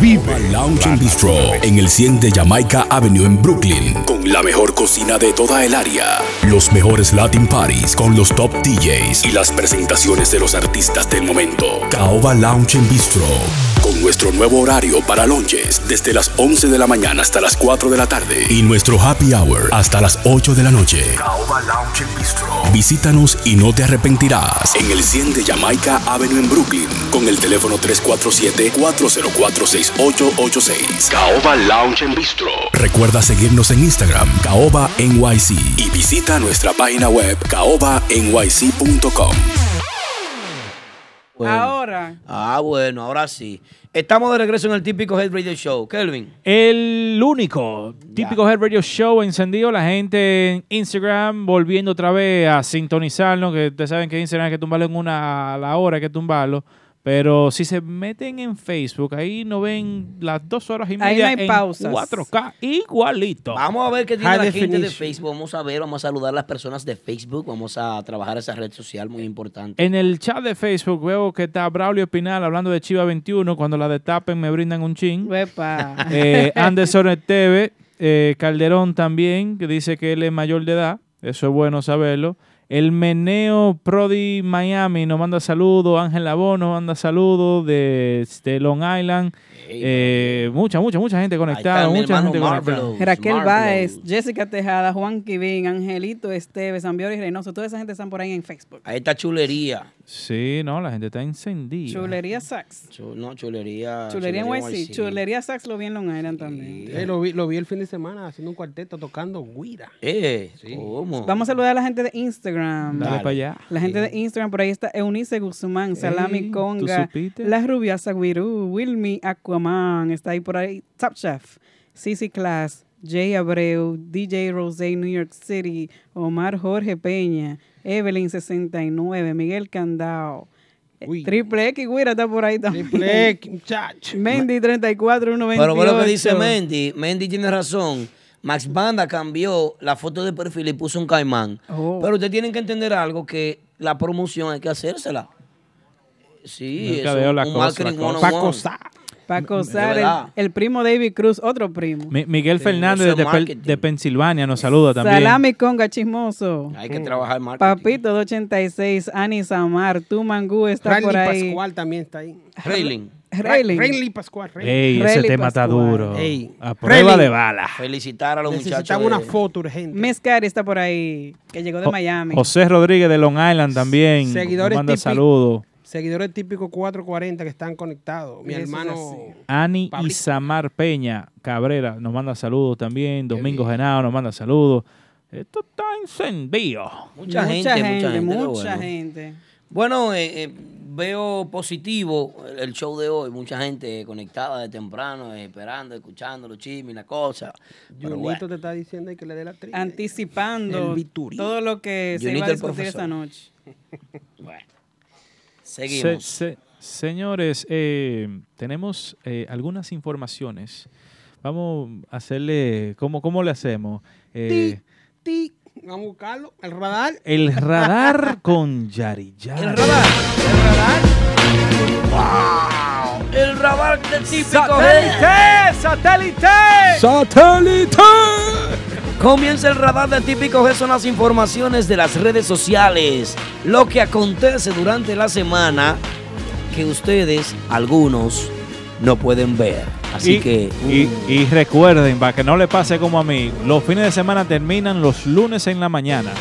Speaker 17: Vive
Speaker 1: Lounge and Bistro en el 100 de Jamaica Avenue en Brooklyn, con la mejor cocina de toda el área, los mejores Latin parties con los top DJs y las presentaciones de los artistas del momento. Caoba Lounge and Bistro con nuestro nuevo horario para lunches desde las 11 de la mañana hasta las 4 de la tarde y nuestro happy hour hasta las 8 de la noche.
Speaker 17: Caoba Lounge Bistro.
Speaker 1: Visítanos y no te arrepentirás en el 100 de Jamaica Avenue en Brooklyn con el teléfono 347-404-6886. Caoba Lounge en Bistro. Recuerda seguirnos en Instagram, Caoba NYC, y visita nuestra página web caobanyc.com.
Speaker 5: Ahora.
Speaker 8: Ah, bueno, ahora sí. Estamos de regreso en el típico Head Radio Show. Kelvin.
Speaker 6: El único típico Head Radio Show encendido. La gente en Instagram volviendo otra vez a sintonizarnos. Que ustedes saben que Instagram hay que tumbarlo en una a la hora, hay que tumbarlo. Pero si se meten en Facebook, ahí no ven las dos horas y media.
Speaker 5: Ahí no hay
Speaker 6: en
Speaker 5: pausas.
Speaker 6: 4K igualito.
Speaker 3: Vamos a ver qué tiene
Speaker 6: High
Speaker 3: la gente de
Speaker 6: definition.
Speaker 3: Facebook. Vamos a ver, vamos a saludar a las personas de Facebook. Vamos a trabajar esa red social muy importante.
Speaker 6: En el chat de Facebook veo que está Braulio Espinal hablando de Chiva 21. Cuando la destapen me brindan un chin. Eh, Anderson Esteve, eh, Calderón también, que dice que él es mayor de edad. Eso es bueno saberlo. El meneo Prodi Miami nos manda saludos. Ángel Abono manda saludos de, de Long Island. Eh, mucha, mucha, mucha gente conectada.
Speaker 3: mi
Speaker 6: Mucha
Speaker 3: hermano
Speaker 6: gente conectada.
Speaker 3: Marvel.
Speaker 5: Raquel eh. Báez, Jessica Tejada, Juan Quivín, Angelito Esteves, Ambiori Reynoso, toda esa gente están por ahí en Facebook.
Speaker 3: Ahí está chulería.
Speaker 6: Sí, no, la gente está encendida.
Speaker 5: Chulería Sax.
Speaker 3: Chu- no, chulería.
Speaker 5: Chulería en YC. Chulería Sax lo vi en Long Island también.
Speaker 4: Eh, lo, vi, lo vi el fin de semana haciendo un cuarteto tocando guira.
Speaker 3: Eh, ¿cómo?
Speaker 5: Vamos a saludar a la gente de Instagram.
Speaker 6: Dale Dale. pa' allá.
Speaker 5: La gente de Instagram, por ahí está Eunice Guzmán, Salami
Speaker 6: Ey, ¿tú
Speaker 5: Conga,
Speaker 6: supiste?
Speaker 5: La Rubia Saguirú, Wilmy Aquaman, está ahí por ahí, Top Chef, Sisi Class, Jay Abreu, DJ Rosé New York City, Omar Jorge Peña, Evelyn 69, Miguel Candao. eh, Triple X, Guira está por ahí también.
Speaker 4: Triple X, muchacho.
Speaker 5: Mendy 34128.
Speaker 3: Pero bueno, lo que dice Mendy, Mendy tiene razón. Max Banda cambió la foto de perfil y puso un caimán.
Speaker 5: Oh.
Speaker 3: Pero ustedes tienen que entender algo, que la promoción hay que hacérsela. Sí,
Speaker 6: Nunca
Speaker 3: eso,
Speaker 6: veo la
Speaker 3: un
Speaker 6: cosa,
Speaker 3: marketing
Speaker 6: la cosa.
Speaker 3: 101.
Speaker 6: Pa' gozar.
Speaker 5: Paco
Speaker 3: De
Speaker 5: Sar, el,
Speaker 3: verdad.
Speaker 5: el primo David Cruz, otro primo.
Speaker 6: Mi- Miguel
Speaker 5: Sí,
Speaker 6: Fernández
Speaker 3: eso es
Speaker 6: de, Pel-
Speaker 3: marketing.
Speaker 6: de Pensilvania nos saluda también.
Speaker 5: Salami conga chismoso.
Speaker 3: Hay que trabajar marketing.
Speaker 5: Papito de 86, Ani Samar, Tumangú está
Speaker 4: Randy
Speaker 5: por ahí.
Speaker 4: Pascual también está ahí.
Speaker 3: Railing.
Speaker 5: Rayleigh.
Speaker 4: Rayleigh Pascual. Rayleigh.
Speaker 6: Ey, ese
Speaker 5: Relly
Speaker 6: tema está
Speaker 5: Pascual.
Speaker 6: duro.
Speaker 5: Ey.
Speaker 6: A prueba
Speaker 5: Relly.
Speaker 6: de bala.
Speaker 3: Felicitar a los muchachos.
Speaker 4: Necesitan una foto urgente.
Speaker 5: Mescari está por ahí, que llegó de
Speaker 6: Jo-
Speaker 5: Miami.
Speaker 6: José Rodríguez de Long Island también.
Speaker 4: Seguidores
Speaker 6: manda
Speaker 4: típicos.
Speaker 6: saludos.
Speaker 4: Seguidores típicos 440 que están conectados. Mi
Speaker 5: Eso es
Speaker 4: hermano.
Speaker 6: Ani Isamar Peña Cabrera nos manda saludos también. Domingo Genao nos manda saludos. Esto está encendido.
Speaker 3: Mucha, gente, mucha gente. pero
Speaker 5: mucha
Speaker 3: bueno.
Speaker 5: gente.
Speaker 3: Bueno, eh, eh, veo positivo el- el show de hoy. Mucha gente conectada de temprano, eh, esperando, escuchando los chismes, y la cosa. Pero
Speaker 4: Junito
Speaker 3: bueno.
Speaker 4: te está diciendo ahí que le dé la tri.
Speaker 5: Anticipando
Speaker 4: El Vituri.
Speaker 5: todo lo que se
Speaker 3: Junito
Speaker 5: iba a
Speaker 3: el
Speaker 5: discutir
Speaker 3: profesor.
Speaker 5: esta noche.
Speaker 3: Seguimos.
Speaker 6: Se- se- señores, eh, tenemos eh, algunas informaciones. Vamos a hacerle. ¿Cómo, cómo le hacemos? Eh,
Speaker 4: Ti. Vamos a buscarlo. El radar.
Speaker 6: el radar con Yari Yari.
Speaker 3: El radar del típico.
Speaker 6: ¡Satélite!
Speaker 3: ¡Satélite!
Speaker 6: ¡Satélite!
Speaker 3: Comienza el radar de típico G. Son las informaciones de las redes sociales. Lo que acontece durante la semana que ustedes, algunos, no pueden ver. Así
Speaker 6: Y-
Speaker 3: que. uh.
Speaker 6: Y, y recuerden, para que no le pase como a mí, los fines de semana terminan los lunes en la mañana.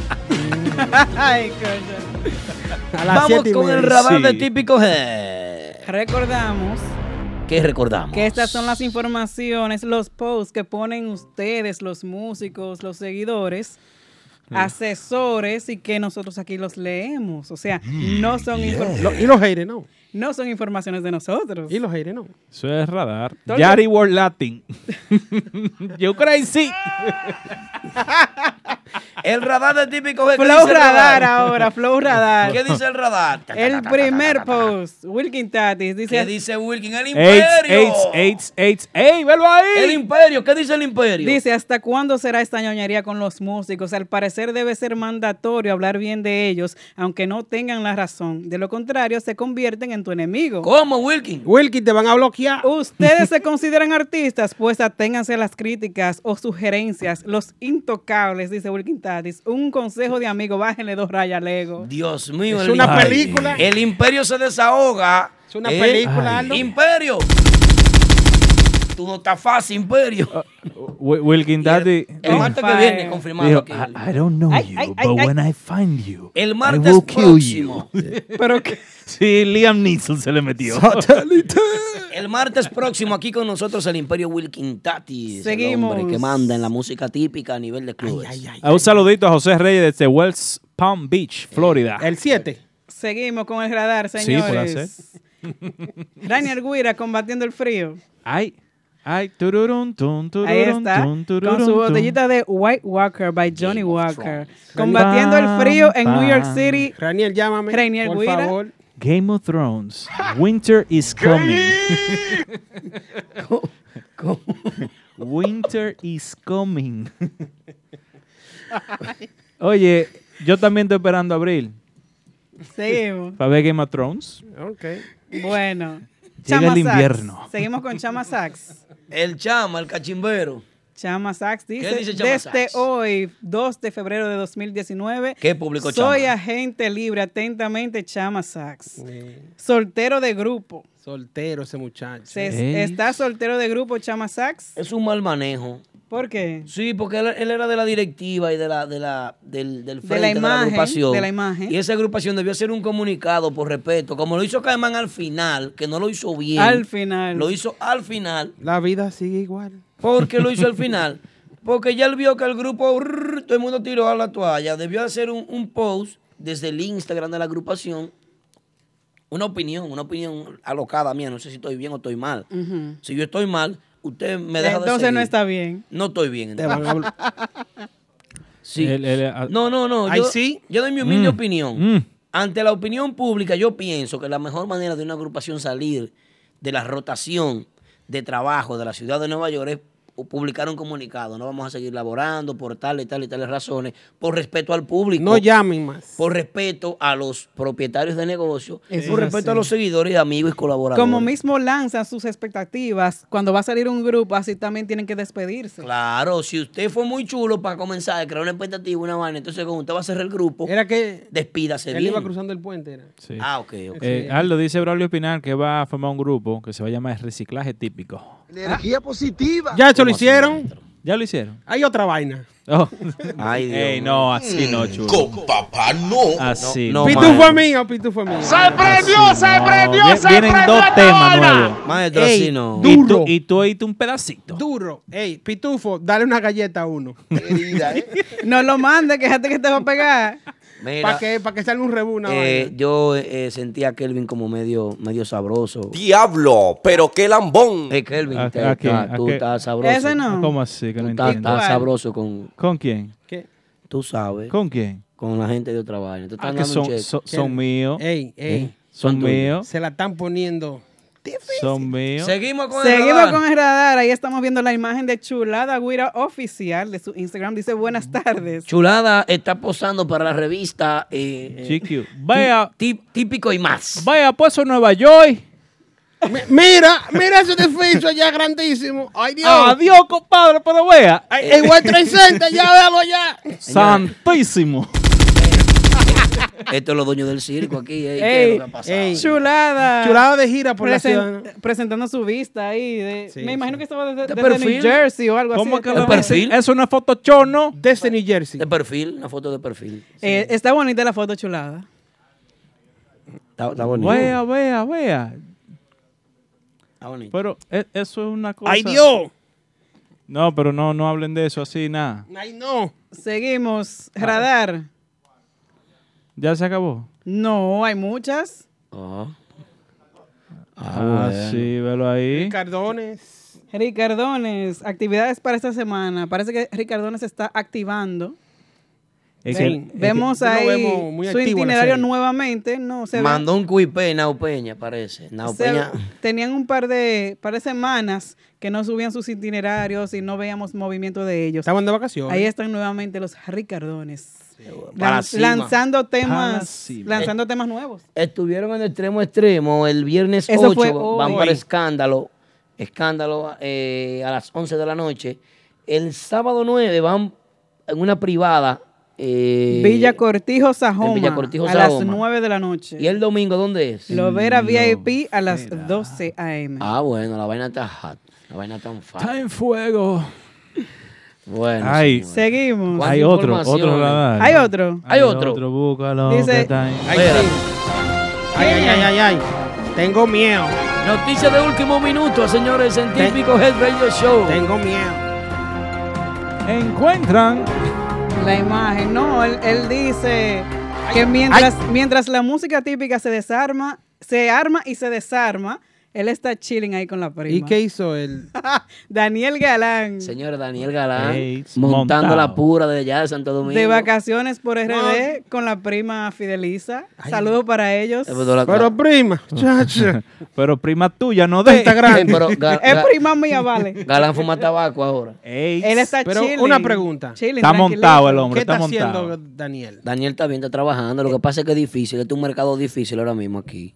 Speaker 5: Ay, coño.
Speaker 3: Vamos con el radar de
Speaker 6: Sí.
Speaker 3: típico G.
Speaker 5: Recordamos
Speaker 3: ¿Qué recordamos?
Speaker 5: Que estas son las informaciones, los posts que ponen ustedes, los músicos, los seguidores,
Speaker 3: Mm.
Speaker 5: asesores y que nosotros aquí los leemos. O sea,
Speaker 3: Mm,
Speaker 5: no son infor-
Speaker 4: Lo- y los aires, ¿no?
Speaker 5: no son informaciones de nosotros.
Speaker 4: Y los aires, ¿no.
Speaker 6: Eso es radar.
Speaker 5: Todo
Speaker 6: Yari
Speaker 5: el-
Speaker 6: World Latin. You crazy.
Speaker 3: El radar de típico G. ¿Qué
Speaker 5: Flow
Speaker 3: dice el
Speaker 5: radar ahora, flow radar.
Speaker 3: ¿Qué dice el radar?
Speaker 5: El primer post, Wilkin Tatis dice,
Speaker 3: ¿Qué dice Wilkin? El
Speaker 6: Eights,
Speaker 3: imperio.
Speaker 6: eights, eights, eights. ¡Ey, velo ahí!
Speaker 3: El imperio. ¿Qué dice el imperio?
Speaker 5: Dice, ¿hasta cuándo será esta ñoñería con los músicos? Al parecer debe ser mandatorio hablar bien de ellos, aunque no tengan la razón. De lo contrario, se convierten en tu enemigo.
Speaker 3: ¿Cómo, Wilkin?
Speaker 4: Wilkin, te van a bloquear.
Speaker 5: Ustedes se consideran artistas, pues aténganse a las críticas o sugerencias. Los intocables, dice Wilkin Tatis. Un consejo de amigo, bájenle dos rayas al ego.
Speaker 3: Dios mío.
Speaker 5: Es
Speaker 3: el
Speaker 5: una
Speaker 3: imperio.
Speaker 5: película.
Speaker 3: El imperio se desahoga. Es
Speaker 5: una película, Aldo.
Speaker 3: Imperio. Tú no estás fácil, imperio.
Speaker 5: Uh,
Speaker 6: Wi- Wilkin Daddy.
Speaker 3: el martes que viene, confirmado
Speaker 6: dijo,
Speaker 3: aquí.
Speaker 6: I, I don't know you, but when I find you,
Speaker 3: El
Speaker 6: I
Speaker 3: martes
Speaker 6: will kill
Speaker 3: próximo.
Speaker 6: you. Sí, Liam Neeson se le metió.
Speaker 3: El martes próximo aquí con nosotros el Imperio Wilkin Tatis.
Speaker 5: Seguimos.
Speaker 3: El hombre que manda en la música típica a nivel de clubes.
Speaker 6: Ah, Un saludito a José Reyes desde Wells Palm
Speaker 3: Eh,
Speaker 6: Beach, Florida.
Speaker 4: El 7.
Speaker 5: Seguimos con el radar,
Speaker 6: Sí, puede ser.
Speaker 5: señores. Daniel Guira combatiendo el frío.
Speaker 6: Ay, ay, tururun, tun, tururun,
Speaker 5: Ahí está,
Speaker 6: tun, tururun,
Speaker 5: con su
Speaker 6: tun.
Speaker 5: botellita de White Walker by Johnny Walker. Combatiendo el frío en New York City.
Speaker 4: Raniel, llámame.
Speaker 5: Rainier
Speaker 4: por
Speaker 5: Guira.
Speaker 4: favor.
Speaker 6: Game of Thrones. Winter is coming. Winter is coming. Oye, yo también estoy esperando abril
Speaker 5: Seguimos.
Speaker 6: para ver Game of Thrones.
Speaker 5: Bueno.
Speaker 6: Llega el
Speaker 5: Chama Sachs.
Speaker 6: invierno.
Speaker 5: Seguimos con Chama Sachs.
Speaker 3: El chama, el cachimbero.
Speaker 5: Chama Sachs dice,
Speaker 3: dice Chama
Speaker 5: desde hoy, 2 de febrero de 2019,
Speaker 3: ¿Qué publicó
Speaker 5: soy
Speaker 3: Chama?
Speaker 5: agente libre, atentamente Chama Sachs. Soltero de grupo.
Speaker 4: Eh, Soltero ese muchacho.
Speaker 5: Se- ¿Está soltero de grupo Chama Sachs?
Speaker 3: Es un mal manejo.
Speaker 5: ¿Por qué?
Speaker 3: Sí, porque él, él era de la directiva y de la, de la, del, del
Speaker 5: De
Speaker 3: frente
Speaker 5: la imagen,
Speaker 3: agrupación.
Speaker 5: de la imagen.
Speaker 3: Y esa agrupación debió hacer un comunicado por respeto, como lo hizo Caimán al final, que no lo hizo bien.
Speaker 5: Al final.
Speaker 3: Lo hizo al final.
Speaker 4: La vida sigue igual.
Speaker 3: porque lo hizo al final? Porque ya él vio que el grupo, rrr, todo el mundo tiró a la toalla. Debió hacer un, un post desde el Instagram de la agrupación. Una opinión, una opinión alocada mía. No sé si estoy bien o estoy mal.
Speaker 5: Ujú.
Speaker 3: Si yo estoy mal, usted me deja de
Speaker 5: Entonces no
Speaker 3: seguir.
Speaker 5: está bien.
Speaker 3: No estoy bien.
Speaker 5: Te van a
Speaker 3: entonces. Sí.
Speaker 6: El- el- a-
Speaker 3: no, no, no.
Speaker 6: Ahí
Speaker 3: Yo,
Speaker 6: sí.
Speaker 3: yo doy mi humilde
Speaker 6: Mm,
Speaker 3: opinión.
Speaker 6: mm.
Speaker 3: Ante la opinión pública, yo pienso que la mejor manera de una agrupación salir de la rotación de trabajo de la ciudad de Nueva York es publicar un comunicado. No vamos a seguir laborando por tal y tal y tales razones, por respeto al público.
Speaker 4: No llamen más.
Speaker 3: Por respeto a los propietarios de negocio,
Speaker 5: Eso
Speaker 3: por
Speaker 5: es
Speaker 3: respeto a
Speaker 5: así.
Speaker 3: los seguidores, amigos y colaboradores.
Speaker 5: Como mismo lanzan sus expectativas, cuando va a salir un grupo, así también tienen que despedirse.
Speaker 3: Claro, si usted fue muy chulo para comenzar a crear una expectativa, una vaina, entonces cuando usted va a cerrar el grupo,
Speaker 4: era que
Speaker 3: despídase
Speaker 4: Él
Speaker 3: bien.
Speaker 4: iba cruzando el puente. Era.
Speaker 6: Sí.
Speaker 3: Ah, ok, ok.
Speaker 6: Eh, Aldo dice Braulio Pinar que va a formar un grupo que se va a llamar Reciclaje Típico.
Speaker 4: Energía positiva. Ya eso lo hicieron.
Speaker 6: ¿Ya lo hicieron?
Speaker 4: Hay otra vaina.
Speaker 6: Oh.
Speaker 3: Ay,
Speaker 6: Dios. Ey, no, así no, chulo. Con papá no. Así
Speaker 4: No,
Speaker 6: no.
Speaker 4: Pitufo mío, pitufo mío. ¡Se
Speaker 6: prendió, se No, prendió, vi- se vienen prendió dos esta temas vaina! nuevos.
Speaker 4: Maestro,
Speaker 6: Maestro,
Speaker 4: Ey,
Speaker 6: así no.
Speaker 4: Duro.
Speaker 6: Y tú- y tú oíste un pedacito.
Speaker 4: Duro. Ey, pitufo, dale una galleta a uno.
Speaker 6: ¿eh?
Speaker 5: no lo mande, quéjate que te va a pegar.
Speaker 3: Mira,
Speaker 4: Para que, pa' que salga un rebú una
Speaker 3: eh,
Speaker 4: vaina.
Speaker 3: yo eh, sentía a Kelvin como medio, medio sabroso.
Speaker 18: Diablo, pero qué lambón.
Speaker 3: Eh, Kelvin,
Speaker 6: ¿A-
Speaker 3: te-
Speaker 6: a qué?
Speaker 3: ta-
Speaker 6: ¿A
Speaker 3: tú
Speaker 6: qué?
Speaker 3: estás sabroso.
Speaker 5: Ese no.
Speaker 6: ¿Cómo así? Que
Speaker 3: Tú
Speaker 6: no
Speaker 3: estás
Speaker 6: entiendo.
Speaker 3: estás
Speaker 6: ¿Cuál?
Speaker 3: sabroso con...
Speaker 6: ¿Con quién?
Speaker 4: ¿Qué?
Speaker 3: Tú sabes.
Speaker 6: ¿Con quién?
Speaker 3: Con la gente de otra vaina. Te están
Speaker 6: Ah, que
Speaker 3: dando un
Speaker 6: son,
Speaker 3: cheque.
Speaker 6: son, son míos.
Speaker 4: Ey, ey.
Speaker 6: ¿Eh? Son míos.
Speaker 4: Se la están poniendo.
Speaker 6: Son míos.
Speaker 3: Seguimos
Speaker 5: Seguimos con el radar. Ahí estamos viendo la imagen de Chulada Guira oficial de su Instagram. Dice buenas tardes.
Speaker 3: Chulada está posando para la revista... eh, eh,
Speaker 6: GQ. Vaya.
Speaker 3: tí- Típico y más.
Speaker 6: Vaya, pues a Nueva York.
Speaker 4: Mi- Mira, mira ese edificio allá grandísimo. Ay, Dios.
Speaker 3: Ah,
Speaker 6: Adiós, compadre, pero vea.
Speaker 4: Ay,
Speaker 3: eh.
Speaker 4: El World Trade Center, ya véalo allá.
Speaker 6: Santísimo.
Speaker 3: Esto es los dueños del circo aquí. eh, ¿qué es
Speaker 5: Ey,
Speaker 3: lo que ha pasado?
Speaker 5: ey, chulada.
Speaker 4: Chulada de gira por la ciudad,
Speaker 5: Presentando su vista ahí. de-
Speaker 4: Sí,
Speaker 5: me imagino que estaba desde,
Speaker 3: De
Speaker 5: desde New
Speaker 3: perfil.
Speaker 5: Jersey o algo así. Eh, pues,
Speaker 3: De perfil.
Speaker 6: Eso no es foto ¿no?
Speaker 4: Desde New Jersey.
Speaker 3: De perfil, una foto de perfil.
Speaker 5: Eh, está bonita la foto chulada.
Speaker 3: Está, está bonito.
Speaker 6: Vea, vea, vea.
Speaker 3: Está bonito.
Speaker 6: Pero e- eso es una cosa.
Speaker 5: ¡Ay, Dios!
Speaker 6: No, pero no, no hablen de eso así, nada.
Speaker 4: Ay, no.
Speaker 5: Seguimos. Radar.
Speaker 6: Ya se acabó.
Speaker 5: No, hay muchas.
Speaker 6: Ah,
Speaker 3: bueno.
Speaker 6: sí, velo ahí.
Speaker 4: Cardones.
Speaker 5: Ricardones, actividades para esta semana. Parece que Ricardones se está activando.
Speaker 6: Es
Speaker 5: Ven-
Speaker 6: que- es que-
Speaker 5: vemos
Speaker 3: Lo
Speaker 5: ahí
Speaker 3: vemos muy
Speaker 5: su
Speaker 3: activo en la
Speaker 5: itinerario
Speaker 3: serie.
Speaker 5: nuevamente. No, se ve-
Speaker 3: Mandó un cuipé, Nao Peña, parece. Nao
Speaker 5: se-
Speaker 3: Peña.
Speaker 5: tenían un par de, par de semanas que no subían sus itinerarios y no veíamos movimiento de ellos.
Speaker 4: Estaban de vacaciones.
Speaker 5: Ahí están nuevamente los Ricardones.
Speaker 3: Para
Speaker 5: Lan-
Speaker 3: la cima.
Speaker 5: lanzando
Speaker 3: Para la
Speaker 5: temas,
Speaker 3: cima.
Speaker 5: lanzando temas nuevos.
Speaker 3: Estuvieron en extremo extremo el viernes
Speaker 5: Eso
Speaker 3: 8,
Speaker 5: fue
Speaker 3: van
Speaker 5: hoy.
Speaker 3: para escándalo, escándalo eh, a las 11 de la noche. El sábado 9 van en una privada. eh,
Speaker 5: Villa Cortijo Sajoma.
Speaker 3: Villa Cortijo,
Speaker 5: a las
Speaker 3: Sahoma.
Speaker 5: 9 de la noche.
Speaker 3: ¿Y el domingo dónde es?
Speaker 5: Lovera
Speaker 3: Mm,
Speaker 5: VIP a las 12 a.m.
Speaker 3: Ah, bueno, la vaina está hot, la vaina está on fire.
Speaker 6: en fuego.
Speaker 3: Bueno,
Speaker 6: Ay.
Speaker 3: señores.
Speaker 5: Seguimos.
Speaker 6: Hay otro, otro radar.
Speaker 5: Hay otro.
Speaker 6: Hay otro. búscalo.
Speaker 5: Dice-
Speaker 6: que está ahí.
Speaker 4: Ay, sí. ay, ay, ay, ay, ay. Tengo miedo.
Speaker 3: Noticia de último minuto, señores, en típico Head Radio Show.
Speaker 4: Tengo miedo.
Speaker 6: Encuentran.
Speaker 5: La imagen, no, él, él dice que mientras, mientras la música típica se desarma, se arma y se desarma, él está chilling ahí con la prima.
Speaker 4: ¿Y qué hizo él?
Speaker 5: Daniel Galán,
Speaker 3: Señor Daniel Galán,
Speaker 6: Ey,
Speaker 3: Ah, montando
Speaker 6: montado.
Speaker 3: la pura de allá de Santo Domingo.
Speaker 5: de vacaciones por RD con la prima Fideliza. Saludos para ellos.
Speaker 4: Pero prima, chacha.
Speaker 6: Pero prima tuya, no de
Speaker 4: Instagram.
Speaker 3: Pero Ga-
Speaker 5: Es
Speaker 3: Ga-
Speaker 5: prima mía, vale.
Speaker 3: Galán fuma tabaco ahora.
Speaker 5: Él está
Speaker 4: Pero
Speaker 5: chilling.
Speaker 4: una pregunta.
Speaker 5: Chilling,
Speaker 6: Está
Speaker 5: tranquilito.
Speaker 6: montado el hombre,
Speaker 4: ¿Qué
Speaker 6: está
Speaker 4: está
Speaker 6: montado.
Speaker 4: haciendo Daniel?
Speaker 3: Daniel está bien, está trabajando. Lo que pasa es que es difícil, este es un mercado difícil ahora mismo aquí.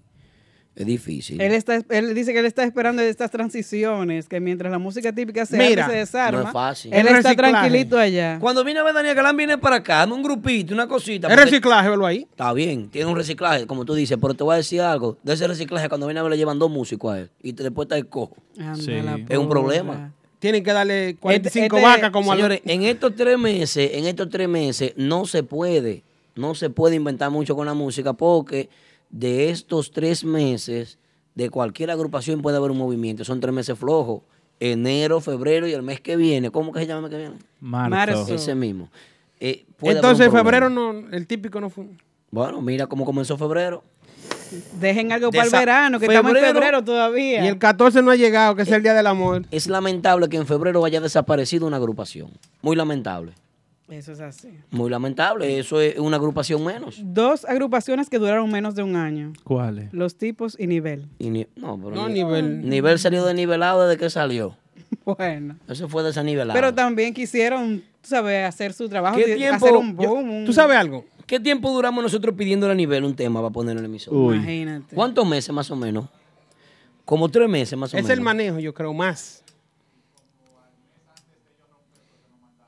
Speaker 3: Es difícil.
Speaker 5: Él, está, él dice que él está esperando estas transiciones, que mientras la música típica se
Speaker 3: Mira,
Speaker 5: abre y se desarma,
Speaker 3: no es fácil.
Speaker 5: él
Speaker 3: El
Speaker 5: está
Speaker 3: reciclaje.
Speaker 5: tranquilito allá.
Speaker 12: Cuando viene a ver Daniel Galán, viene para acá, en un grupito, una cosita.
Speaker 3: Es
Speaker 12: porque-
Speaker 4: reciclaje, velo ahí.
Speaker 3: Está bien, tiene un reciclaje, como tú dices, pero te voy a decir algo. De ese reciclaje, cuando viene a ver, le llevan dos músicos a él y te- después está el cojo.
Speaker 5: Anda
Speaker 4: Sí. la
Speaker 3: Es un
Speaker 4: porra.
Speaker 3: problema.
Speaker 4: Tienen que darle 45
Speaker 3: Ah. Este-
Speaker 4: vacas como a los-
Speaker 3: Señores, en estos tres meses, en estos tres meses, no se puede, no se puede inventar mucho con la música porque de estos tres meses, de cualquier agrupación puede haber un movimiento. Son tres meses flojos. Enero, febrero y el mes que viene. ¿Cómo que se llama el mes que viene?
Speaker 6: Marzo. Marzo.
Speaker 3: Ese mismo. Eh, puede haber un
Speaker 4: Entonces,
Speaker 3: problema.
Speaker 4: febrero no, el típico no fue.
Speaker 3: Bueno, mira cómo comenzó febrero.
Speaker 5: Dejen algo
Speaker 3: De
Speaker 5: para el
Speaker 3: esa-
Speaker 5: verano, que estamos en
Speaker 3: febrero-
Speaker 5: febrero todavía.
Speaker 4: Y el 14 no ha llegado, que es el día del amor.
Speaker 3: Eh, Es lamentable que en febrero haya desaparecido una agrupación. Muy lamentable.
Speaker 5: Eso es así.
Speaker 3: Muy lamentable. Eso es una agrupación menos.
Speaker 5: Dos agrupaciones que duraron menos de un año.
Speaker 6: ¿Cuáles?
Speaker 5: Los tipos y nivel.
Speaker 3: Y ni- no, pero
Speaker 5: No,
Speaker 3: ni-
Speaker 5: nivel.
Speaker 3: Nivel salió desnivelado desde que salió.
Speaker 5: Bueno.
Speaker 3: Eso fue desanivelado.
Speaker 5: Pero también quisieron, tú sabes, hacer su trabajo,
Speaker 12: ¿Qué
Speaker 5: de-
Speaker 12: tiempo-
Speaker 5: hacer un
Speaker 12: yo-
Speaker 5: boom. un-
Speaker 12: ¿tú sabes algo?
Speaker 3: ¿Qué tiempo duramos nosotros pidiendo a nivel un tema para poner en el emisor?
Speaker 5: Uy. Imagínate.
Speaker 3: ¿Cuántos meses más o menos? Como tres meses más o
Speaker 4: Es el
Speaker 3: menos.
Speaker 4: manejo, yo creo, más.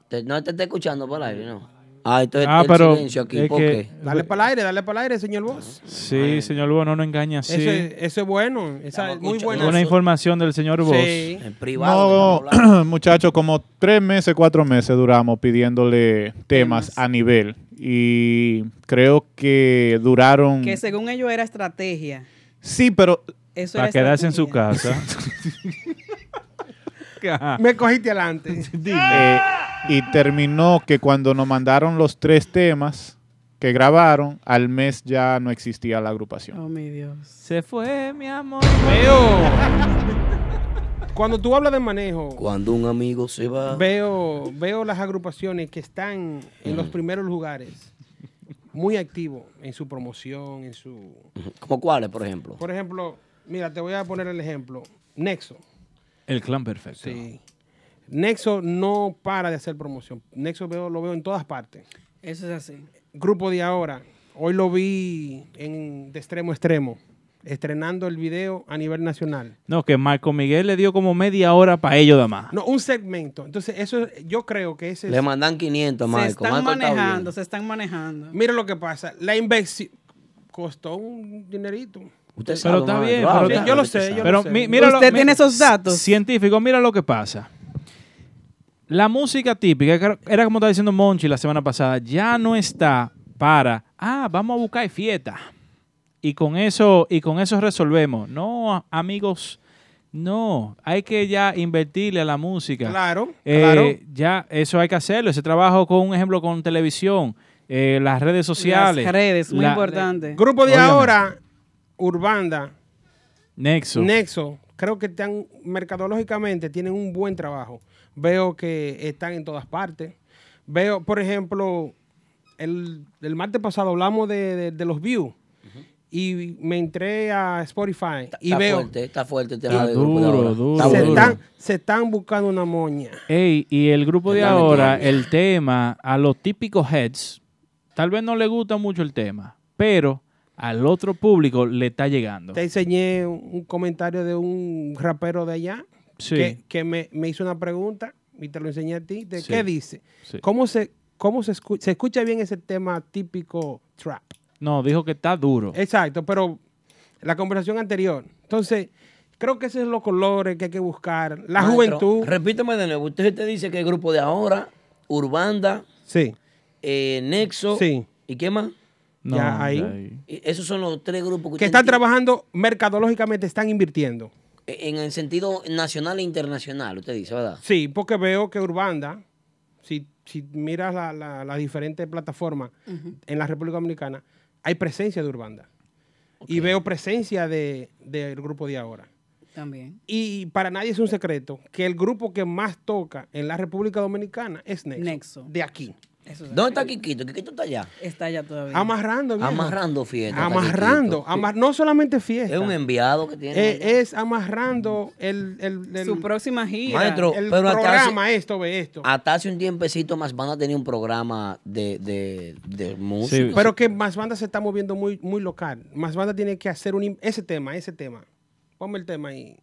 Speaker 3: Te- no te está escuchando por aire, ¿no? Ah, entonces
Speaker 6: Ah,
Speaker 3: el
Speaker 6: pero
Speaker 3: silencio aquí.
Speaker 6: es
Speaker 3: ¿Por
Speaker 6: que-
Speaker 3: qué? Ah.
Speaker 4: Dale para el aire, dale para el aire, señor Vos.
Speaker 6: Sí, señor Bo, no nos engaña así.
Speaker 4: Eso, es- eso es bueno. Esa es muy buena.
Speaker 6: Buena información del señor Vos.
Speaker 4: Sí.
Speaker 7: No, muchachos, como tres meses, cuatro meses duramos pidiéndole temas a nivel. Y creo que duraron.
Speaker 5: Que según ellos era estrategia.
Speaker 7: Sí, pero.
Speaker 5: Eso
Speaker 6: Para
Speaker 5: era
Speaker 6: quedarse en su casa.
Speaker 4: Me cogiste adelante.
Speaker 7: Eh, y terminó que cuando nos mandaron los tres temas que grabaron, al mes ya no existía la agrupación.
Speaker 5: Oh, mi Dios.
Speaker 6: Se fue, mi amor.
Speaker 4: Cuando tú hablas de manejo,
Speaker 3: Cuando un amigo se va.
Speaker 4: veo, veo las agrupaciones que están en los primeros lugares, muy activos en su promoción, en su...
Speaker 3: ¿Como cuáles, por ejemplo?
Speaker 4: Por ejemplo, mira, te voy a poner el ejemplo. Nexo.
Speaker 6: El clan perfecto.
Speaker 4: Sí. Nexo no para de hacer promoción. Nexo veo, lo veo en todas partes.
Speaker 5: Eso es así.
Speaker 4: Grupo de ahora. Hoy lo vi en, de extremo a extremo, estrenando el video a nivel nacional.
Speaker 6: No, que Marco Miguel le dio como media hora para ellos, damas.
Speaker 4: No, un segmento. Entonces, eso yo creo que ese es-
Speaker 3: Le mandan 500 a
Speaker 4: Se
Speaker 3: Marco.
Speaker 4: están
Speaker 3: Marco está bien.
Speaker 5: Manejando, se están manejando.
Speaker 4: Mira lo que pasa. La inversión costó un dinerito.
Speaker 3: Usted
Speaker 6: Pero está bien.
Speaker 4: Sí,
Speaker 6: pero
Speaker 4: yo
Speaker 6: está-
Speaker 4: lo sé, yo
Speaker 6: pero
Speaker 4: lo sé.
Speaker 6: mi- mira lo-
Speaker 5: Usted
Speaker 6: mi-
Speaker 5: tiene esos datos.
Speaker 6: Científico, mira lo que pasa. La música típica, que era como estaba diciendo Monchi la semana pasada, ya no está para, ah, vamos a buscar fiesta. Y con eso, y con eso resolvemos. No, a- amigos, no. Hay que ya invertirle a la música.
Speaker 4: Claro,
Speaker 6: Eh,
Speaker 4: claro.
Speaker 6: Ya, eso hay que hacerlo. Ese trabajo con un ejemplo con televisión, eh, las redes sociales.
Speaker 5: Las redes, muy
Speaker 6: la-
Speaker 5: importante.
Speaker 4: Grupo de
Speaker 6: Óigame.
Speaker 4: ahora, Urbanda,
Speaker 6: Nexo.
Speaker 4: Nexo, creo que están mercadológicamente tienen un buen trabajo. Veo que están en todas partes. Veo, por ejemplo, el, el martes pasado hablamos de, de- de los views. Y me entré a Spotify y
Speaker 3: está
Speaker 4: veo.
Speaker 3: fuerte, está fuerte. Este
Speaker 6: Está
Speaker 3: radio del grupo de
Speaker 6: duro,
Speaker 3: ahora.
Speaker 6: duro,
Speaker 3: Está
Speaker 4: se,
Speaker 3: bueno.
Speaker 4: están, se están buscando una moña.
Speaker 6: Ey, y el grupo de
Speaker 4: Ya me
Speaker 6: ahora,
Speaker 4: entiendes.
Speaker 6: el tema, a los típicos heads, tal vez no le gusta mucho el tema, pero al otro público le está llegando.
Speaker 4: Te enseñé un un comentario de un rapero de allá
Speaker 6: Sí.
Speaker 4: que, que me, me hizo una pregunta y te lo enseñé a ti. De
Speaker 6: Sí.
Speaker 4: ¿Qué dice?
Speaker 6: Sí.
Speaker 4: ¿Cómo, se, cómo se, escu- se escucha bien ese tema típico trap?
Speaker 6: No, dijo que está duro.
Speaker 4: Exacto, pero la conversación anterior. Entonces, creo que esos son los colores que hay que buscar. La
Speaker 3: Maestro,
Speaker 4: juventud.
Speaker 3: Repítame de nuevo. Usted te dice que el grupo de ahora, Urbanda,
Speaker 4: Sí.
Speaker 3: eh, Nexo.
Speaker 4: Sí.
Speaker 3: ¿Y qué más?
Speaker 6: No,
Speaker 4: ya ahí.
Speaker 3: Y Esos son los tres grupos que,
Speaker 4: Que
Speaker 3: usted
Speaker 4: están
Speaker 3: entiende
Speaker 4: trabajando mercadológicamente, están invirtiendo.
Speaker 3: En el sentido nacional e internacional, usted dice, ¿verdad?
Speaker 4: Sí, porque veo que Urbanda, si, si miras la- la- las diferentes plataformas en la República Dominicana, hay presencia de Urbanda. Y veo presencia de- del grupo de ahora.
Speaker 5: También.
Speaker 4: Y para nadie es un secreto que el grupo que más toca en la República Dominicana es Nexo. De aquí.
Speaker 3: ¿Dónde está Quiquito? Quiquito está allá.
Speaker 5: Está allá todavía.
Speaker 4: Amarrando, viejo.
Speaker 3: Amarrando fiesta. está
Speaker 4: Amarrando,
Speaker 3: Quiquito.
Speaker 4: amar- no solamente fiesta.
Speaker 3: Es un enviado que tiene.
Speaker 4: Eh, es amarrando el, el- el-
Speaker 5: Su próxima gira.
Speaker 3: Maestro,
Speaker 4: el
Speaker 3: pero hasta
Speaker 4: programa
Speaker 3: hace-
Speaker 4: esto ve esto.
Speaker 3: Hasta hace un tiempecito más van a tener un programa de, de, de música.
Speaker 4: Pero que más banda se está moviendo muy, muy local. Más banda tiene que hacer un im- ese tema, ese tema. Ponme el tema ahí.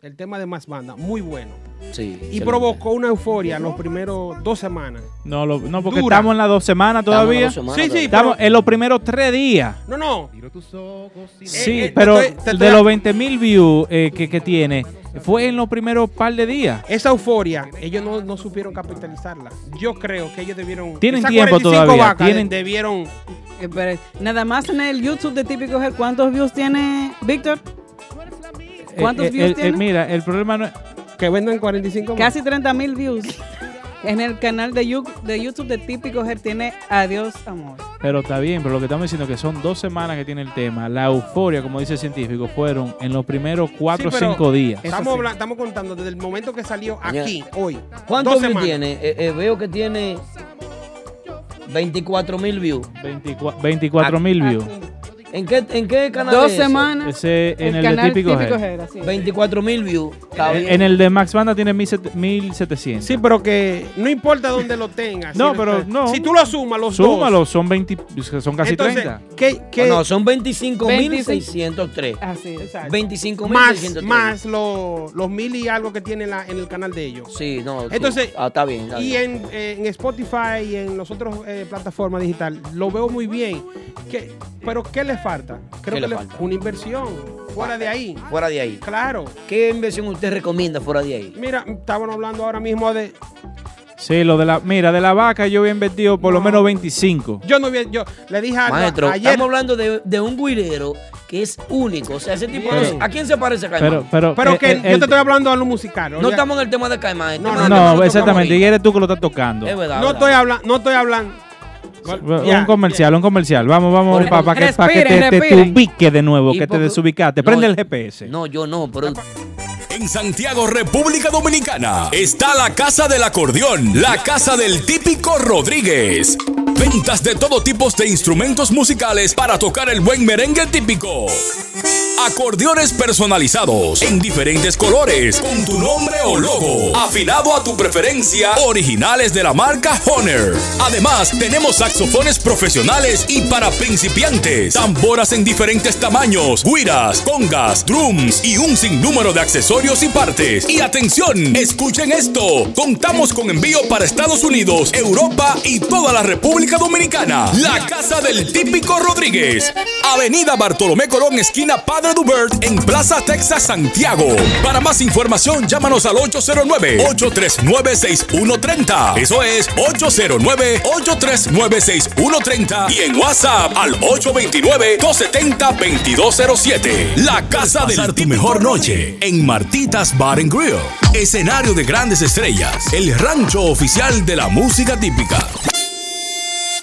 Speaker 4: El tema de más banda, muy bueno.
Speaker 3: Sí,
Speaker 4: Y
Speaker 3: excelente.
Speaker 4: provocó una euforia los primeros dos semanas.
Speaker 6: No, lo- no porque
Speaker 4: Dura.
Speaker 6: estamos en las dos semanas
Speaker 4: Estamos en
Speaker 6: todavía.
Speaker 4: las dos semanas Sí, sí, todavía.
Speaker 6: Estamos
Speaker 4: pero-
Speaker 6: en los primeros tres días.
Speaker 4: No, no.
Speaker 6: Sí,
Speaker 4: eh, te
Speaker 6: pero
Speaker 4: estoy- te estoy-
Speaker 6: de los 20 mil views eh, que, que tiene, fue en los primeros par de días.
Speaker 4: Esa euforia, ellos no, no supieron capitalizarla. Yo creo que ellos debieron.
Speaker 6: Tienen
Speaker 4: esas
Speaker 6: tiempo
Speaker 4: 45
Speaker 6: todavía,
Speaker 4: vacas
Speaker 6: tienen-
Speaker 4: de- debieron.
Speaker 5: Eh, pero nada más en el YouTube de Típico G, ¿cuántos views tiene Víctor? ¿Cuántos
Speaker 6: Eh, eh,
Speaker 5: views
Speaker 6: eh,
Speaker 5: tiene?
Speaker 6: mira, el problema no es...
Speaker 4: Que venden 45
Speaker 5: Casi 30 mil views. En el canal de, Yu- de YouTube de Típico G tiene Adiós Amor.
Speaker 6: Pero está bien, pero lo que estamos diciendo es que son dos semanas que tiene el tema. La euforia, como dice el científico, fueron en los primeros cuatro o
Speaker 4: Sí, pero
Speaker 6: cinco días.
Speaker 4: Estamos, habla- estamos contando desde el momento que salió aquí, hoy.
Speaker 3: ¿Cuántos
Speaker 4: Dos
Speaker 3: views
Speaker 4: semanas.
Speaker 3: tiene? Eh, eh, veo que tiene 24 mil views.
Speaker 4: Ah,
Speaker 6: 24 mil views.
Speaker 3: ¿En qué, ¿En qué canal?
Speaker 5: Dos
Speaker 3: es eso?
Speaker 5: semanas.
Speaker 6: Ese en el, de típico, G.
Speaker 3: 24 mil views. Está bien.
Speaker 6: En el de Max Banda tiene 1700, 1700.
Speaker 4: Sí, pero que no importa dónde lo tengas.
Speaker 6: No,
Speaker 4: si-
Speaker 6: pero no.
Speaker 4: Si tú lo sumas, los dos.
Speaker 6: Súmalo, son 20, son casi
Speaker 4: Entonces,
Speaker 6: 30.
Speaker 4: ¿qué, qué-
Speaker 3: No, son 25.603.
Speaker 5: Así es.
Speaker 3: 25.603.
Speaker 4: más, más lo- los mil y algo que tiene la- en el canal de ellos.
Speaker 3: Sí, no. sí.
Speaker 4: Entonces,
Speaker 3: Ah, está bien. está
Speaker 4: Y
Speaker 3: bien.
Speaker 4: en, eh, en Spotify y en las otras eh, plataformas digitales lo veo muy bien. ¿Qué- pero ¿qué le falta? Creo
Speaker 3: ¿Qué
Speaker 4: que
Speaker 3: le
Speaker 4: le-
Speaker 3: falta?
Speaker 4: una inversión fuera de ahí.
Speaker 3: Fuera de ahí.
Speaker 4: Claro.
Speaker 3: ¿Qué inversión usted recomienda fuera de ahí?
Speaker 4: Mira, estaban hablando ahora mismo de
Speaker 6: Sí, lo de la. Mira, de la vaca yo había invertido por lo menos 25.
Speaker 4: yo no vi, yo le dije a
Speaker 3: Maestro,
Speaker 4: ayer
Speaker 3: estamos hablando de, de un guirero que es único. O sea, ese tipo. no
Speaker 4: Pero-
Speaker 3: es- ¿A quién se parece
Speaker 6: Pero,
Speaker 3: Caimán?
Speaker 6: pero, eh,
Speaker 4: que
Speaker 6: eh,
Speaker 4: yo te estoy hablando a lo musical.
Speaker 3: no
Speaker 4: olvida-
Speaker 3: estamos en el tema de Caimán. el
Speaker 4: No,
Speaker 3: tema
Speaker 6: No,
Speaker 3: de Caimán lo
Speaker 6: exactamente. Y
Speaker 3: tocamos
Speaker 6: eres tú que lo estás tocando.
Speaker 3: ahorita. Es verdad.
Speaker 4: no
Speaker 3: verdad.
Speaker 4: estoy hablando, no estoy hablando.
Speaker 6: Un
Speaker 4: Ya,
Speaker 6: comercial, un comercial. Vamos, vamos,
Speaker 3: Por-
Speaker 6: para que, pa' que
Speaker 3: Respiren,
Speaker 6: te, te- te
Speaker 3: respiren.
Speaker 6: ubique de nuevo,
Speaker 3: Y
Speaker 6: que te
Speaker 3: porque-
Speaker 6: desubicaste.
Speaker 3: No,
Speaker 6: Prende el GPS.
Speaker 3: No, yo no, pero.
Speaker 1: En Santiago, República Dominicana, está la Casa del Acordeón, la Casa del Típico Rodríguez. Ventas de todo tipo de instrumentos musicales para tocar el buen merengue típico. Acordeones personalizados en diferentes colores, con tu nombre o logo, afinado a tu preferencia, originales de la marca Honor. Además, tenemos saxofones profesionales y para principiantes, tamboras en diferentes tamaños, guiras, congas, drums y un sinnúmero de accesorios y partes. Y atención, escuchen esto, contamos con envío para Estados Unidos, Europa y toda la República Dominicana. La Casa del Típico Rodríguez. Avenida Bartolomé Colón, esquina Padre Dubert, en Plaza Texas, Santiago. Para más información, llámanos al 809-839-6130. Eso es 809-839-6130. Y en WhatsApp al 829-270-2207. La Casa del
Speaker 17: Pasar tu
Speaker 1: Típico
Speaker 17: mejor
Speaker 1: noche en Martitas Bar and Grill. Escenario de grandes estrellas. El rancho oficial de la música típica.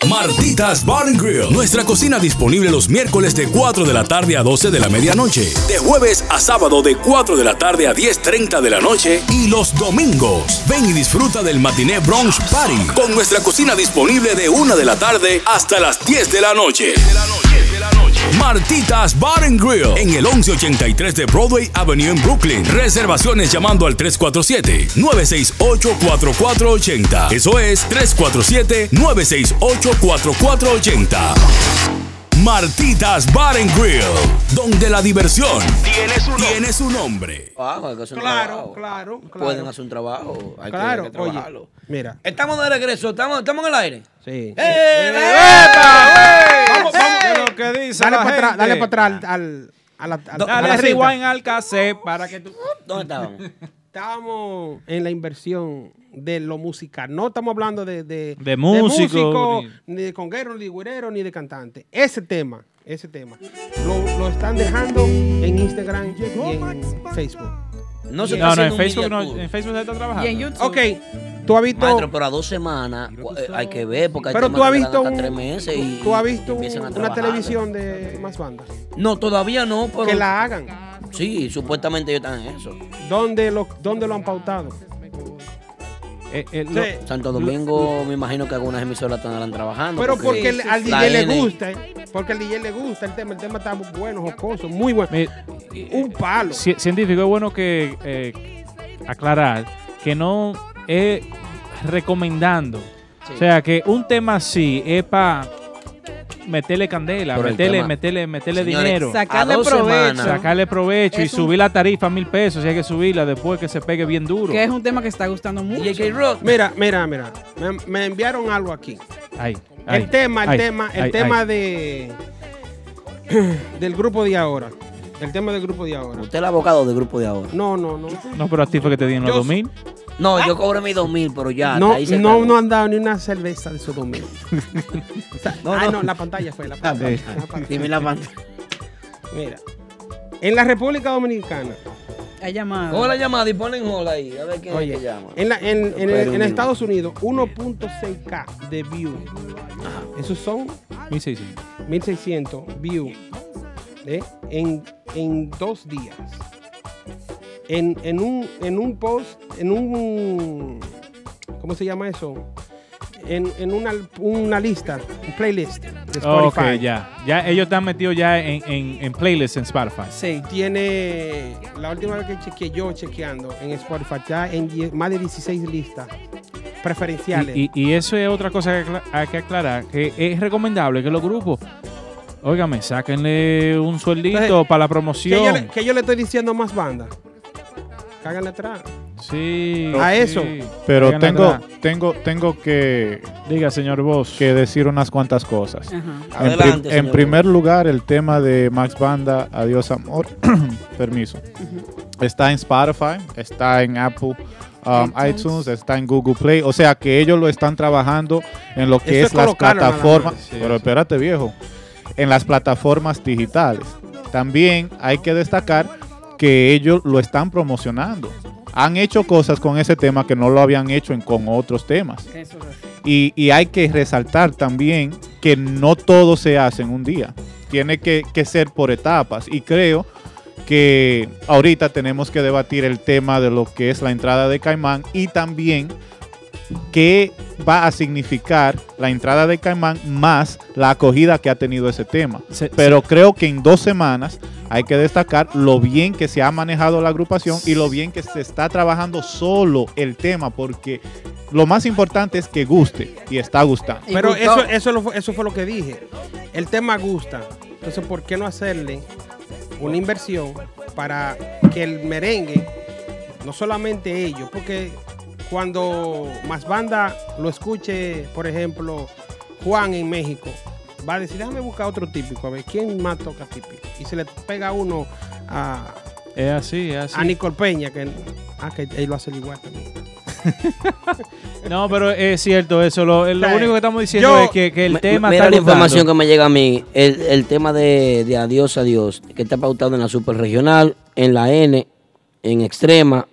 Speaker 1: Martitas Bar and Grill. Nuestra cocina disponible los miércoles de 4 de la tarde a 12 de la medianoche. De jueves a sábado de 4 de la tarde a 10.30 de la noche. Y los domingos. Ven y disfruta del matiné brunch party. Con nuestra cocina disponible de 1 de la tarde hasta las 10 de la noche. Martitas Bar and Grill en el 1183 de Broadway Avenue en Brooklyn. Reservaciones llamando al 347-968-4480. Eso es 347-968-4480. Martitas Bar and Grill, donde la diversión tiene su, nombre.
Speaker 3: Ah, hay que hacer un
Speaker 4: Claro,
Speaker 3: trabajo.
Speaker 4: claro, claro.
Speaker 3: Pueden hacer un trabajo. Hay que-
Speaker 4: Claro,
Speaker 3: hay que,
Speaker 4: oye,
Speaker 3: trabajarlo.
Speaker 4: Mira.
Speaker 3: Estamos de regreso, estamos, estamos en el aire.
Speaker 4: Sí. eh!
Speaker 3: ¡Eh, la-
Speaker 4: Vamos, vamos.
Speaker 6: lo que dice
Speaker 4: Dale
Speaker 6: la
Speaker 4: para atrás,
Speaker 6: gente.
Speaker 4: dale para atrás al, al- a la, a la- a
Speaker 6: Dale
Speaker 4: la cinta.
Speaker 6: rewind al cassette para que tú.
Speaker 3: ¿Dónde estábamos?
Speaker 4: Estábamos en la inversión de lo musical. No estamos hablando de, de,
Speaker 6: De músico,
Speaker 4: músico, ni de conguero, ni de güerero, ni de cantante. Ese tema, ese tema, lo, lo están dejando en Instagram y en Facebook.
Speaker 3: No se
Speaker 4: Y
Speaker 3: está
Speaker 6: No, no,
Speaker 3: haciendo
Speaker 6: en
Speaker 3: un
Speaker 6: Facebook,
Speaker 3: media
Speaker 6: no,
Speaker 3: tour.
Speaker 6: en Facebook se está trabajando.
Speaker 4: Y en YouTube. Ok, tú has visto-
Speaker 3: Maestro, pero a dos semanas cu- eh, hay que ver porque hay
Speaker 4: Pero
Speaker 3: temas
Speaker 4: tú has
Speaker 3: que le dan
Speaker 4: visto
Speaker 3: hasta
Speaker 4: un-
Speaker 3: tres meses y
Speaker 4: ¿Tú has visto
Speaker 3: empiezan a
Speaker 4: una
Speaker 3: trabajar.
Speaker 4: televisión de más bandas?
Speaker 3: No, todavía no, pero
Speaker 4: Que la hagan.
Speaker 3: Sí, supuestamente ellos están en eso.
Speaker 4: ¿Dónde lo, dónde lo han pautado?
Speaker 6: eh, eh, lo-
Speaker 3: Lo- Santo Domingo, me imagino que algunas emisoras estarán trabajando.
Speaker 4: Pero porque el- al
Speaker 3: la
Speaker 4: DJ le
Speaker 3: N-
Speaker 4: gusta, eh, porque al DJ le gusta el tema, el tema está muy bueno, jocoso, muy bueno. Un palo.
Speaker 6: ci- científico, es bueno que eh, aclarar que no es recomendando. O sea, que un tema así es para meterle candela,
Speaker 19: Pero el
Speaker 6: meterle,
Speaker 19: tema-
Speaker 6: meterle, meterle
Speaker 19: Señores,
Speaker 6: dinero.
Speaker 19: a Sacarle dos provecho. semanas.
Speaker 6: Sacarle provecho y
Speaker 5: Es un-
Speaker 6: subir la tarifa a mil pesos si hay que subirla después que se pegue bien duro.
Speaker 5: Que es un tema que está gustando mucho.
Speaker 4: Mira, mira, mira. Me, me enviaron algo aquí.
Speaker 6: Ahí, ahí,
Speaker 4: El tema, el
Speaker 6: ahí,
Speaker 4: tema, el
Speaker 6: ahí,
Speaker 4: tema
Speaker 6: ahí.
Speaker 4: de del grupo de ahora. El tema del grupo de ahora.
Speaker 3: Usted es el abogado del grupo de ahora.
Speaker 4: No, no, no.
Speaker 6: No, pero a ti fue que te dieron los
Speaker 4: Yo-
Speaker 6: dos mil.
Speaker 3: No, yo cobro mis dos mil, pero ya.
Speaker 4: no,
Speaker 3: hasta ahí se
Speaker 4: no,
Speaker 3: acabó.
Speaker 4: no han dado ni una cerveza de esos dos mil.
Speaker 3: No,
Speaker 4: ah,
Speaker 3: no.
Speaker 4: no, la pantalla fue la pantalla.
Speaker 3: Sí.
Speaker 4: la pantalla.
Speaker 3: Dime la pantalla.
Speaker 4: Mira, en la República Dominicana,
Speaker 5: Ha llamado.
Speaker 12: Hola,
Speaker 3: llamada y ponen hola ahí. A ver quién
Speaker 4: Oye,
Speaker 12: que llama.
Speaker 4: en, la- en- en-
Speaker 12: Espera un
Speaker 4: en
Speaker 12: minuto.
Speaker 4: Estados Unidos, 1.6K de view. Esos son
Speaker 6: 1600.
Speaker 4: 1600 view ¿eh? en, en dos días. En, en un, en un post, en un. ¿Cómo se llama eso? En, en una, una lista, un playlist de Spotify.
Speaker 6: Ok, ya. Ya ellos están metidos ya en, en, en playlists en Spotify.
Speaker 4: Tiene. La última vez que chequeé, yo chequeando en Spotify, está en die- más de 16 listas preferenciales.
Speaker 6: Y, y- y eso es otra cosa que acla- hay que aclarar, que es recomendable que los grupos, óigame, sáquenle un sueldito
Speaker 4: Entonces,
Speaker 6: para la
Speaker 4: que, yo le,
Speaker 6: promoción.
Speaker 4: que yo le estoy diciendo a más bandas. Cáganle atrás.
Speaker 6: Sí.
Speaker 4: A eso.
Speaker 7: Pero
Speaker 6: Háganla
Speaker 7: tengo,
Speaker 6: atrás.
Speaker 7: tengo, tengo que.
Speaker 6: Diga, señor Vos.
Speaker 7: Que decir unas cuantas cosas.
Speaker 5: Ajá.
Speaker 7: En,
Speaker 5: Adelante,
Speaker 7: pri- en
Speaker 5: señor Vos.
Speaker 7: primer lugar, el tema de Max Banda, Adiós Amor, permiso. Está en Spotify, está en Apple. um,
Speaker 6: iTunes.
Speaker 7: iTunes. está en Google Play, o sea que ellos lo están trabajando en lo que es,
Speaker 6: Eso es
Speaker 7: las
Speaker 6: colocarlo nada más.
Speaker 7: plataformas.
Speaker 6: Sí,
Speaker 7: pero espérate, viejo, en las plataformas digitales. También hay que destacar que ellos lo están promocionando. Han hecho cosas con ese tema que no lo habían hecho en- con otros temas. Y, y hay que resaltar también que no todo se hace en un día. Tiene que, que ser por etapas. Y creo que ahorita tenemos que debatir el tema de lo que es la entrada de Caimán y también qué va a significar la entrada de Caimán más la acogida que ha tenido ese tema. Pero creo que en dos semanas hay que destacar lo bien que se ha manejado la agrupación y lo bien que se está trabajando solo el tema, porque lo más importante es que guste y está gustando.
Speaker 4: Pero eso, eso, lo fu- eso fue lo que dije. El tema gusta. Entonces, ¿por qué no hacerle una inversión para que el merengue, no solamente ellos, porque cuando más banda lo escuche, por ejemplo, Juan en México, va a decir, déjame buscar otro típico, a ver, ¿quién más toca típico? Y se le pega uno a,
Speaker 6: Es así, es así.
Speaker 4: a Nicole Peña, que, ah, que él lo hace igual también.
Speaker 6: No, pero es cierto eso. Lo, lo
Speaker 4: Sí.
Speaker 6: único que estamos diciendo
Speaker 4: Yo-
Speaker 6: es que, que el
Speaker 3: M-
Speaker 6: tema
Speaker 3: Mira
Speaker 6: está
Speaker 3: la
Speaker 6: gustando.
Speaker 3: información que me llega a mí. El, el tema de, de Adiós Adiós, que está pautado en la Super Regional, en la N, en Extrema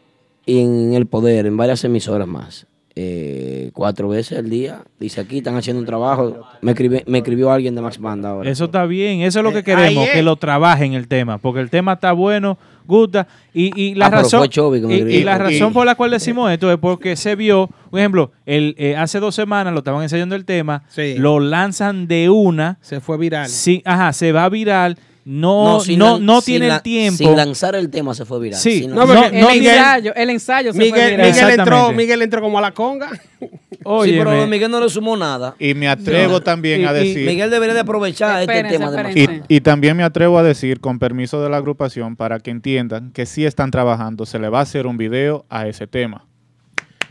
Speaker 3: y en El Poder, en varias emisoras más. Eh, cuatro veces al día. Dice aquí, están haciendo un trabajo. Me, escribe- me escribió alguien de Max Banda ahora.
Speaker 6: Eso está bien, eso es lo que
Speaker 3: Eh, ahí
Speaker 6: queremos,
Speaker 3: es.
Speaker 6: que lo trabajen el tema, porque el tema está bueno, gusta, y, y la
Speaker 3: Ah, pero
Speaker 6: razón,
Speaker 3: fue Chovy que me
Speaker 6: y-
Speaker 3: escribió.
Speaker 6: y la
Speaker 3: Y-
Speaker 6: razón por la cual decimos esto es porque se vio, por ejemplo, el, eh, hace dos semanas lo estaban enseñando el tema, lo lanzan de una,
Speaker 4: se fue viral,
Speaker 6: sí, ajá, se va viral, no, no,
Speaker 3: sin
Speaker 6: no,
Speaker 3: lan- sin
Speaker 6: tiene el
Speaker 3: lan-
Speaker 6: tiempo.
Speaker 3: Sin lanzar el tema se fue viral.
Speaker 6: Sí.
Speaker 3: Sin
Speaker 6: No,
Speaker 3: lanzar-
Speaker 6: porque- No,
Speaker 5: el
Speaker 6: Miguel-
Speaker 5: ensayo, el ensayo se fue
Speaker 4: Miguel,
Speaker 5: viral.
Speaker 4: Miguel entró,
Speaker 7: Exactamente.
Speaker 4: Miguel entró como a la conga.
Speaker 3: sí, pero
Speaker 7: Óyeme.
Speaker 3: Miguel no le sumó nada.
Speaker 7: Y me atrevo
Speaker 3: No.
Speaker 7: también a
Speaker 3: Y- y
Speaker 7: decir...
Speaker 3: Miguel debería de aprovechar este
Speaker 5: Espérense,
Speaker 3: tema de Max
Speaker 7: Y,
Speaker 3: Banda.
Speaker 7: y también me atrevo a decir, con permiso de la agrupación, para que entiendan que sí están trabajando, se le va a hacer un video a ese tema.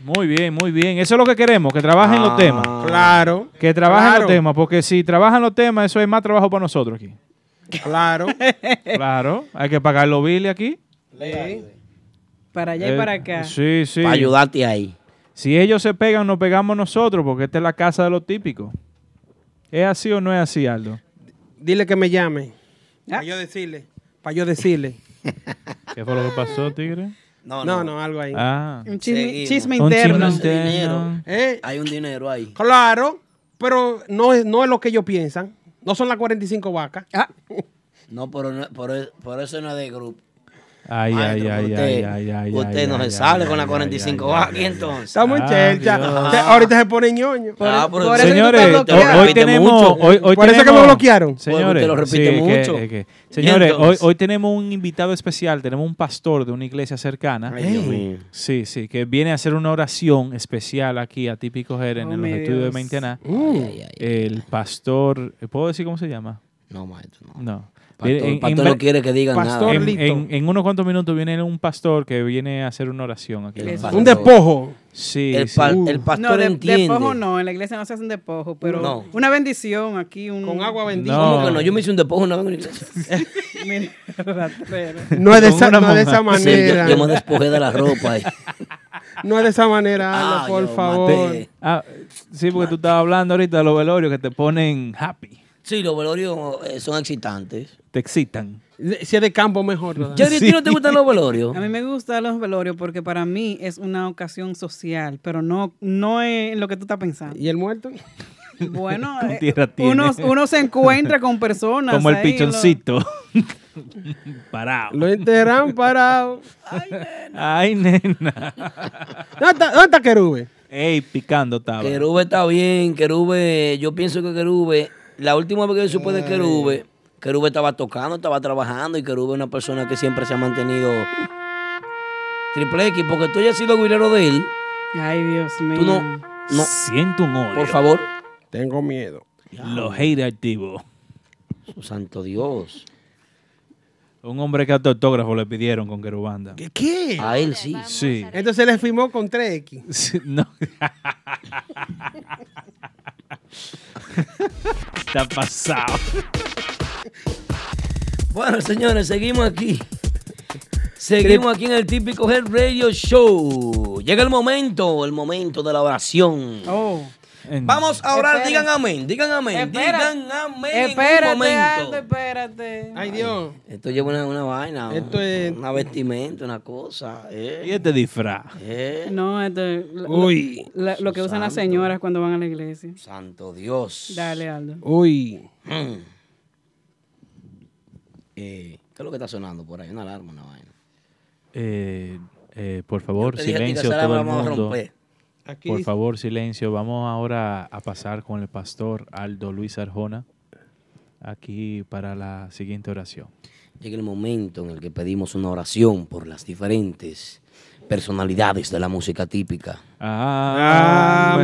Speaker 6: Muy bien, muy bien, eso es lo que queremos, que trabajen
Speaker 3: Ah.
Speaker 6: los temas.
Speaker 4: Claro.
Speaker 6: Que trabajen
Speaker 4: Claro.
Speaker 6: los temas, porque si trabajan los temas, eso es más trabajo para nosotros aquí.
Speaker 4: Claro.
Speaker 6: Claro, hay que pagar los biles aquí.
Speaker 5: Para allá y
Speaker 6: Eh,
Speaker 5: para acá.
Speaker 6: Sí, sí.
Speaker 3: Para ayudarte ahí.
Speaker 6: Si ellos se pegan, nos pegamos nosotros, porque esta es la casa de los típicos. ¿Es así o no es así, Aldo?
Speaker 4: Dile que me llame. Para yo decirle. Para yo decirle.
Speaker 6: ¿Qué fue lo que pasó, Tigre?
Speaker 4: No,
Speaker 3: no.
Speaker 4: no, algo ahí.
Speaker 6: Ah.
Speaker 5: Un chisme-
Speaker 3: Seguimos.
Speaker 5: chisme
Speaker 6: Un chisme interno.
Speaker 3: Hay un
Speaker 6: interno.
Speaker 3: dinero.
Speaker 4: ¿Eh?
Speaker 3: Hay un dinero ahí.
Speaker 4: Claro, pero no es, no es lo que ellos piensan.
Speaker 6: Ah.
Speaker 4: No son las 45 vacas.
Speaker 3: e- No, pero, no- por, por eso no es de grupo.
Speaker 6: Ay, ay,
Speaker 12: Maestro,
Speaker 6: ay,
Speaker 12: usted-
Speaker 6: ay, ay, ay.
Speaker 12: usted
Speaker 6: ay,
Speaker 12: no se
Speaker 6: ay,
Speaker 12: sale
Speaker 6: ay,
Speaker 12: con la
Speaker 6: ay,
Speaker 12: 45
Speaker 6: ay,
Speaker 12: aquí,
Speaker 6: ay, ay.
Speaker 12: entonces.
Speaker 4: Estamos en
Speaker 6: Ah,
Speaker 4: chercha.
Speaker 6: Dios.
Speaker 4: Te- Ahorita se pone ñoño.
Speaker 12: Ah, pero-
Speaker 4: Por eso que tú
Speaker 6: Señores,
Speaker 4: estás
Speaker 6: hoy-
Speaker 4: bloqueado.
Speaker 6: hoy, tenemos, hoy, hoy
Speaker 4: Por eso que
Speaker 6: tenemos-
Speaker 4: me bloquearon.
Speaker 6: Señores, sí, es que- es que- señores, hoy,
Speaker 4: entonces?
Speaker 6: hoy tenemos un invitado especial, tenemos un pastor de una iglesia cercana.
Speaker 4: Ay, Dios
Speaker 6: Ey.
Speaker 4: mío.
Speaker 6: Sí, sí, que viene a hacer una oración especial aquí a Típico Jerez
Speaker 12: Oh,
Speaker 6: en los
Speaker 12: mi
Speaker 6: estudios de
Speaker 12: Dios.
Speaker 6: Maintena.
Speaker 12: Ay,
Speaker 6: El pastor, ¿puedo decir cómo se llama?
Speaker 3: No, maestro,
Speaker 6: no. Eh,
Speaker 3: Pastor-
Speaker 6: Viene-
Speaker 3: pastor
Speaker 6: bre-
Speaker 3: no quiere que digan nada. Pastor
Speaker 6: en,
Speaker 3: Lito.
Speaker 6: en- en unos cuantos minutos viene un pastor que viene a hacer una oración aquí.
Speaker 5: El
Speaker 6: ¿no?
Speaker 5: pastor.
Speaker 4: Un despojo.
Speaker 6: Sí,
Speaker 3: El
Speaker 6: sí.
Speaker 3: pa- el
Speaker 5: no, de, de pojo no, en la iglesia no se hacen de pojo, pero
Speaker 3: No.
Speaker 5: una bendición aquí. Un... Con agua
Speaker 3: bendita. No. ¿Cómo que no? Yo me hice un depojo una vez en la iglesia.
Speaker 4: No es de
Speaker 3: Con
Speaker 4: esa,
Speaker 3: una
Speaker 4: no es de
Speaker 3: monja.
Speaker 4: esa
Speaker 3: Sí, yo-
Speaker 4: manera.
Speaker 3: yo me despojé de la ropa.
Speaker 4: No es de esa manera, Aldo,
Speaker 3: Ah,
Speaker 4: por
Speaker 3: yo
Speaker 4: favor.
Speaker 3: maté.
Speaker 6: Ah, sí, porque tú estabas hablando ahorita de los velorios que te ponen happy,
Speaker 3: Sí, los velorios eh, son excitantes.
Speaker 6: te excitan.
Speaker 4: Si es de campo, mejor. ¿verdad?
Speaker 3: Jerry, ¿a ti no te gustan los velorios?
Speaker 5: A mí me gustan los velorios porque para mí es una ocasión social, pero no, no es lo que tú estás pensando.
Speaker 4: ¿Y el muerto?
Speaker 5: Bueno,
Speaker 6: Con
Speaker 5: eh,
Speaker 6: tierra tiene.
Speaker 5: uno, uno se encuentra con personas.
Speaker 6: Como el
Speaker 5: ahí, lo-
Speaker 6: pichoncito. Parado.
Speaker 4: Lo enterran parado.
Speaker 6: Ay, nena.
Speaker 4: ¿Dónde está, dónde está Querube?
Speaker 6: Ey, picando estaba.
Speaker 3: Querube está bien, Querube, yo pienso que Querube, la última vez que yo supe de Querube, Querube estaba tocando, estaba trabajando y Querube es una persona que siempre se ha mantenido triple X, porque tú ya has sido guirero de él.
Speaker 5: Ay, Dios mío.
Speaker 3: Tú no, no.
Speaker 6: Siento un odio.
Speaker 3: Por favor.
Speaker 4: Tengo miedo.
Speaker 6: Los haters activos.
Speaker 3: santo Dios.
Speaker 6: Un hombre que hasta autógrafo le pidieron con Querubanda.
Speaker 4: ¿Qué?
Speaker 3: A él sí.
Speaker 6: Sí.
Speaker 4: Entonces le firmó con 3X.
Speaker 6: Sí, No. Está pasado.
Speaker 3: Bueno, señores, seguimos aquí. Seguimos aquí en el típico Head Radio Show. Llega el momento, el momento de la oración. Vamos a orar,
Speaker 5: Espera.
Speaker 3: digan amén, digan amén,
Speaker 5: Espera.
Speaker 3: digan amén. en un
Speaker 5: Espérate,
Speaker 3: momento.
Speaker 5: Aldo, espérate.
Speaker 4: Ay, Dios.
Speaker 3: Esto lleva una, una vaina,
Speaker 5: Esto es-
Speaker 3: una vestimenta, una cosa. eh.
Speaker 6: Y este disfraz.
Speaker 3: Eh.
Speaker 5: No, esto es lo-
Speaker 3: Uy.
Speaker 5: lo- lo que usan las
Speaker 3: Santo.
Speaker 5: señoras cuando van a la iglesia.
Speaker 3: Santo Dios.
Speaker 5: Dale, Aldo.
Speaker 4: Uy.
Speaker 3: Mm. Eh, ¿Qué es lo que está sonando por ahí? Una alarma, una vaina.
Speaker 6: Eh, eh, por favor,
Speaker 3: Yo te dije a ti que
Speaker 6: silencio
Speaker 3: esa
Speaker 6: todo
Speaker 3: la
Speaker 6: el
Speaker 3: vamos a
Speaker 6: mundo.
Speaker 3: romper. Aquí
Speaker 6: Por
Speaker 3: dice-
Speaker 6: favor, silencio. Vamos ahora a pasar con el pastor Aldo Luis Arjona aquí para la siguiente oración.
Speaker 3: Llega el momento en el que pedimos una oración por las diferentes personalidades de la música típica.
Speaker 6: Ah,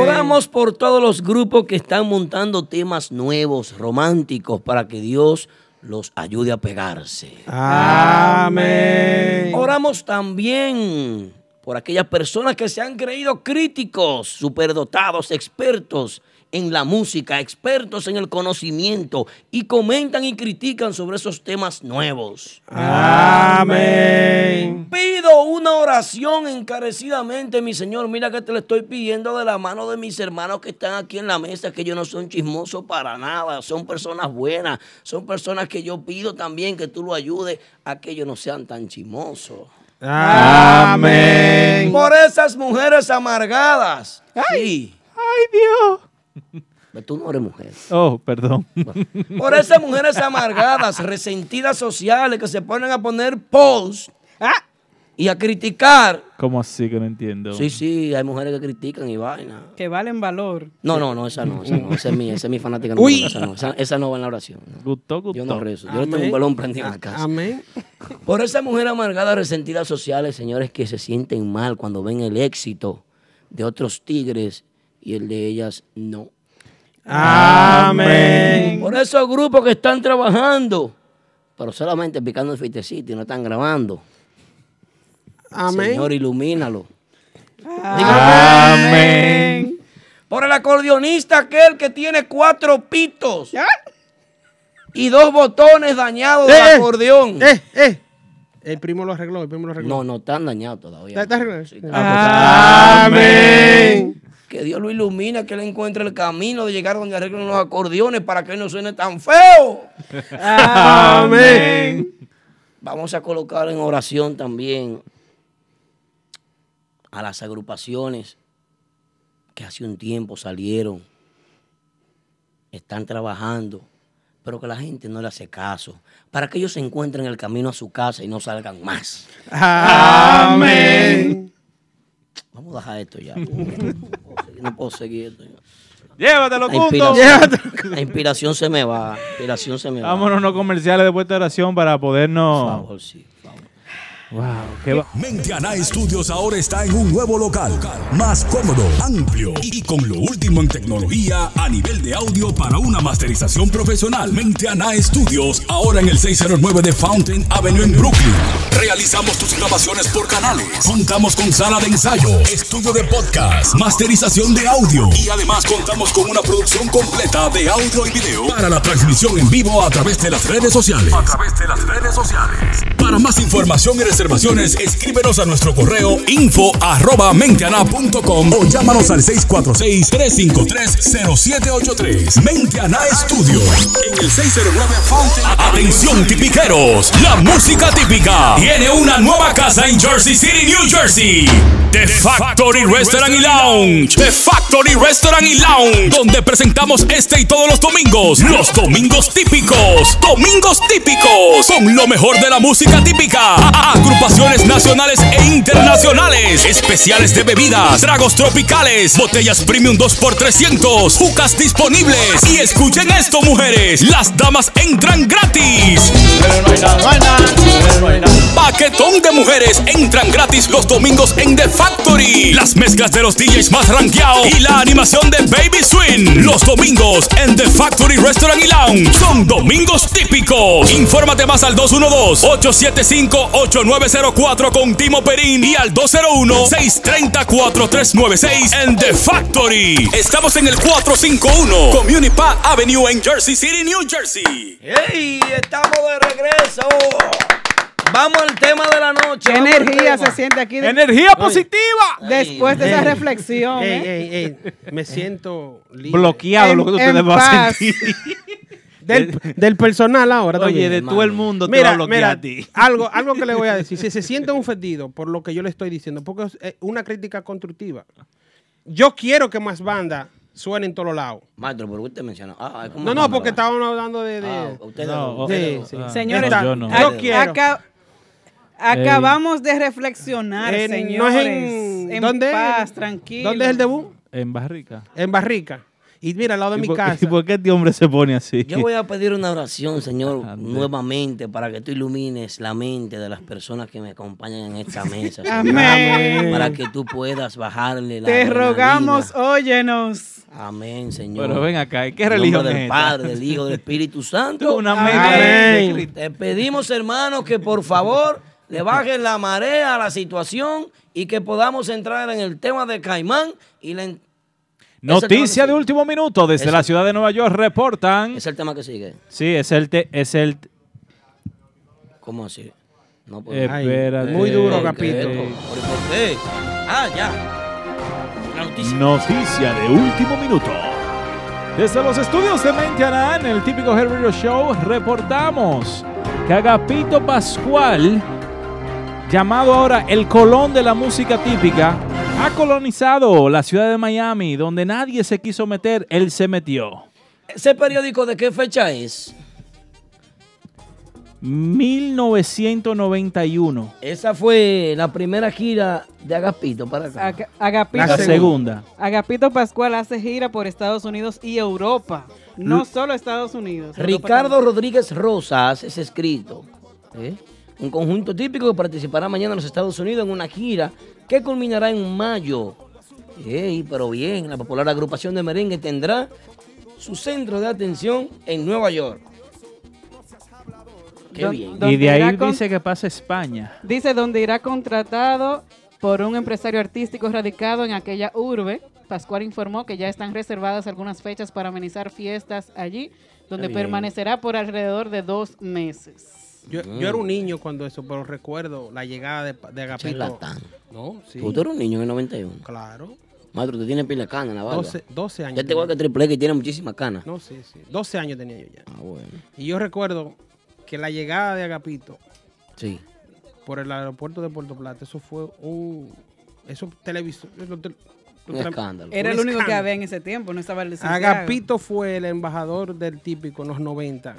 Speaker 3: Oramos por todos los grupos que están montando temas nuevos, románticos, para que Dios los ayude a pegarse. Amén. Oramos también por aquellas personas que se han creído críticos, superdotados, expertos en la música, expertos en el conocimiento, y comentan y critican sobre esos temas nuevos. Amén. Pido una oración encarecidamente, mi Señor. Mira que te lo estoy pidiendo de la mano de mis hermanos que están aquí en la mesa, que ellos no son chismosos para nada. Son personas buenas. Son personas que yo pido también que tú lo ayudes a que ellos no sean tan chismosos.
Speaker 4: Amén.
Speaker 3: Por esas mujeres amargadas. Sí.
Speaker 6: ¡Ay, Dios!
Speaker 3: Tú no eres mujer.
Speaker 6: Oh, perdón.
Speaker 3: Por esas mujeres amargadas, resentidas sociales que se ponen a poner posts ah, y a criticar.
Speaker 6: ¿Cómo así que no entiendo?
Speaker 3: Sí, sí, hay mujeres que critican y vaina.
Speaker 5: Que valen valor.
Speaker 3: No, no, no, esa no, esa no, esa es mi, esa es mi fanática. número
Speaker 5: Uy.
Speaker 3: uno, esa, no, esa, esa no va en la oración. no.
Speaker 6: Gustó, gustó.
Speaker 3: Yo no rezo, yo tengo un balón prendido en la casa.
Speaker 4: Amén.
Speaker 3: Por esa mujer amargada, resentidas sociales, señores, que se sienten mal cuando ven el éxito de otros tigres y el de ellas no. Amén. Por esos grupos que están trabajando, pero solamente picando el fitecito y no están grabando.
Speaker 4: Amén.
Speaker 3: Señor, ilumínalo.
Speaker 6: Amén.
Speaker 3: Por el acordeonista aquel que tiene cuatro pitos y dos botones dañados del
Speaker 4: Eh, eh,
Speaker 3: acordeón.
Speaker 4: Eh, eh. El primo lo arregló, el primo lo arregló.
Speaker 3: No, no están dañados todavía.
Speaker 4: ¿Está, está arreglado?
Speaker 3: Amén. Que Dios lo ilumina, que él encuentre el camino de llegar donde arreglen los acordeones para que no suene tan feo.
Speaker 4: Amén.
Speaker 3: Vamos a colocar en oración también a las agrupaciones que hace un tiempo salieron, están trabajando, pero que la gente no le hace caso, para que ellos se encuentren el camino a su casa y no salgan más.
Speaker 4: Ah. Amén.
Speaker 3: Vamos a dejar esto ya. No puedo seguir esto.
Speaker 6: Llévatelo,
Speaker 3: La
Speaker 6: punto.
Speaker 3: inspiración, la inspiración se me va. La inspiración se me va.
Speaker 6: Vámonos no comerciales después de esta oración para podernos. Por favor,
Speaker 3: sí,
Speaker 6: Wow, qué va-
Speaker 1: Mentiana Studios ahora está en un nuevo local, más cómodo, amplio y con lo último en tecnología a nivel de audio para una masterización profesional. Mentiana Studios ahora en el 609 de Fountain Avenue en Brooklyn. Realizamos tus grabaciones por canales. Contamos con sala de ensayo, estudio de podcast, masterización de audio y además contamos con una producción completa de audio y video para la transmisión en vivo a través de las redes sociales.
Speaker 17: A través de las redes sociales.
Speaker 1: Para más información y reservaciones, escríbenos a nuestro correo info arroba menteana.com o llámanos al 646-353-0783. Menteana Studios. En el 609 Fountain. Atención tipiqueros, la música típica tiene una nueva casa en Jersey City, New Jersey. The Factory Restaurant y Lounge. The Factory Restaurant y Lounge, donde presentamos este y todos los domingos. Los domingos típicos. Domingos típicos. Con lo mejor de la música típica. A- a- Agrupaciones nacionales e internacionales. Especiales de bebidas, tragos tropicales, botellas premium 2x300, jucas disponibles. Y escuchen esto, mujeres. Las damas entran gratis. Paquetón de mujeres entran gratis los domingos en The Factory. Las mezclas de los DJs más rankeados y la animación de Baby Swing. Los domingos en The Factory Restaurant y Lounge son domingos típicos. Infórmate más al 212-875-8904 con Timo Perín y al 201-630-4396 en The Factory. Estamos en el 451 Community Park Avenue en Jersey City, New Jersey.
Speaker 12: ¡Ey! Estamos de regreso. Vamos al tema de la noche.
Speaker 5: Qué
Speaker 12: vamos al
Speaker 5: energía
Speaker 12: tema.
Speaker 5: se siente aquí.
Speaker 6: Energía positiva.
Speaker 5: Después de esa reflexión.
Speaker 4: Ey,
Speaker 5: ¿eh?
Speaker 4: ey, ey, me siento libre.
Speaker 6: Bloqueado lo que tú te
Speaker 4: en
Speaker 6: debas
Speaker 4: paz.
Speaker 6: sentir.
Speaker 4: Del, del personal ahora
Speaker 6: Oye,
Speaker 4: también.
Speaker 6: de todo el mundo te va a bloquear a ti.
Speaker 4: Algo, algo que le voy a decir. Si se siente ofendido por lo que yo le estoy diciendo, porque es eh, una crítica constructiva. Yo quiero que más bandas suenen en todos lados.
Speaker 3: Maestro, ¿por qué usted menciona? Ah, ah, ¿cómo
Speaker 4: No,
Speaker 3: llama
Speaker 4: no,
Speaker 3: la
Speaker 4: porque
Speaker 3: banda?
Speaker 4: estábamos hablando de... de-
Speaker 3: Ah, ustedes
Speaker 4: No,
Speaker 3: no,
Speaker 4: sí,
Speaker 3: ustedes no.
Speaker 4: sí.
Speaker 3: Ah.
Speaker 5: Señores,
Speaker 4: Está-
Speaker 6: yo no.
Speaker 5: ac-
Speaker 4: Yo quiero.
Speaker 5: aca- acabamos de reflexionar,
Speaker 4: Eh, no es
Speaker 5: señores.
Speaker 4: en- ¿dónde es?
Speaker 5: paz, tranquilo.
Speaker 4: ¿Dónde es el debut?
Speaker 6: En Barrica.
Speaker 4: En Barrica. Y mira, al lado de
Speaker 6: ¿Y
Speaker 4: mi
Speaker 6: por-
Speaker 4: casa.
Speaker 6: ¿Y por qué este hombre se pone así?
Speaker 3: Yo voy a pedir una oración, Señor, nuevamente para que tú ilumines la mente de las personas que me acompañan en esta mesa. Señor.
Speaker 5: Amén.
Speaker 3: Para que tú puedas bajarle la
Speaker 5: Te
Speaker 3: adrenalina.
Speaker 5: rogamos, óyenos.
Speaker 3: Amén, Señor.
Speaker 6: Pero ven acá, ¿y qué
Speaker 3: En nombre
Speaker 6: religión
Speaker 3: del
Speaker 6: es esta?
Speaker 3: Padre, del Hijo, del Espíritu Santo.
Speaker 6: Una mezcla de
Speaker 3: Amén.
Speaker 6: Cristo.
Speaker 3: Te pedimos, hermanos, que por favor le bajen la marea a la situación y que podamos entrar en el tema de Caimán y la en-
Speaker 6: Noticia de último minuto desde
Speaker 3: Ese-
Speaker 6: la ciudad de Nueva York reportan.
Speaker 3: es el tema que sigue.
Speaker 6: Sí, es el te- es el
Speaker 3: ¿Cómo así? No pues,
Speaker 6: Ay, Eh, Espérate. muy duro, Capito.
Speaker 3: ¿Por por qué? Ah, ya. La noticia.
Speaker 6: noticia de último minuto. Desde los estudios de Mentiana, en el típico Herbert Show, reportamos que Agapito Pascual, llamado ahora el Colón de la música típica, ha colonizado la ciudad de Miami, donde nadie se quiso meter, él se metió.
Speaker 3: ¿Ese periódico de qué fecha es?
Speaker 6: 1991.
Speaker 3: Esa fue la primera gira de Agapito para acá.
Speaker 5: Aga- Agapito,
Speaker 6: La segunda.
Speaker 5: Agapito Pascual hace gira por Estados Unidos y Europa. No
Speaker 3: Lu-
Speaker 5: solo Estados Unidos. Europa
Speaker 3: Ricardo Rodríguez Rosas es escrito. ¿eh? Un conjunto típico que participará mañana en los Estados Unidos en una gira que culminará en mayo. Ey, pero bien, la popular agrupación de merengue tendrá su centro de atención en Nueva York. Qué
Speaker 5: Don-
Speaker 3: bien.
Speaker 5: don-
Speaker 6: Y de
Speaker 5: Era
Speaker 6: ahí
Speaker 5: con-
Speaker 6: dice que pasa a España.
Speaker 5: Dice donde irá contratado por un empresario artístico radicado en aquella urbe. Pascual informó que ya están reservadas algunas fechas para amenizar fiestas allí, donde
Speaker 4: bien.
Speaker 5: permanecerá por alrededor de dos meses.
Speaker 4: Yo, yo era
Speaker 3: Mm.
Speaker 4: un niño cuando eso, pero recuerdo la llegada de, de Agapito.
Speaker 3: Charlatán.
Speaker 4: No, sí.
Speaker 3: Tú eres un niño en el 91.
Speaker 4: Claro.
Speaker 3: Maestro, tú tienes pila de cana en la barba.
Speaker 4: 12, 12 años.
Speaker 3: Ya te voy a que triple X tiene muchísimas canas.
Speaker 4: No, sí, sí. 12 años tenía yo ya.
Speaker 3: Ah, bueno.
Speaker 4: Y yo recuerdo que la llegada de Agapito
Speaker 3: Sí.
Speaker 4: por el aeropuerto de Puerto Plata, eso fue un... Eso televisor...
Speaker 3: Un escándalo.
Speaker 5: Era el único que había en ese tiempo, no estaba el de Santiago.
Speaker 4: Agapito fue el embajador del típico en los 90.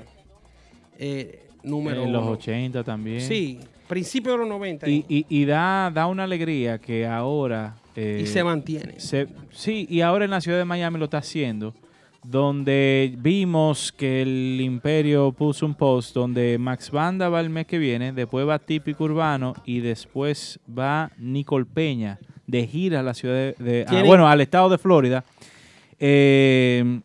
Speaker 4: eh, número
Speaker 6: En los
Speaker 4: uno.
Speaker 6: 80 también.
Speaker 4: Sí, principio de los 90.
Speaker 6: Y, y- y da, da una alegría que ahora... eh,
Speaker 4: Y se mantiene.
Speaker 6: se- sí, y ahora en la ciudad de Miami lo está haciendo, donde vimos que el Imperio puso un post donde Max Banda va el mes que viene, después va Típico Urbano y después va Nicole Peña de gira a la ciudad de... de- ah,
Speaker 4: Tienen-
Speaker 6: bueno, al estado de Florida. Eh,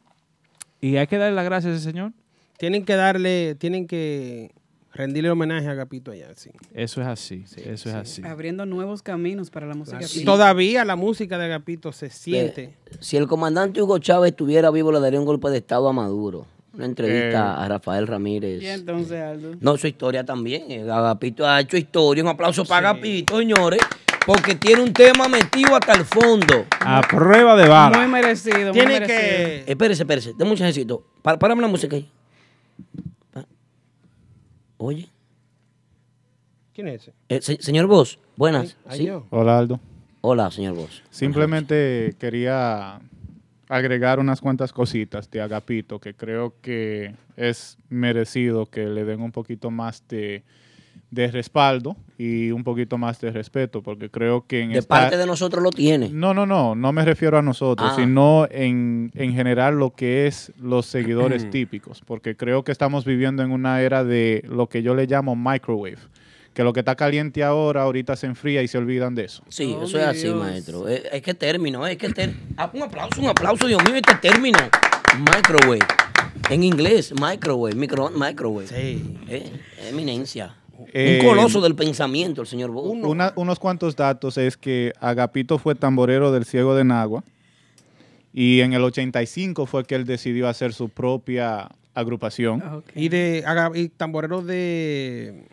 Speaker 6: y hay que darle las gracias a ese señor.
Speaker 4: Tienen que darle, tienen que rendirle homenaje a Agapito allá, sí.
Speaker 6: Eso es así, eso es así.
Speaker 5: Abriendo nuevos caminos para la música.
Speaker 4: Y Todavía la música de Agapito se siente.
Speaker 3: Si el comandante Hugo Chávez estuviera vivo, le daría un golpe de estado a Maduro. Una entrevista
Speaker 5: Eh.
Speaker 3: a Rafael Ramírez.
Speaker 5: Y entonces, Aldo.
Speaker 3: No, su historia también. eh, Agapito ha hecho historia. Un aplauso para Agapito, señores. Porque tiene un tema metido hasta el fondo.
Speaker 6: A prueba de bala.
Speaker 5: Muy merecido, muy merecido.
Speaker 3: Espérese, espérese. Dame un chancecito. Pá- Párame la música ahí. Pa- Oye.
Speaker 4: ¿Quién es ese?
Speaker 3: Eh, se- señor Vos, buenas.
Speaker 4: Ay,
Speaker 3: ¿Sí?
Speaker 4: yo.
Speaker 7: Hola, Aldo.
Speaker 3: Hola, señor Vos.
Speaker 7: Simplemente quería agregar unas cuantas cositas de Agapito que creo que es merecido que le den un poquito más de, de respaldo y un poquito más de respeto porque creo que en
Speaker 3: De parte de nosotros lo tiene.
Speaker 7: No, no, no, no me refiero a nosotros,
Speaker 3: Ah.
Speaker 7: sino en, en general lo que es los seguidores típicos, porque creo que estamos viviendo en una era de lo que yo le llamo microwave, que lo que está caliente ahora ahorita se enfría y se olvidan de eso.
Speaker 3: Sí, eso es así, maestro. Es, es que término, es que ter- Ah, un aplauso, un aplauso, Dios mío, este término. Microwave. En inglés, microwave, micro, microwave. Sí. eminencia.
Speaker 7: Eh,
Speaker 3: un coloso del pensamiento, el señor Vos.
Speaker 7: Una- unos cuantos datos es que Agapito fue tamborero del Ciego de Nagua y en el 85 fue que él decidió hacer su propia
Speaker 4: Ah.
Speaker 7: agrupación.
Speaker 5: Ah,
Speaker 4: Y de Aga- y tamboreros de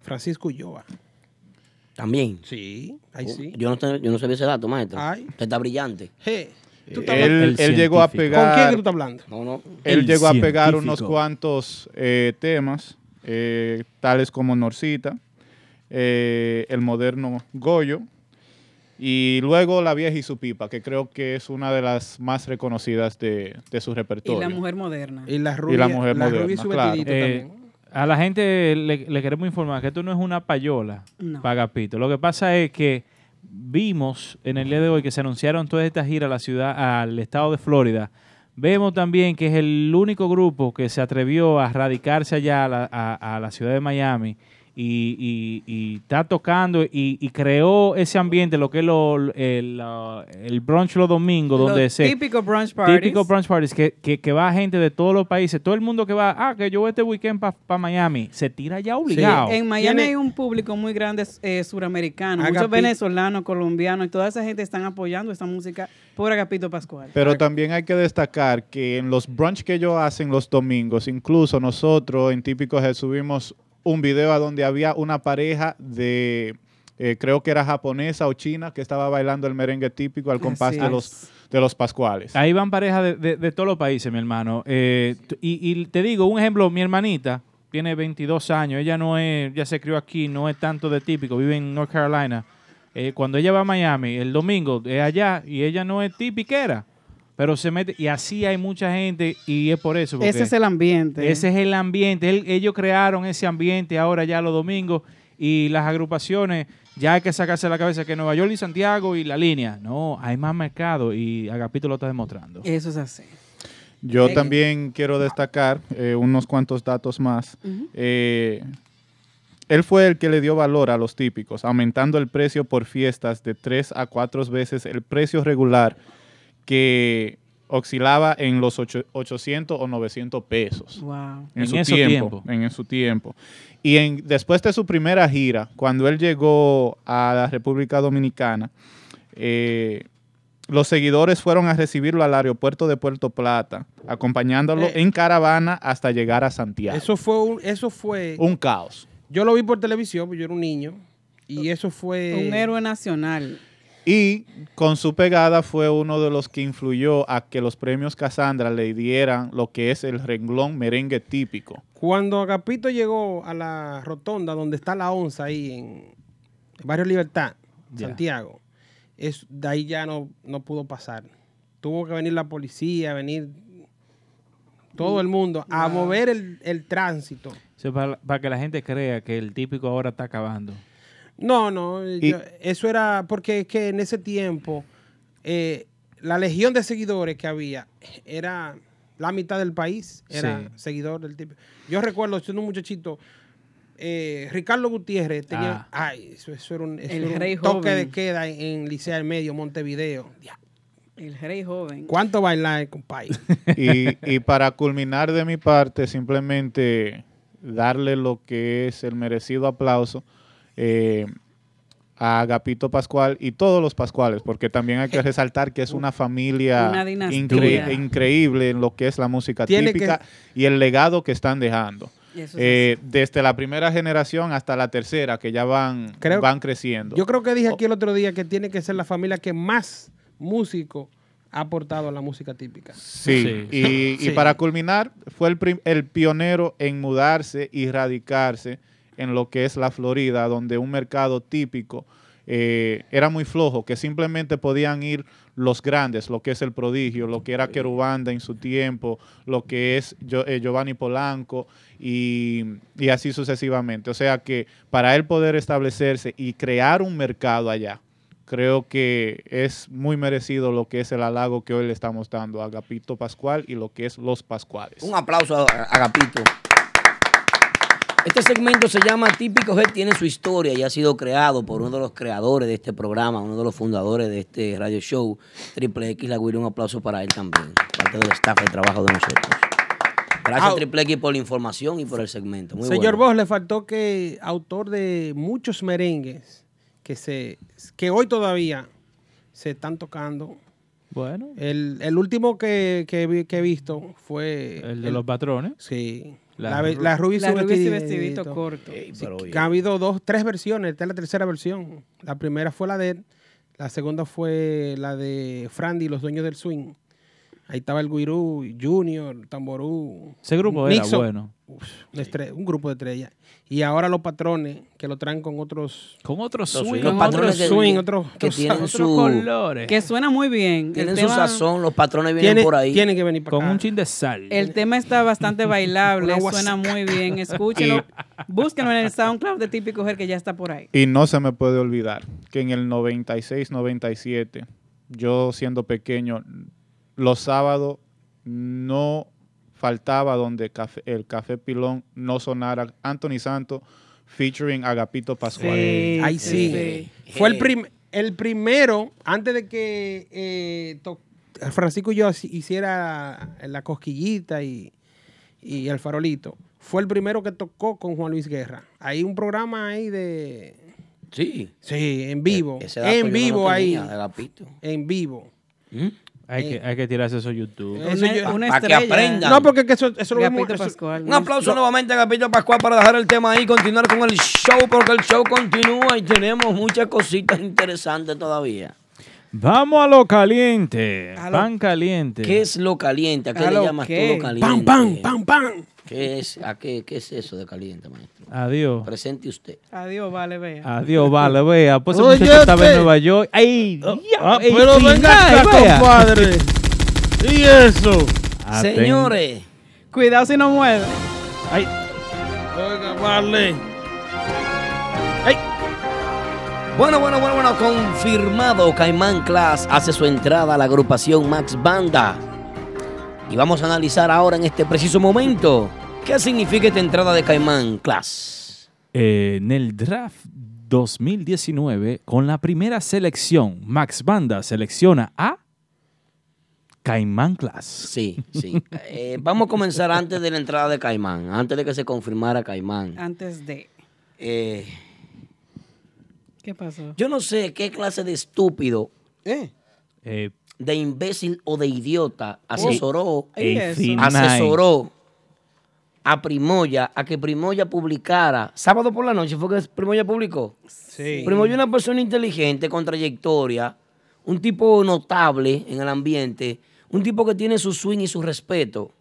Speaker 4: Francisco Ulloa.
Speaker 3: También.
Speaker 4: Sí, ahí sí.
Speaker 3: Yo no, te- yo no sabía ese dato, maestro.
Speaker 4: Ay.
Speaker 3: Usted está brillante.
Speaker 4: Hey, tú estás
Speaker 7: Eh, Él,
Speaker 4: hablando-
Speaker 7: él llegó a
Speaker 4: científico.
Speaker 7: pegar.
Speaker 4: ¿Con quién que tú estás hablando?
Speaker 3: No, no.
Speaker 7: Él
Speaker 4: El
Speaker 7: llegó a pegar unos
Speaker 4: científico.
Speaker 7: cuantos eh, temas, eh, tales como Norcita, eh, el moderno Goyo, y luego La Vieja y su Pipa, que creo que es una de las más reconocidas de, de su
Speaker 5: Y la
Speaker 7: repertorio.
Speaker 5: mujer moderna.
Speaker 4: Y la
Speaker 7: rubia- la mujer la rubia moderna, y su claro. vestidito
Speaker 6: Eh, a la gente le, le queremos informar que esto no es una payola
Speaker 5: No.
Speaker 6: para Agapito. Lo que pasa es que vimos en el día de hoy que se anunciaron todas estas giras a la ciudad, al estado de Florida. Vemos también que es el único grupo que se atrevió a radicarse allá a la, a- a la ciudad de Miami y, y- y está tocando y, y creó ese ambiente, lo que es lo- el, ah, el brunch los domingos,
Speaker 5: Los
Speaker 6: donde se...
Speaker 5: típicos brunch parties.
Speaker 6: Típico brunch parties, que, que, que va gente de todos los países. Todo el mundo que va, ah, que yo voy este weekend para Miami, se tira ya obligado.
Speaker 5: En Miami
Speaker 6: Tiene-
Speaker 5: hay un público muy grande eh, suramericano,
Speaker 6: Agapi-
Speaker 5: muchos venezolanos, colombianos, y toda esa gente están apoyando esta música por Agapito Pascual.
Speaker 7: Pero también hay que destacar que en los brunch que ellos hacen los domingos, incluso nosotros en Típico Head subimos un video a donde había una pareja de, eh, creo que era japonesa o china, que estaba bailando el merengue típico al compás
Speaker 6: Así
Speaker 7: de
Speaker 6: es. Ah,
Speaker 7: los, de los pascuales.
Speaker 6: Ahí van parejas de, de- de todos los países, mi hermano. Eh, t- y, y te digo, un ejemplo, mi hermanita tiene 22 años, ella no es, ya se crió aquí, no es tanto de típico, vive en North Carolina. Eh, cuando ella va a Miami, el domingo es allá y ella no es tipiquera, pero se mete, y así hay mucha gente y es por eso.
Speaker 5: Ese
Speaker 6: porque-
Speaker 5: es el ambiente.
Speaker 6: Ese es el ambiente. El- ellos crearon ese ambiente ahora ya los domingos y las agrupaciones. Ya hay que sacarse la cabeza que Nueva York y Santiago y la línea. No, hay más mercado y Agapito lo está demostrando.
Speaker 5: Eso es así.
Speaker 7: Yo
Speaker 6: Eh,
Speaker 7: también quiero destacar eh, unos cuantos datos más.
Speaker 5: Ujú.
Speaker 7: Eh, él fue el que le dio valor a los típicos, aumentando el precio por fiestas de tres a cuatro veces el precio regular que oscilaba en los ocho- 800 o 900 pesos.
Speaker 5: Wow.
Speaker 7: En,
Speaker 6: En
Speaker 7: su
Speaker 6: ese
Speaker 7: tiempo,
Speaker 6: tiempo.
Speaker 7: En su tiempo. Y en, después de su primera gira, cuando él llegó a la República Dominicana, eh, los seguidores fueron a recibirlo al aeropuerto de Puerto Plata, acompañándolo
Speaker 4: Eh.
Speaker 7: en caravana hasta llegar a Santiago.
Speaker 4: Eso fue un, eso fue.
Speaker 7: Un caos.
Speaker 4: Yo lo vi por televisión, porque yo era un niño. Y eso fue.
Speaker 5: Un héroe nacional.
Speaker 7: Y con su pegada fue uno de los que influyó a que los premios Casandra le dieran lo que es el renglón merengue típico.
Speaker 4: Cuando Agapito llegó a la rotonda donde está la onza ahí en el barrio Libertad,
Speaker 7: Ya.
Speaker 4: Santiago, es, de ahí ya no, no pudo pasar. Tuvo que venir la policía, venir todo el mundo a
Speaker 6: Wow.
Speaker 4: mover el, el tránsito.
Speaker 6: Eso es para, para que la gente crea que el típico ahora está acabando.
Speaker 4: No, no, yo- eso era porque es que en ese tiempo eh, la legión de seguidores que había era la mitad del país, era
Speaker 6: Sí.
Speaker 4: seguidor del tipo. Yo recuerdo siendo un muchachito, eh, Ricardo Gutiérrez tenía,
Speaker 7: Ah.
Speaker 4: ay, eso, eso era un, eso
Speaker 5: El
Speaker 4: era un
Speaker 5: rey
Speaker 4: toque
Speaker 5: joven.
Speaker 4: de queda en, en Licea del Medio, Montevideo. Ya,
Speaker 5: El rey joven.
Speaker 4: ¿Cuánto bailar, compadre?
Speaker 7: y, y para culminar de mi parte, simplemente darle lo que es el merecido aplauso eh, a Agapito Pascual y todos los Pascuales, porque también hay que resaltar que es una familia
Speaker 5: Eh, Una dinastía.
Speaker 7: incre- increíble en lo que es la música
Speaker 5: Tiene
Speaker 7: típica y el legado que están dejando.
Speaker 5: Y eso es
Speaker 7: Eh, desde la primera generación hasta la tercera, que ya van,
Speaker 4: Creo-
Speaker 7: van creciendo.
Speaker 4: Yo creo que
Speaker 7: Oh.
Speaker 4: dije aquí el otro día que tiene que ser la familia que más músico ha aportado a la música típica.
Speaker 7: Sí, Y, y
Speaker 4: Sí.
Speaker 7: para culminar, fue el, prim- el pionero en mudarse y radicarse en lo que es la Florida, donde un mercado típico eh, era muy flojo, que simplemente podían ir los grandes, lo que es el prodigio, lo que era Querubanda en su tiempo, lo que es Gio- eh, Giovanni Polanco y, y así sucesivamente. O sea que para él poder establecerse y crear un mercado allá, creo que es muy merecido lo que es el halago que hoy le estamos dando a Agapito Pascual y lo que es los Pascuales.
Speaker 3: Un aplauso a a Agapito. Este segmento se llama Típico G, tiene su historia y ha sido creado por uno de los creadores de este programa, uno de los fundadores de este radio show, Triple X Lagüira. Un aplauso para él también, parte del staff de trabajo de nosotros. Gracias,
Speaker 4: Au.
Speaker 3: Triple X, por la información y por el segmento. Muy
Speaker 4: Señor
Speaker 3: bueno.
Speaker 4: Vos, le faltó que autor de muchos merengues que se que hoy todavía se están tocando.
Speaker 6: Bueno.
Speaker 4: El, el último que, que, vi- que he visto fue
Speaker 6: El de los patrones.
Speaker 4: Sí. la, ve- la Ruby
Speaker 5: La Ruby
Speaker 4: Subestidito.
Speaker 5: y vestidito corto.
Speaker 4: Sí, que ha habido dos, tres versiones. Esta es la tercera versión. La primera fue la de él. La segunda fue la de Frandy, los dueños del swing. Ahí estaba el Guirú, Junior, Tamború.
Speaker 6: Ese grupo era
Speaker 4: Nixon.
Speaker 6: bueno.
Speaker 4: Uf, una estre- un grupo de estrellas. Y ahora los patrones que lo traen con otros.
Speaker 6: Con otros
Speaker 4: Los
Speaker 6: swing,
Speaker 4: Los
Speaker 6: con
Speaker 4: patrones
Speaker 6: otros
Speaker 4: de-
Speaker 6: swing,
Speaker 4: otros-
Speaker 6: que
Speaker 4: otros-
Speaker 6: tienen
Speaker 4: otros
Speaker 6: su-
Speaker 4: colores.
Speaker 5: Que suena muy bien. El
Speaker 3: Tienen su
Speaker 5: tema-
Speaker 3: sazón, los patrones vienen
Speaker 4: Tiene-
Speaker 3: por ahí.
Speaker 4: tienen que venir
Speaker 6: Con un chin de sal.
Speaker 5: El tema está bastante bailable,
Speaker 6: Una
Speaker 5: suena
Speaker 6: guasaca.
Speaker 5: muy bien. Escúchenlo, búsquenlo en el SoundCloud de Típico Her que ya está por ahí.
Speaker 7: Y no se me puede olvidar que en el 96-97, yo siendo pequeño, los sábados no faltaba donde café- el Café Pilón no sonara Anthony Santos featuring Agapito Pascual.
Speaker 4: Ahí sí.
Speaker 6: Eh,
Speaker 4: Fue el, prim- el primero, antes de que eh, to- Francisco y yo haci- hiciera la cosquillita y, y el farolito, fue el primero que tocó con Juan Luis Guerra. Hay un programa ahí de...
Speaker 3: Sí. E-,
Speaker 4: Sí, en vivo.
Speaker 3: ese dato yo
Speaker 4: En
Speaker 3: no
Speaker 4: vivo
Speaker 3: lo
Speaker 4: ahí.
Speaker 3: tenía, de Agapito.
Speaker 4: En vivo.
Speaker 6: Hay, que, hay que tirarse eso a YouTube.
Speaker 4: Eh. Eso yo-
Speaker 12: ¿Mm? pa' que estrella. aprendan.
Speaker 4: No, porque que eso, eso lo
Speaker 12: Agapito
Speaker 4: vemos... eso-
Speaker 12: Un aplauso nuevamente a Capito Pascual para dejar el tema ahí y continuar con el show, porque el show continúa y tenemos muchas cositas interesantes todavía.
Speaker 6: Vamos a lo caliente. Pan caliente.
Speaker 3: ¿Qué es lo caliente? ¿A qué
Speaker 6: ¿A
Speaker 3: le
Speaker 6: lo
Speaker 3: llamas
Speaker 6: qué?
Speaker 3: tú lo
Speaker 6: Pam,
Speaker 3: caliente?
Speaker 6: pam, pam,
Speaker 4: pam.
Speaker 3: ¿Qué es, a qué, qué es eso de caliente, maestro?
Speaker 6: Adiós.
Speaker 3: Presente usted.
Speaker 5: Adiós, vale, vea.
Speaker 6: Adiós, vale, vea. Pues ese
Speaker 3: Oye,
Speaker 6: muchacho estaba en
Speaker 3: este-
Speaker 6: Nueva York. ¡Ay!
Speaker 3: ah,
Speaker 6: ey,
Speaker 3: pero venga
Speaker 6: final,
Speaker 3: acá,
Speaker 6: vea.
Speaker 3: compadre.
Speaker 4: Y eso.
Speaker 6: Aten-
Speaker 5: Cuidado si no mueve.
Speaker 6: Ay.
Speaker 4: Oiga, vale.
Speaker 3: Bueno, bueno, bueno, bueno, confirmado. Caimán Class hace su entrada a la agrupación Max Banda. Y vamos a analizar ahora en este preciso momento qué significa esta entrada de Caimán Class.
Speaker 6: Eh, en el draft 2019, con la primera selección, Max Banda selecciona a Caimán Class.
Speaker 3: Sí, sí. Eh, vamos a comenzar antes de la entrada de Caimán, antes de que se confirmara Caimán.
Speaker 5: Antes de.
Speaker 3: Eh,
Speaker 5: ¿Qué pasó?
Speaker 3: Yo no sé qué clase de estúpido,
Speaker 6: Eh,
Speaker 3: de imbécil o de idiota asesoró,
Speaker 6: Ey, eso.
Speaker 3: asesoró a Primoya a que Primoya publicara sábado por la noche fue que Primoya publicó.
Speaker 4: Sí.
Speaker 3: Primoya es una persona inteligente con trayectoria, un tipo notable en el ambiente, un tipo que tiene su swing y su respeto,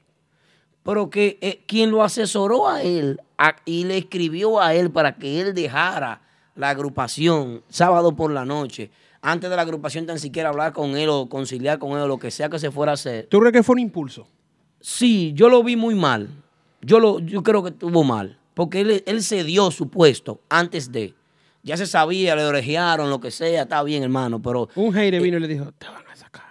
Speaker 3: pero que eh, quien lo asesoró a él a- y le escribió a él para que él dejara la agrupación sábado por la noche antes de la agrupación tan siquiera hablar con él o conciliar con él o lo que sea que se fuera a hacer.
Speaker 4: ¿Tú crees que fue un impulso?
Speaker 3: Sí, yo lo vi muy mal. Yo, lo, yo creo que estuvo mal. Porque él, él se dio su puesto antes de. Ya se sabía, le orejearon, lo que sea, está bien, hermano, pero. eh,
Speaker 4: Un hater vino y le dijo, te van a sacar.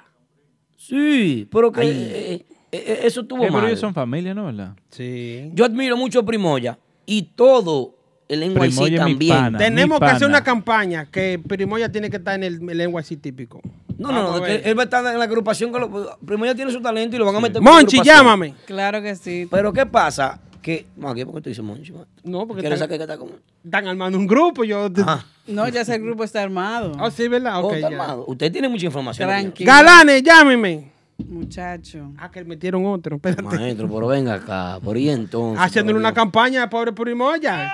Speaker 3: Sí, pero que.
Speaker 6: Ay.
Speaker 3: eh, eh, eh, eso estuvo
Speaker 6: Eh, pero
Speaker 3: mal.
Speaker 6: ellos son familia, ¿no? ¿Verdad?
Speaker 4: Sí.
Speaker 3: Yo admiro mucho a Primoya y todo el NYC
Speaker 6: Primoya es mi
Speaker 3: también.
Speaker 6: pana,
Speaker 4: Tenemos que hacer una campaña que Primoya tiene que estar en el, el NYC típico.
Speaker 3: No, no, no,
Speaker 4: Vamos a
Speaker 3: que
Speaker 4: ver.
Speaker 3: él va a estar en la agrupación. Con los, Primoya tiene su talento y lo van a meter con
Speaker 4: Monchi,
Speaker 3: la agrupación.
Speaker 4: llámame.
Speaker 5: Claro que sí.
Speaker 3: Pero ¿qué pasa? Que. No, aquí porque tú dices Monchi. man?
Speaker 4: No, porque
Speaker 3: ¿Quieres
Speaker 4: están-
Speaker 3: saber que está como-
Speaker 4: Están armando un grupo. Yo.
Speaker 5: No, ya ese grupo está armado.
Speaker 4: Ah, sí, ¿verdad?
Speaker 3: Oh,
Speaker 4: Ok,
Speaker 3: está
Speaker 4: ya.
Speaker 3: armado. Usted tiene mucha información.
Speaker 5: Tranquilo.
Speaker 4: Galanes, llámeme.
Speaker 5: Muchacho.
Speaker 4: Ah, que metieron otro. Espérate.
Speaker 3: Maestro, pero venga acá. Por ahí entonces.
Speaker 4: Haciéndole
Speaker 3: Pues pero
Speaker 4: una campaña al pobre Primoya.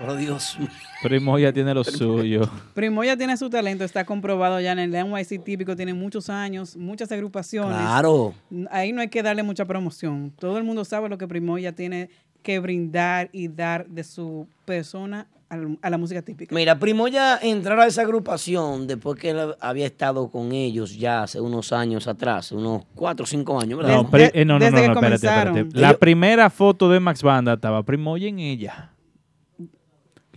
Speaker 3: Pero Oh, Dios mío.
Speaker 6: Primoya tiene lo suyo.
Speaker 5: Primoya tiene su talento, está comprobado ya en el NYC típico, tiene muchos años, muchas agrupaciones.
Speaker 3: Claro.
Speaker 5: Ahí no hay que darle mucha promoción. Todo el mundo sabe lo que Primoya tiene que brindar y dar de su persona al- a la música típica.
Speaker 3: Mira, Primoya entrar a esa agrupación después que él había estado con ellos ya hace unos años atrás, unos cuatro o cinco años, ¿verdad?
Speaker 6: No, pri- eh, no, no, no, no, espérate, espérate. La primera foto de Max Banda estaba Primoya en ella.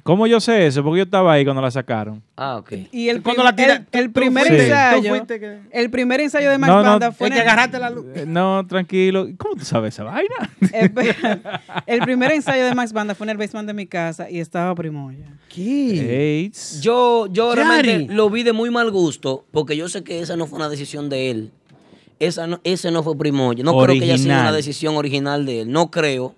Speaker 6: ¿Cómo yo sé eso? Porque yo estaba ahí cuando la sacaron.
Speaker 3: Ah, ok.
Speaker 5: Y el,
Speaker 4: Cuando
Speaker 5: prim-
Speaker 4: la tira-
Speaker 5: el-
Speaker 4: tú-
Speaker 5: el
Speaker 4: tú
Speaker 5: primer
Speaker 6: fuiste- tú
Speaker 5: ensayo,
Speaker 4: fuiste que-
Speaker 5: el primer ensayo de Max
Speaker 6: No, no,
Speaker 5: Banda fue
Speaker 4: El que agarraste la luz.
Speaker 6: Eh, No, tranquilo. ¿Cómo tú sabes esa vaina?
Speaker 5: el primer ensayo de Max Banda fue en el basement de mi casa y estaba Primoya.
Speaker 6: ¿Qué?
Speaker 3: Yo, yo
Speaker 5: Yari.
Speaker 3: realmente lo vi de muy mal gusto, porque yo sé que esa no fue una decisión de él. Esa no, ese no fue Primoya. No creo que haya sido
Speaker 6: Original.
Speaker 3: una decisión original de él. No creo.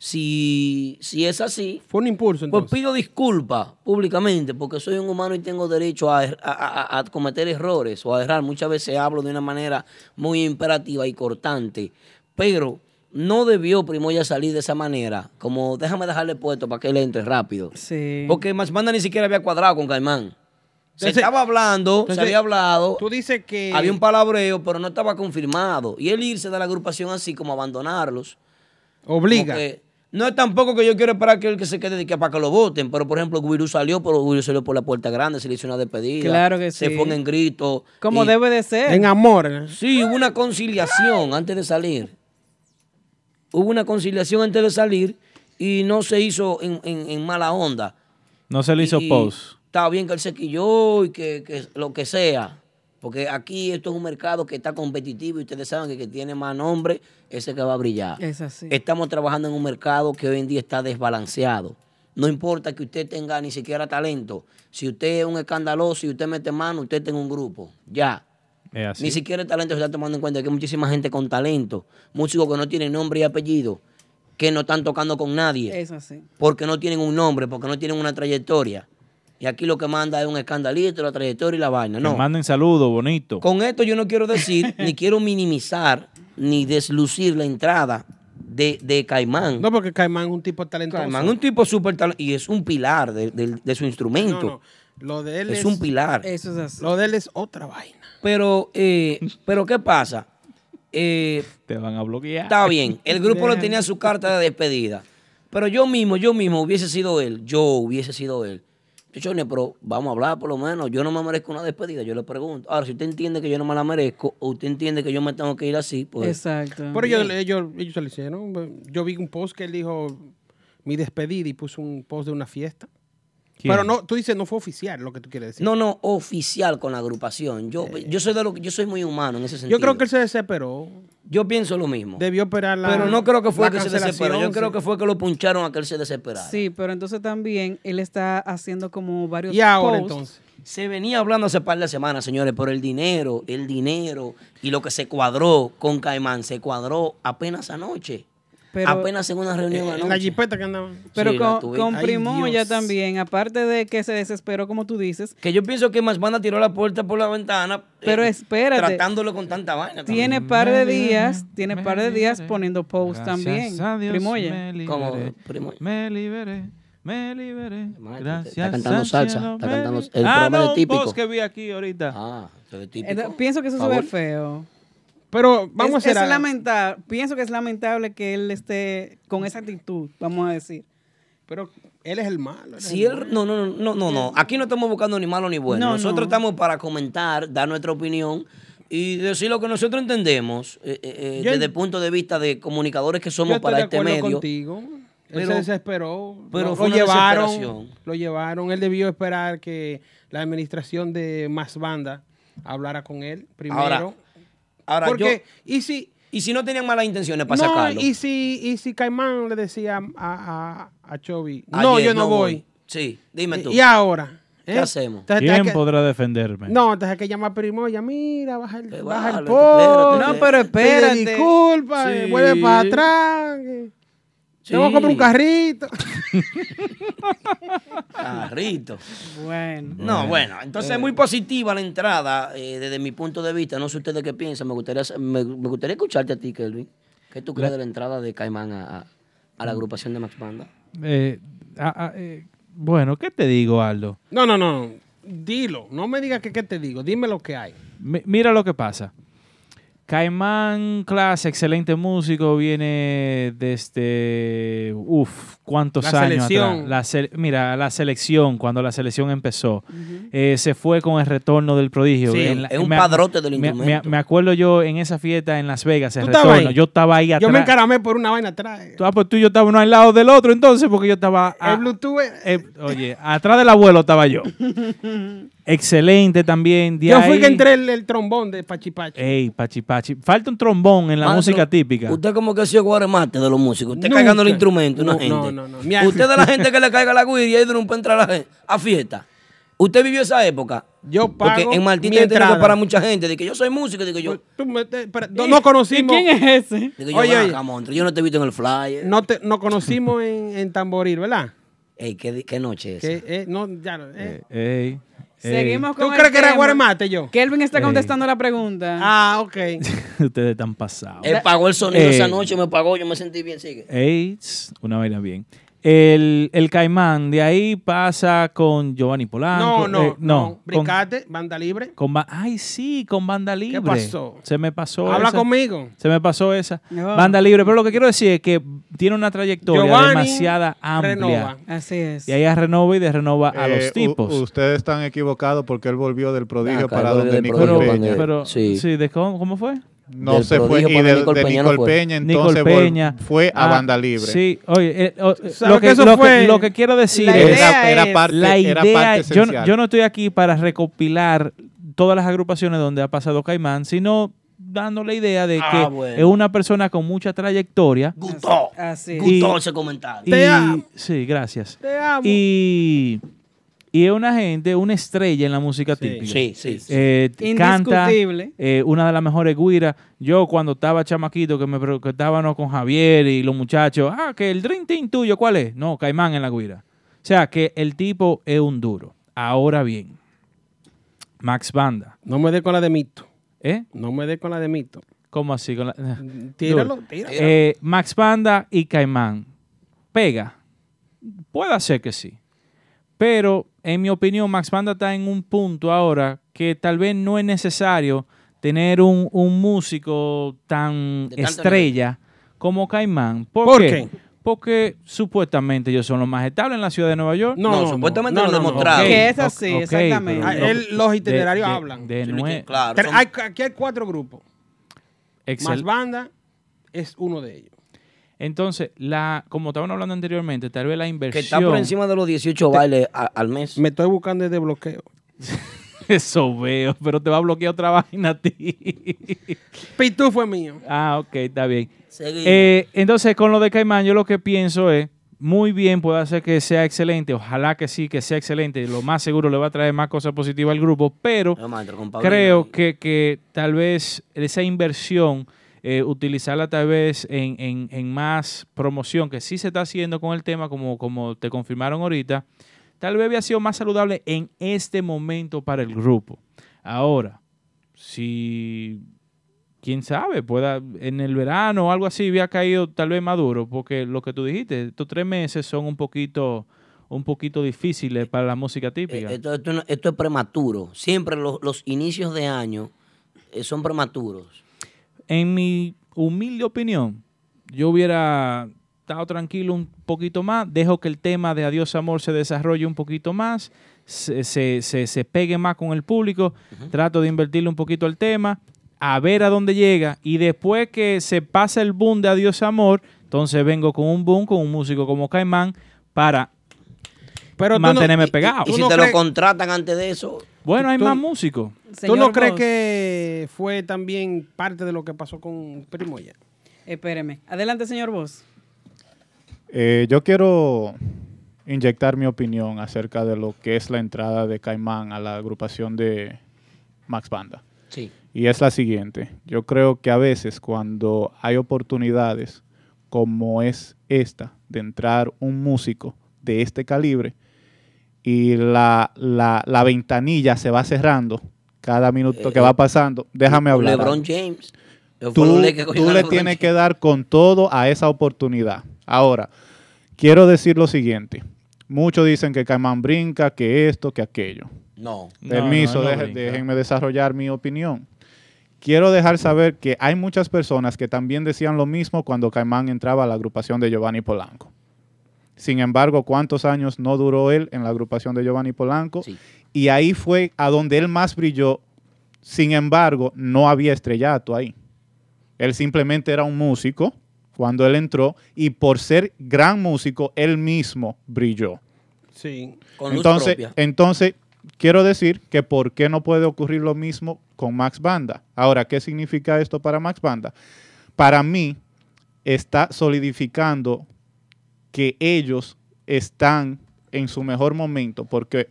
Speaker 3: Si, si es así.
Speaker 4: Fue un impulso.
Speaker 3: Pues pido disculpas públicamente, porque soy un humano y tengo derecho a, er- a- a- a cometer errores o a errar. Muchas veces hablo de una manera muy imperativa y cortante. Pero no debió Primoya salir de esa manera. Como déjame dejarle puesto para que él entre rápido.
Speaker 5: Sí.
Speaker 3: Porque Max Banda ni siquiera había cuadrado con Caimán. Se estaba hablando, se
Speaker 4: entonces,
Speaker 3: había hablado.
Speaker 4: Tú dices que.
Speaker 3: Había un palabreo, pero no estaba confirmado. Y el irse de la agrupación así como abandonarlos.
Speaker 4: Obliga.
Speaker 3: como que- no es tampoco que yo quiero esperar que el que se quede de que para que lo voten. Pero por ejemplo, Guirú salió, pero Guirú salió por la puerta grande, se le hizo una despedida.
Speaker 5: Claro que sí.
Speaker 3: Se ponen gritos.
Speaker 5: Como
Speaker 3: Y-
Speaker 5: debe de ser.
Speaker 4: En amor. ¿eh? ¿no?
Speaker 3: Sí, hubo una conciliación antes de salir. Hubo una conciliación antes de salir y no se hizo en, en- en mala onda.
Speaker 6: No se le hizo
Speaker 3: Y-
Speaker 6: post.
Speaker 3: Está bien que él se quilló y que, que lo que sea. Porque aquí esto es un mercado que está competitivo y ustedes saben que el que tiene más nombre es el que va a brillar.
Speaker 5: Es así.
Speaker 3: Estamos trabajando en un mercado que hoy en día está desbalanceado. No importa que usted tenga ni siquiera talento. Si usted es un escandaloso y usted mete mano, usted tenga un grupo. Ya.
Speaker 6: Es así.
Speaker 3: Ni siquiera el talento se está tomando en cuenta. Que hay muchísima gente con talento. Músicos que no tienen nombre y apellido. Que no están tocando con nadie
Speaker 5: Es así.
Speaker 3: porque no tienen un nombre, porque no tienen una trayectoria. Y aquí lo que manda es un escandalito, la trayectoria y la vaina.
Speaker 6: Que
Speaker 3: No.
Speaker 6: manden saludos, bonito.
Speaker 3: Con esto yo no quiero decir, ni quiero minimizar, ni deslucir la entrada de, de Caimán.
Speaker 4: No, porque Caimán es un tipo talentoso.
Speaker 3: Caimán es un tipo súper talentoso y es un pilar de, de- de su instrumento.
Speaker 4: No, no. Lo de él
Speaker 3: Es un pilar.
Speaker 5: Eso es así.
Speaker 4: Lo de él es otra vaina.
Speaker 3: Pero, eh, pero ¿qué pasa? Eh,
Speaker 6: Te van a bloquear.
Speaker 3: Está bien, el grupo lo tenía en su carta de despedida. Pero yo mismo, yo mismo hubiese sido él, yo hubiese sido él. Chichones, pero vamos a hablar por lo menos. Yo no me merezco una despedida, yo le pregunto. Ahora, si usted entiende que yo no me la merezco, o usted entiende que yo me tengo que ir así, pues.
Speaker 5: Exacto.
Speaker 4: Pero ellos, ellos, ellos se lo hicieron. Yo vi un post que él dijo mi despedida y puso un post de una fiesta.
Speaker 3: ¿Quién?
Speaker 4: Pero no, tú dices no fue oficial lo que tú quieres decir.
Speaker 3: No, no, oficial con la agrupación. Yo, yo soy de lo que- yo soy muy humano en ese sentido.
Speaker 4: Yo creo que él se desesperó.
Speaker 3: Yo pienso lo mismo.
Speaker 4: Debió esperar la.
Speaker 3: Pero no creo que fue
Speaker 4: la
Speaker 3: que se
Speaker 4: cancelación,
Speaker 3: desesperó. Yo creo
Speaker 4: sí.
Speaker 3: que fue que lo puncharon a que él se desesperara.
Speaker 5: Sí, pero entonces también él está haciendo como varios
Speaker 3: Y ahora,
Speaker 5: posts.
Speaker 3: entonces. Se venía hablando hace par de semanas, señores, por el dinero, el dinero y lo que se cuadró con Caimán, se cuadró apenas anoche.
Speaker 5: Pero-
Speaker 3: apenas en una reunión
Speaker 4: Eh,
Speaker 3: anoche.
Speaker 4: la jipeta que andaba.
Speaker 5: Pero
Speaker 3: Sí, la
Speaker 5: con,
Speaker 3: tuve.
Speaker 5: con
Speaker 3: Ay,
Speaker 5: Primoya
Speaker 3: Dios.
Speaker 5: también, aparte de que se desesperó, como tú dices,
Speaker 3: Que yo pienso que Más Banda tiró la puerta por la ventana. eh,
Speaker 5: Pero espérate.
Speaker 3: Tratándolo con tanta vaina.
Speaker 5: tiene
Speaker 3: también.
Speaker 5: par de días, tiene par de días poniendo posts también.
Speaker 6: a Dios
Speaker 5: Primoya.
Speaker 6: me liberé.
Speaker 3: Como
Speaker 6: Me liberé, me liberé. Gracias.
Speaker 3: está cantando
Speaker 6: al
Speaker 3: salsa,
Speaker 6: cielo,
Speaker 3: está
Speaker 6: me
Speaker 3: cantando
Speaker 6: li-
Speaker 3: el
Speaker 6: ah,
Speaker 3: programa de
Speaker 6: no, un
Speaker 3: Típico.
Speaker 6: post que vi aquí ahorita.
Speaker 3: Ah,
Speaker 5: Entonces, Eh, pienso que eso se
Speaker 6: Favor.
Speaker 5: ve feo.
Speaker 4: Pero vamos
Speaker 5: es,
Speaker 4: a hacer
Speaker 5: es
Speaker 4: algo.
Speaker 5: lamentable. Pienso que es lamentable que él esté con esa actitud, vamos a decir.
Speaker 4: Pero Él es el malo.
Speaker 3: Si él- no, no, no, no, no, no. Aquí no estamos buscando ni malo ni bueno.
Speaker 4: No,
Speaker 3: nosotros
Speaker 4: no.
Speaker 3: estamos para comentar, dar nuestra opinión y decir lo que nosotros entendemos eh, eh, eh,
Speaker 4: Yo-
Speaker 3: desde el punto de vista de comunicadores que somos
Speaker 4: Yo
Speaker 3: para
Speaker 4: estoy
Speaker 3: este
Speaker 4: de acuerdo
Speaker 3: medio.
Speaker 4: contigo. Él
Speaker 3: Pero-
Speaker 4: se desesperó.
Speaker 3: pero
Speaker 4: lo,
Speaker 3: fue
Speaker 4: lo
Speaker 3: una
Speaker 4: llevaron.
Speaker 3: desesperación.
Speaker 4: Lo llevaron. Él debió esperar que la administración de Más Banda hablara con él primero.
Speaker 3: Ahora, ahora
Speaker 4: Porque-
Speaker 3: yo,
Speaker 4: y si
Speaker 3: y si no tenían malas intenciones para
Speaker 4: no,
Speaker 3: sacarlo.
Speaker 4: y si, y si Caimán le decía a, a, a Chovy,
Speaker 3: Ayer
Speaker 4: no, yo no, voy.
Speaker 3: Sí, dime
Speaker 4: Y-
Speaker 3: tú.
Speaker 4: ¿Y ahora?
Speaker 3: ¿Qué
Speaker 4: ¿Eh?
Speaker 3: hacemos?
Speaker 4: Entonces,
Speaker 6: ¿Quién
Speaker 4: tenés que-
Speaker 6: podrá defenderme?
Speaker 4: No, entonces hay que llamar a Primoya, mira, baja el, baja el
Speaker 6: vale,
Speaker 4: post.
Speaker 6: espérate. No, pero
Speaker 4: pide
Speaker 6: espérate.
Speaker 4: Disculpa, eh,
Speaker 6: Sí.
Speaker 4: vuelve para atrás. eh.
Speaker 6: Sí.
Speaker 4: Tengo que comprar un carrito.
Speaker 3: Carrito.
Speaker 5: Bueno.
Speaker 3: No, bueno, entonces es muy positiva la entrada eh, desde mi punto de vista. No sé ustedes qué piensan. Me gustaría, me, me gustaría escucharte a ti, Kelvin. ¿Qué tú crees
Speaker 6: La-
Speaker 3: de la entrada de Caimán a, a- a la agrupación de Max Banda?
Speaker 6: Eh,
Speaker 5: ah,
Speaker 6: a- a- eh, bueno, ¿qué te digo, Aldo?
Speaker 4: No, no, no. Dilo. No me digas que qué te digo. Dime lo que hay.
Speaker 6: Mi- mira lo que pasa. Caimán Class, excelente músico, viene desde. Uf, ¿cuántos
Speaker 4: La
Speaker 6: años atrás?
Speaker 4: selección.
Speaker 6: La sele- mira, la selección, cuando la selección empezó, eh, se fue con el retorno del prodigio.
Speaker 3: Sí,
Speaker 6: En la-
Speaker 3: es un
Speaker 6: me-
Speaker 3: padrote del
Speaker 6: me- me-
Speaker 3: instrumento.
Speaker 6: Me, acuerdo yo en esa fiesta en Las Vegas, el
Speaker 4: ¿Tú estabas
Speaker 6: retorno.
Speaker 4: ahí?
Speaker 6: Yo estaba ahí atrás.
Speaker 4: Yo me encaramé por una vaina atrás.
Speaker 6: Tú- ah, pues tú y yo estábamos uno al lado del otro entonces, porque yo estaba. a-
Speaker 4: el Bluetooth.
Speaker 6: eh, oye, atrás del abuelo estaba yo. Excelente también. de
Speaker 4: Yo fui
Speaker 6: ahí-
Speaker 4: que entré el, el trombón de Pachipachi.
Speaker 6: Ey, pachi pachi. Falta un trombón en la
Speaker 3: Maestro,
Speaker 6: música típica.
Speaker 3: Usted como que ha sido guaremate de los músicos. Usted
Speaker 6: Nunca.
Speaker 3: cargando el instrumento, una
Speaker 6: No,
Speaker 3: gente.
Speaker 6: no, no, no. Mi-
Speaker 3: Usted de la gente que le caiga la guiria y ahí de un pa' entrar a, la gente- a fiesta. Usted vivió esa época.
Speaker 4: Yo
Speaker 3: Porque
Speaker 4: pago
Speaker 3: en Martín
Speaker 4: mi
Speaker 3: tiene que
Speaker 4: entrada.
Speaker 3: para mucha gente. De que yo soy músico, de que yo.
Speaker 4: Tú me- te- espera, no, no conocimos.
Speaker 5: ¿Y quién es ese?
Speaker 3: de que yo,
Speaker 4: Oye,
Speaker 3: "Ven
Speaker 4: oye.
Speaker 3: acá, Montre, yo no te he visto en el flyer.
Speaker 4: No, te, no conocimos en, en Tamboril, ¿verdad?
Speaker 3: Ey, qué, di- qué noche es.
Speaker 4: Que, eh, no, ya, no, eh.
Speaker 6: Ey, ey.
Speaker 5: Seguimos con
Speaker 4: ¿Tú
Speaker 5: el
Speaker 4: crees que era
Speaker 5: tema.
Speaker 4: Guaremate yo?
Speaker 5: Kelvin está
Speaker 6: Ey.
Speaker 5: contestando la pregunta.
Speaker 4: Ah, ok.
Speaker 6: Ustedes están pasados.
Speaker 5: Eh,
Speaker 3: Él pagó el sonido
Speaker 6: Ey,
Speaker 7: Eh.
Speaker 3: esa noche, me pagó, yo me sentí bien, sigue.
Speaker 6: ey, tss, una vaina bien. El, el Caimán, de ahí pasa con Giovanni Polanco.
Speaker 4: No, no,
Speaker 6: eh,
Speaker 4: no.
Speaker 6: Con,
Speaker 4: Bricate, banda libre.
Speaker 6: con ba- ay, sí, con Banda Libre.
Speaker 4: pasó?
Speaker 6: Se me pasó
Speaker 4: Habla
Speaker 6: esa.
Speaker 4: conmigo.
Speaker 6: Se me pasó esa.
Speaker 4: No.
Speaker 6: Banda Libre. Pero lo que quiero decir es que tiene una trayectoria
Speaker 4: Giovanni
Speaker 6: demasiada amplia.
Speaker 4: Renova.
Speaker 5: Así es.
Speaker 6: Y ahí a Renova y de Renova a
Speaker 7: Eh,
Speaker 6: los
Speaker 7: u-
Speaker 6: tipos.
Speaker 7: ustedes están equivocados porque él volvió del prodigio
Speaker 6: acá,
Speaker 7: para
Speaker 6: él Ah, volvió
Speaker 7: donde
Speaker 6: del
Speaker 7: Nicole
Speaker 6: prodigio
Speaker 7: Peña.
Speaker 6: cuando- pero- sí. ¿de cómo, cómo fue?
Speaker 7: No se fue. Y de, de Nicole Peña, entonces
Speaker 6: Nicole
Speaker 7: vol-
Speaker 6: Peña.
Speaker 7: fue a
Speaker 6: Ah,
Speaker 7: Banda Libre.
Speaker 6: Sí, oye, eh, o- eh,
Speaker 7: ¿Sabe
Speaker 6: lo,
Speaker 7: que
Speaker 6: que,
Speaker 7: eso
Speaker 6: lo,
Speaker 7: fue-
Speaker 6: que, lo que quiero decir
Speaker 7: La
Speaker 6: es,
Speaker 7: idea Era- era es- parte-
Speaker 6: la
Speaker 7: era
Speaker 6: idea-
Speaker 7: parte
Speaker 6: yo, no-
Speaker 7: esencial.
Speaker 6: yo no estoy aquí para recopilar todas las agrupaciones donde ha pasado Caimán, sino dando la idea de
Speaker 3: Ah,
Speaker 6: que
Speaker 3: bueno.
Speaker 6: es una persona con mucha trayectoria.
Speaker 3: Gustó.
Speaker 5: Así
Speaker 6: es.
Speaker 3: Gustó
Speaker 6: Y-
Speaker 3: ese comentario.
Speaker 6: Y- sí, gracias.
Speaker 4: Te amo.
Speaker 6: Y, y es una gente, una estrella en la música típica.
Speaker 3: sí, sí, sí.
Speaker 6: Eh,
Speaker 5: Indiscutible.
Speaker 6: Canta, eh, una de las mejores guiras. Yo cuando estaba chamaquito, que me preguntábamos con Javier y los muchachos, ah, que el Dream Team tuyo, ¿cuál es? No, Caimán en la guira. O sea, que el tipo es un duro. Ahora bien, Max Banda.
Speaker 4: No me dé con la de mito.
Speaker 6: ¿Eh?
Speaker 4: No me dé con la de mito. Mm,
Speaker 6: ¿Cómo así? Con la-
Speaker 4: Tíralo,
Speaker 6: Duro.
Speaker 4: tíralo.
Speaker 6: Eh, Max Banda y Caimán. Pega. Puede ser que sí. Pero, en mi opinión, Max Banda está en un punto ahora que tal vez no es necesario tener un, un músico tan
Speaker 4: tanto
Speaker 6: estrella como Caimán. ¿Por,
Speaker 4: ¿Por
Speaker 6: qué?
Speaker 4: qué?
Speaker 6: Porque supuestamente ellos son los más estables en la ciudad de Nueva York.
Speaker 4: No, No, no, supuestamente no. lo demostraron.
Speaker 6: Ok,
Speaker 4: Que es así,
Speaker 6: ok, pero
Speaker 4: exactamente. Ah, él-
Speaker 6: lo-
Speaker 4: los
Speaker 6: de-
Speaker 4: itinerarios
Speaker 6: de-
Speaker 4: hablan.
Speaker 6: De,
Speaker 4: Sí,
Speaker 6: nueve-
Speaker 4: Tres- hay- aquí hay cuatro grupos.
Speaker 6: Excel-
Speaker 4: Más banda es uno de ellos.
Speaker 6: Entonces, la, como estaban hablando anteriormente, tal vez la
Speaker 3: Que
Speaker 6: inversión.
Speaker 3: está por encima de los 18
Speaker 6: Te-
Speaker 3: bailes a- al mes.
Speaker 4: Me estoy buscando desde bloqueo.
Speaker 6: Eso veo, pero te va a bloquear otra vaina a ti.
Speaker 4: Pitufo es mío.
Speaker 6: Ah, ok, está bien.
Speaker 4: Seguimos.
Speaker 6: Eh, entonces, con lo de Caimán, yo lo que pienso es, muy bien, puede hacer que sea excelente, ojalá que sí, que sea excelente, lo más seguro le va a traer más cosas positivas al grupo, pero
Speaker 3: No, maestro, con Paulino.
Speaker 6: creo que, que tal vez esa inversión, eh, utilizarla tal vez en, en- en más promoción, que sí se está haciendo con el tema, como, como te confirmaron ahorita, tal vez había sido más saludable en este momento para el grupo. Ahora, si quién sabe, pueda en el verano o algo así había caído tal vez más duro, porque lo que tú dijiste, estos tres meses son un poquito un poquito difíciles para la música típica.
Speaker 3: Eh, Esto, esto no- esto es prematuro. Siempre los, los inicios de año eh, son prematuros.
Speaker 6: en mi humilde opinión, yo hubiera estado tranquilo un poquito más, dejo que el tema de Adiós Amor se desarrolle un poquito más, se, se- se- se pegue más con el público, trato de invertirle un poquito al tema, a ver a dónde llega y después que se pasa el boom de Adiós Amor, entonces vengo con un boom, con un músico como Caimán para
Speaker 4: Pero tú no-
Speaker 6: mantenerme
Speaker 4: y- y-
Speaker 6: pegado.
Speaker 4: y si ¿Tú te no lo crees-
Speaker 3: contratan antes de eso.
Speaker 6: Bueno, hay
Speaker 4: Tú-
Speaker 6: más músicos.
Speaker 4: ¿Tú no crees que fue también parte de lo que pasó con Primo ya?
Speaker 5: Espéreme. Adelante, señor Vos.
Speaker 7: Eh, yo quiero inyectar mi opinión acerca de lo que es la entrada de Caimán a la agrupación de Max Banda.
Speaker 3: Sí.
Speaker 7: Y es la siguiente. Yo creo que a veces cuando hay oportunidades como es esta, de entrar un músico de este calibre y la, la- la ventanilla se va cerrando cada minuto que va pasando, déjame hablar.
Speaker 3: Eh, LeBron James. Yo
Speaker 7: Tú,
Speaker 3: fue lo que
Speaker 7: tú
Speaker 3: cogieron a
Speaker 7: le
Speaker 3: LeBron
Speaker 7: tienes que dar con todo a esa oportunidad. Ahora, quiero decir lo siguiente. Muchos dicen que Caimán brinca, que esto, que aquello.
Speaker 3: No.
Speaker 6: No,
Speaker 7: Permiso,
Speaker 6: no, no
Speaker 7: deje-
Speaker 6: brinca.
Speaker 7: déjenme desarrollar mi opinión. Quiero dejar saber que hay muchas personas que también decían lo mismo cuando Caimán entraba a la agrupación de Giovanni Polanco. Sin embargo, ¿cuántos años no duró él en la agrupación de Giovanni Polanco? Y ahí fue a donde él más brilló. Sin embargo, no había estrellato ahí. Él simplemente era un músico cuando él entró y por ser gran músico, él mismo brilló.
Speaker 4: Sí.
Speaker 7: Entonces, entonces, quiero decir que por qué no puede ocurrir lo mismo con Max Banda. Ahora, ¿qué significa esto para Max Banda? Para mí, está solidificando que ellos están en su mejor momento, porque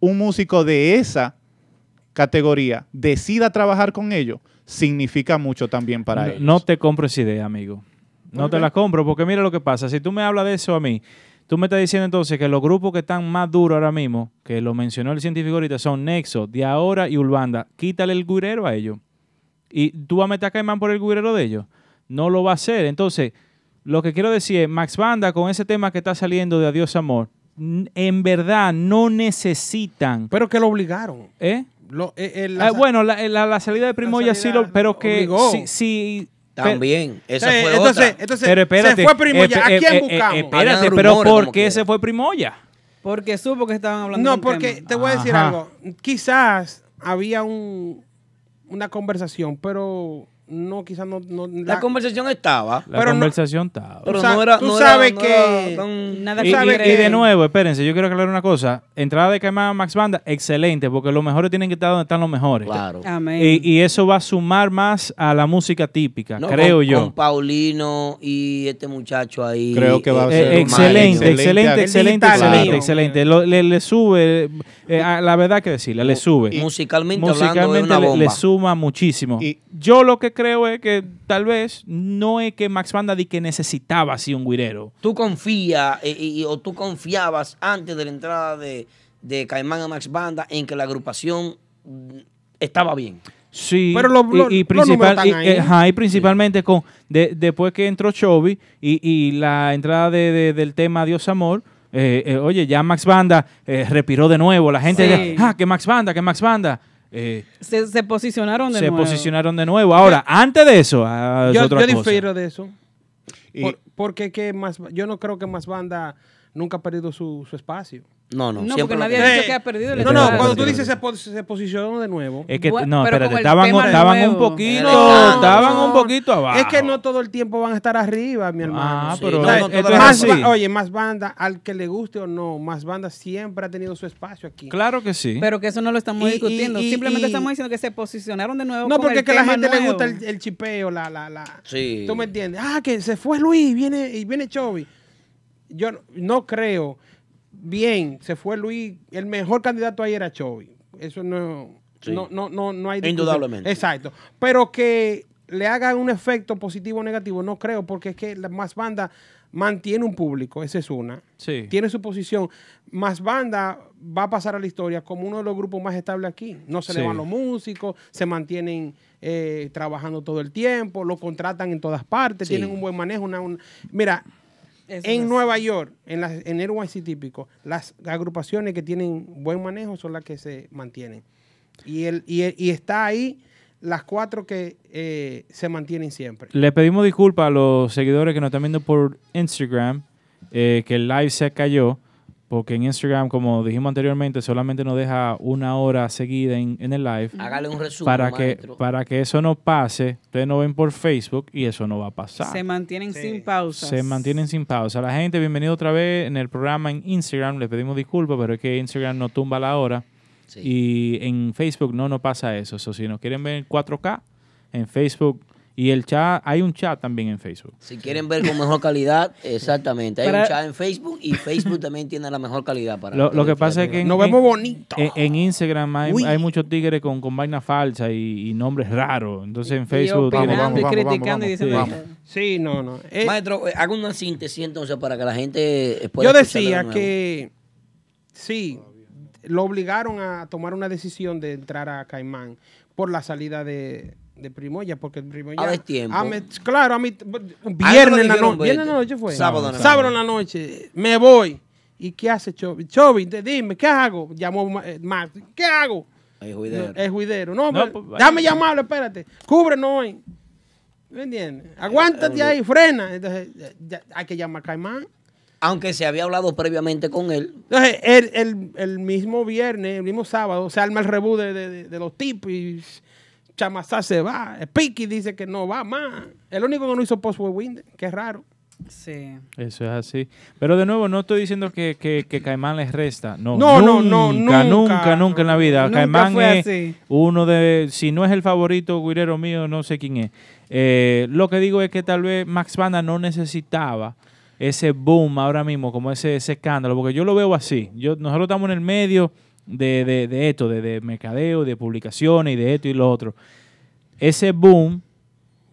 Speaker 7: un músico de esa categoría decida trabajar con ellos, significa mucho también para
Speaker 6: no,
Speaker 7: ellos.
Speaker 6: no te compro esa idea, amigo. No te
Speaker 7: Ok.
Speaker 6: la compro, porque mira lo que pasa. Si tú me hablas de eso a mí, tú me estás diciendo entonces que los grupos que están más duros ahora mismo, que lo mencionó el científico ahorita, son Nexo, De Ahora y Urbanda. Quítale el guirero a ellos. Y tú vas a meter a Caimán por el guirero de ellos. No lo va a hacer. Entonces, lo que quiero decir es, Max Banda, con ese tema que está saliendo de Adiós Amor, n- en verdad no necesitan.
Speaker 4: Pero que lo obligaron.
Speaker 6: ¿Eh?
Speaker 4: Lo- eh, eh, la
Speaker 6: Ah,
Speaker 4: sa-
Speaker 6: bueno, la, la- la salida de Primo ya sí lo, pero que
Speaker 4: obligó.
Speaker 6: sí, sí-
Speaker 4: También,
Speaker 6: pe-
Speaker 4: esa fue entonces- otra. entonces, se fue Primo ya, ¿a
Speaker 6: espe-
Speaker 4: quién
Speaker 6: eh, eh,
Speaker 4: buscamos?
Speaker 6: espérate,
Speaker 4: Habían
Speaker 6: pero
Speaker 4: rumores
Speaker 6: ¿por
Speaker 4: como
Speaker 6: qué se fue Primo ya?
Speaker 5: Porque supo que estaban hablando de
Speaker 4: No,
Speaker 5: un
Speaker 4: porque
Speaker 5: tema. Ah.
Speaker 4: te voy a decir
Speaker 6: Ajá.
Speaker 4: algo. Quizás había un, una conversación, pero no, quizás no. no-
Speaker 3: La conversación estaba.
Speaker 6: La
Speaker 4: Pero no-
Speaker 6: conversación estaba.
Speaker 4: Tú sa- tú sabes que.
Speaker 5: nada
Speaker 6: Y, y- y de nuevo, espérense, yo quiero aclarar una cosa. Entrada de Caimán a Max Banda, excelente, porque los mejores tienen que estar donde están los mejores. Claro.
Speaker 5: Amén.
Speaker 6: Y, y eso va a sumar más a la música típica,
Speaker 3: No,
Speaker 6: creo
Speaker 3: con-
Speaker 6: yo.
Speaker 3: Con Paulino y este muchacho ahí.
Speaker 7: Creo que va a
Speaker 3: eh,
Speaker 7: ser
Speaker 3: eh,
Speaker 7: un
Speaker 6: excelente,
Speaker 7: excelente
Speaker 6: excelente,
Speaker 7: artista.
Speaker 6: excelente,
Speaker 7: Claro.
Speaker 6: excelente, excelente. Lo- le, le sube, eh, a- la verdad que decirle, le sube.
Speaker 3: musicalmente hablando, es
Speaker 6: Musicalmente
Speaker 3: una
Speaker 6: le, le
Speaker 3: bomba.
Speaker 6: suma muchísimo. yo lo que creo es que tal vez no es que Max Banda di que necesitaba así un guirero.
Speaker 3: Tú confías eh, y- y- o tú confiabas antes de la entrada de, de Caimán a Max Banda en que la agrupación mm, estaba bien.
Speaker 6: Sí,
Speaker 3: Pero los-
Speaker 6: y-
Speaker 3: los-
Speaker 6: y,
Speaker 3: los
Speaker 6: principal-
Speaker 3: números están
Speaker 6: y-
Speaker 3: ahí.
Speaker 6: eh, ajá, y principalmente con de- después que entró Chovy y, y la entrada de- de- del tema Dios Amor, eh, eh, oye, ya Max Banda eh, respiró de nuevo, la gente
Speaker 5: Sí.
Speaker 6: ya, ah, que Max Banda, que Max Banda. Eh,
Speaker 5: Se, se posicionaron de
Speaker 6: se
Speaker 5: nuevo.
Speaker 6: posicionaron de nuevo. Ahora, antes de eso, ah, es
Speaker 4: yo,
Speaker 6: otra
Speaker 4: yo
Speaker 6: cosa.
Speaker 4: difiero de eso.
Speaker 7: Y-
Speaker 4: Por- porque que más, yo no creo que más banda nunca ha perdido su, su espacio. Eh,
Speaker 3: No, no,
Speaker 5: No, siempre porque lo nadie ha ha dicho perdido. que ha perdido el
Speaker 4: No, no,
Speaker 5: espacio.
Speaker 4: cuando tú
Speaker 5: Perdido.
Speaker 4: dices se, po- se posicionó de nuevo.
Speaker 6: Es que- Bu- no, pero espérate, con el estaban- tema estaban nuevo. un poquito- estaban un poquito abajo.
Speaker 4: Es que no todo el tiempo van a estar arriba, mi hermano.
Speaker 6: Ah, pero
Speaker 4: O sea,
Speaker 6: no, no, esto
Speaker 4: más
Speaker 6: es así.
Speaker 4: ba- oye, más banda, al que le guste o no, más banda siempre ha tenido su espacio aquí.
Speaker 6: Claro que sí.
Speaker 5: Pero que eso no lo estamos
Speaker 4: Y- y-
Speaker 5: discutiendo.
Speaker 4: y-
Speaker 5: Simplemente
Speaker 4: y-
Speaker 5: estamos diciendo que se posicionaron de nuevo.
Speaker 4: No,
Speaker 5: con el
Speaker 4: porque es que a la
Speaker 5: tema
Speaker 4: gente le
Speaker 5: nuevo.
Speaker 4: gusta el, el chipeo, la, la, la.
Speaker 3: Sí.
Speaker 4: ¿Tú me entiendes? Ah, que se fue Luis viene, y viene Chovy. Yo no, no creo. Bien, se fue Luis. El mejor candidato ahí era Chovy. Eso no,
Speaker 3: Sí.
Speaker 4: no, no, no, no hay discusión.
Speaker 3: Indudablemente.
Speaker 4: Exacto. Pero que le haga un efecto positivo o negativo, no creo, porque es que la más banda mantiene un público, esa es una.
Speaker 6: Sí.
Speaker 4: Tiene su posición. Más banda va a pasar a la historia como uno de los grupos más estables aquí. No se le
Speaker 6: Sí.
Speaker 4: van los músicos, se mantienen eh, trabajando todo el tiempo, lo contratan en todas partes,
Speaker 6: Sí.
Speaker 4: tienen un buen manejo. Una, un- Mira,
Speaker 5: Eso es
Speaker 4: en
Speaker 5: así.
Speaker 4: Nueva York, en, las, en NYC típico, las agrupaciones que tienen buen manejo son las que se mantienen. Y, el, y, el- y está ahí las cuatro que eh, se mantienen siempre.
Speaker 6: Le pedimos disculpas a los seguidores que nos están viendo por Instagram, eh, que el live se cayó, porque en Instagram, como dijimos anteriormente, solamente nos deja una hora seguida en, en el live.
Speaker 3: Hágale un resumen,
Speaker 6: Para que,
Speaker 3: maestro.
Speaker 6: para que eso no pase, ustedes no ven por Facebook y eso no va a pasar.
Speaker 5: Se mantienen sin pausas.
Speaker 6: Se mantienen sin pausa. La gente, bienvenido otra vez en el programa en Instagram. Les pedimos disculpas, pero es que Instagram no tumba la hora. Y en Facebook no nos pasa eso. So, si nos quieren ver en 4K, en Facebook. Y el chat, hay un chat también en Facebook.
Speaker 3: Si quieren ver con mejor calidad, exactamente. Hay
Speaker 6: Para-
Speaker 3: un chat en Facebook y Facebook también tiene la mejor calidad para
Speaker 6: Lo, lo que pasa es que... en-
Speaker 3: No
Speaker 6: en- En, en Instagram hay,
Speaker 3: Uy.
Speaker 6: hay muchos tigres con, con vaina falsa y, y nombres raros. Entonces en Facebook... tienen-
Speaker 4: Sí, no, no.
Speaker 3: Maestro, eh, haga una síntesis entonces para que la gente eh, pueda escucharlo
Speaker 4: Yo
Speaker 3: de
Speaker 4: decía
Speaker 3: nuevo.
Speaker 4: que sí, lo obligaron a tomar una decisión de entrar a Caimán por la salida de, de Primoya, porque Primoya...
Speaker 3: A ver, tiempo.
Speaker 4: A me- claro, a mí...
Speaker 3: Ah, no lo
Speaker 4: Viernes en la
Speaker 3: dijeron,
Speaker 4: noche. Viernes en la
Speaker 3: Beto.
Speaker 4: noche fue.
Speaker 3: Sábado en la
Speaker 4: Sábado en la noche. Me voy. ¿Y qué hace Chovy? Chovy, te- dime, ¿qué hago? Llamó Ma- eh, Max. ¿Qué hago?
Speaker 3: Ay, juidero.
Speaker 4: No, es juidero.
Speaker 3: No,
Speaker 4: No, pero
Speaker 3: pues, vaya.
Speaker 4: déjame llamarlo, espérate. Cúbrenos hoy. ¿Me entiendes?
Speaker 3: Eh,
Speaker 4: Aguántate ahí, frena. Entonces, eh, ya- hay que llamar a Caimán.
Speaker 3: Aunque se había hablado previamente con él.
Speaker 4: Entonces, el, el- el mismo viernes, el mismo sábado, se arma el rebú de, de- de- de los tipos y Chamazá se va. Piqui dice que no va más. El único que no hizo post fue Winder. Qué raro.
Speaker 5: Sí.
Speaker 6: Eso es así. Pero de nuevo, no estoy diciendo que, que, que Caimán les resta. No,
Speaker 4: No, no,
Speaker 6: nunca,
Speaker 4: no,
Speaker 6: nunca,
Speaker 4: nunca,
Speaker 6: nunca, en la vida.
Speaker 4: nunca
Speaker 6: Caimán
Speaker 4: fue
Speaker 6: es
Speaker 4: así.
Speaker 6: uno de, si no es el favorito guirero mío, no sé quién es. Eh, lo que digo es que tal vez Max Banda no necesitaba ese boom ahora mismo, como ese, ese escándalo, porque yo lo veo así. Yo, nosotros estamos en el medio de, de- de esto, de, de mercadeo, de publicaciones y de esto y lo otro. Ese boom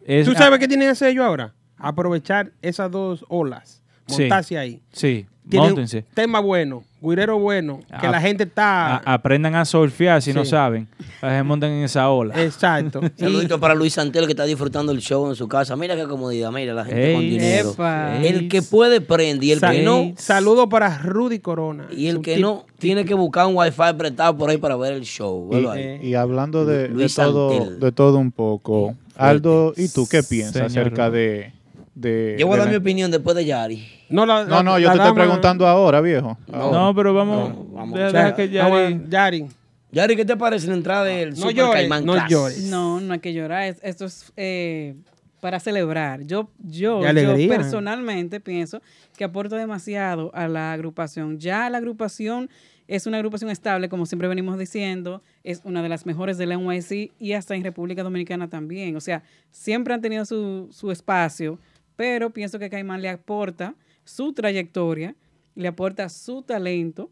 Speaker 6: es...
Speaker 4: ¿Tú sabes qué tienen que hacer ellos ahora? Aprovechar esas dos olas.
Speaker 6: Sí.
Speaker 4: Montarse ahí.
Speaker 6: Sí,
Speaker 4: Tienen
Speaker 6: móntense.
Speaker 4: tema bueno, guirero bueno, que
Speaker 6: Ah,
Speaker 4: la gente está...
Speaker 6: A- aprendan a surfear si no
Speaker 4: Sí.
Speaker 6: saben. Para que se monten en esa ola.
Speaker 4: Exacto.
Speaker 3: Saludito para Luis Santel que está disfrutando el show en su casa. Mira qué comodidad, mira la gente con
Speaker 6: Ey,
Speaker 3: dinero.
Speaker 6: epa.
Speaker 3: El que puede prende y el
Speaker 4: Sa-
Speaker 3: que no,
Speaker 4: Saludo para Rudy Corona.
Speaker 3: y el que
Speaker 4: tipo-
Speaker 3: no, tiene que buscar un wifi prestado por ahí para ver el
Speaker 7: Y,
Speaker 3: show.
Speaker 7: eh,
Speaker 3: Vuelva
Speaker 4: eh,
Speaker 3: ahí.
Speaker 7: y hablando de, de
Speaker 3: Luis
Speaker 7: todo,
Speaker 3: Santel.
Speaker 7: de todo un poco, Aldo, ¿y tú qué piensas
Speaker 3: Señor.
Speaker 7: acerca de, de-
Speaker 3: Yo voy a
Speaker 7: de
Speaker 3: dar mi
Speaker 7: la-
Speaker 3: opinión después de Yari.
Speaker 4: No, la-
Speaker 7: No, no, yo
Speaker 3: la
Speaker 7: te estoy
Speaker 3: dama-
Speaker 7: preguntando ahora, viejo.
Speaker 3: No.
Speaker 6: No, pero vamos. deja- deja que Yari-
Speaker 4: Yari.
Speaker 3: Yari, ¿qué te parece la entrada del Super Caimán Class?
Speaker 5: No, no hay que llorar. Es- Esto es eh, para celebrar. Yo, yo,
Speaker 3: De alegría.
Speaker 5: yo personalmente pienso que aporta demasiado a la agrupación. Ya la agrupación es una agrupación estable, como siempre venimos diciendo. Es una de las mejores del NYC y hasta en República Dominicana también. O sea, siempre han tenido su, su espacio, pero pienso que Caimán le aporta su trayectoria, le aporta su talento.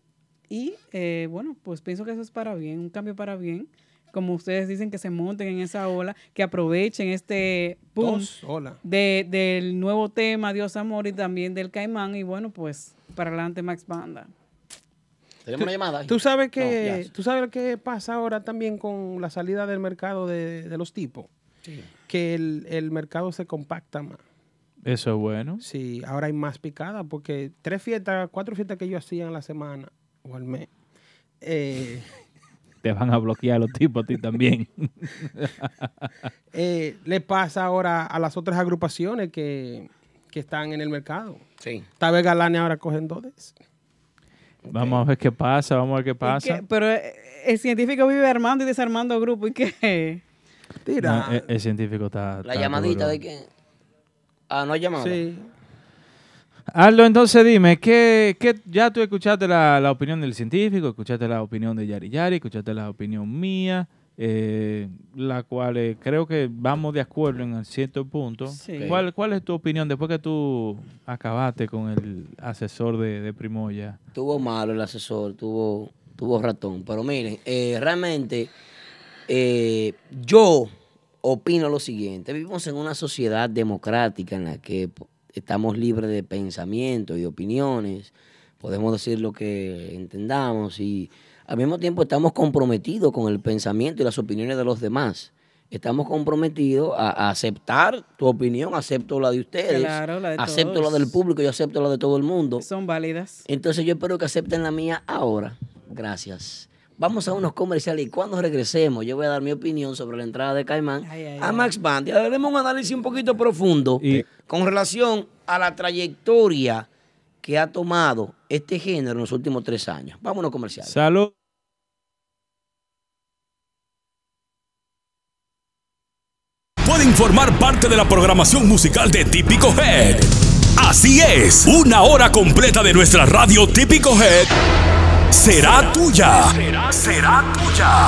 Speaker 5: Y eh, bueno, pues pienso que eso es para bien, un cambio para bien. Como ustedes dicen, que se monten en esa ola, que aprovechen este boom
Speaker 4: Dos olas.
Speaker 5: de- del nuevo tema Dios Amor y también del Caimán. Y bueno, pues para adelante Max Banda.
Speaker 3: Tenemos una llamada.
Speaker 4: Tú sabes que
Speaker 3: No, ya.
Speaker 4: tú sabes qué pasa ahora también con la salida del mercado de, de los tipos. Que el, el mercado se compacta más.
Speaker 6: Eso es bueno.
Speaker 4: Sí, ahora hay más picada porque tres fiestas, cuatro fiestas que yo hacía en la semana o al mes. eh,
Speaker 6: Te van a bloquear los tipos a ti también.
Speaker 4: eh, le pasa ahora a las otras agrupaciones que, que están en el mercado.
Speaker 3: Sí.
Speaker 4: Tal vez Galanes ahora cogen dos de esas.
Speaker 6: Vamos a ver qué pasa, vamos a ver qué pasa.
Speaker 5: ¿Qué? Pero eh, el científico vive armando y desarmando grupo. ¿Y qué?
Speaker 6: No, e-, el, el científico está.
Speaker 3: La
Speaker 6: está
Speaker 3: llamadita
Speaker 6: duro.
Speaker 3: de que. Ah, no hay llamada.
Speaker 4: Sí.
Speaker 6: Aldo, entonces dime, ¿qué, qué- ya tú escuchaste la, la opinión del científico, escuchaste la opinión de Yari Yari, escuchaste la opinión mía, eh, la cual eh, creo que vamos de acuerdo en cierto punto.
Speaker 5: Sí.
Speaker 6: ¿Cuál, ¿Cuál es tu opinión después que tú acabaste con el asesor de, de Primoya?
Speaker 3: Tuvo malo el asesor, tuvo, tuvo ratón. Pero miren, eh, realmente eh, yo opino lo siguiente. Vivimos en una sociedad democrática en la que po- estamos libres de pensamiento y de opiniones. Podemos decir lo que entendamos y al mismo tiempo estamos comprometidos con el pensamiento y las opiniones de los demás. Estamos comprometidos a, a aceptar tu opinión, acepto la de ustedes,
Speaker 5: Claro, la de
Speaker 3: acepto
Speaker 5: todos.
Speaker 3: la del público, yo acepto la de todo el mundo.
Speaker 5: Son válidas.
Speaker 3: Entonces yo espero que acepten la mía ahora. Gracias. Vamos a unos comerciales y cuando regresemos yo voy a dar mi opinión sobre la entrada de Caimán a Max Band. Y haremos un análisis un poquito profundo con relación a la trayectoria que ha tomado este género en los últimos tres años. Vámonos comerciales.
Speaker 6: Salud.
Speaker 17: Pueden formar parte de la programación musical de Típico Head. Así es, una hora completa de nuestra radio Típico Head será tuya.
Speaker 1: Será, será tuya.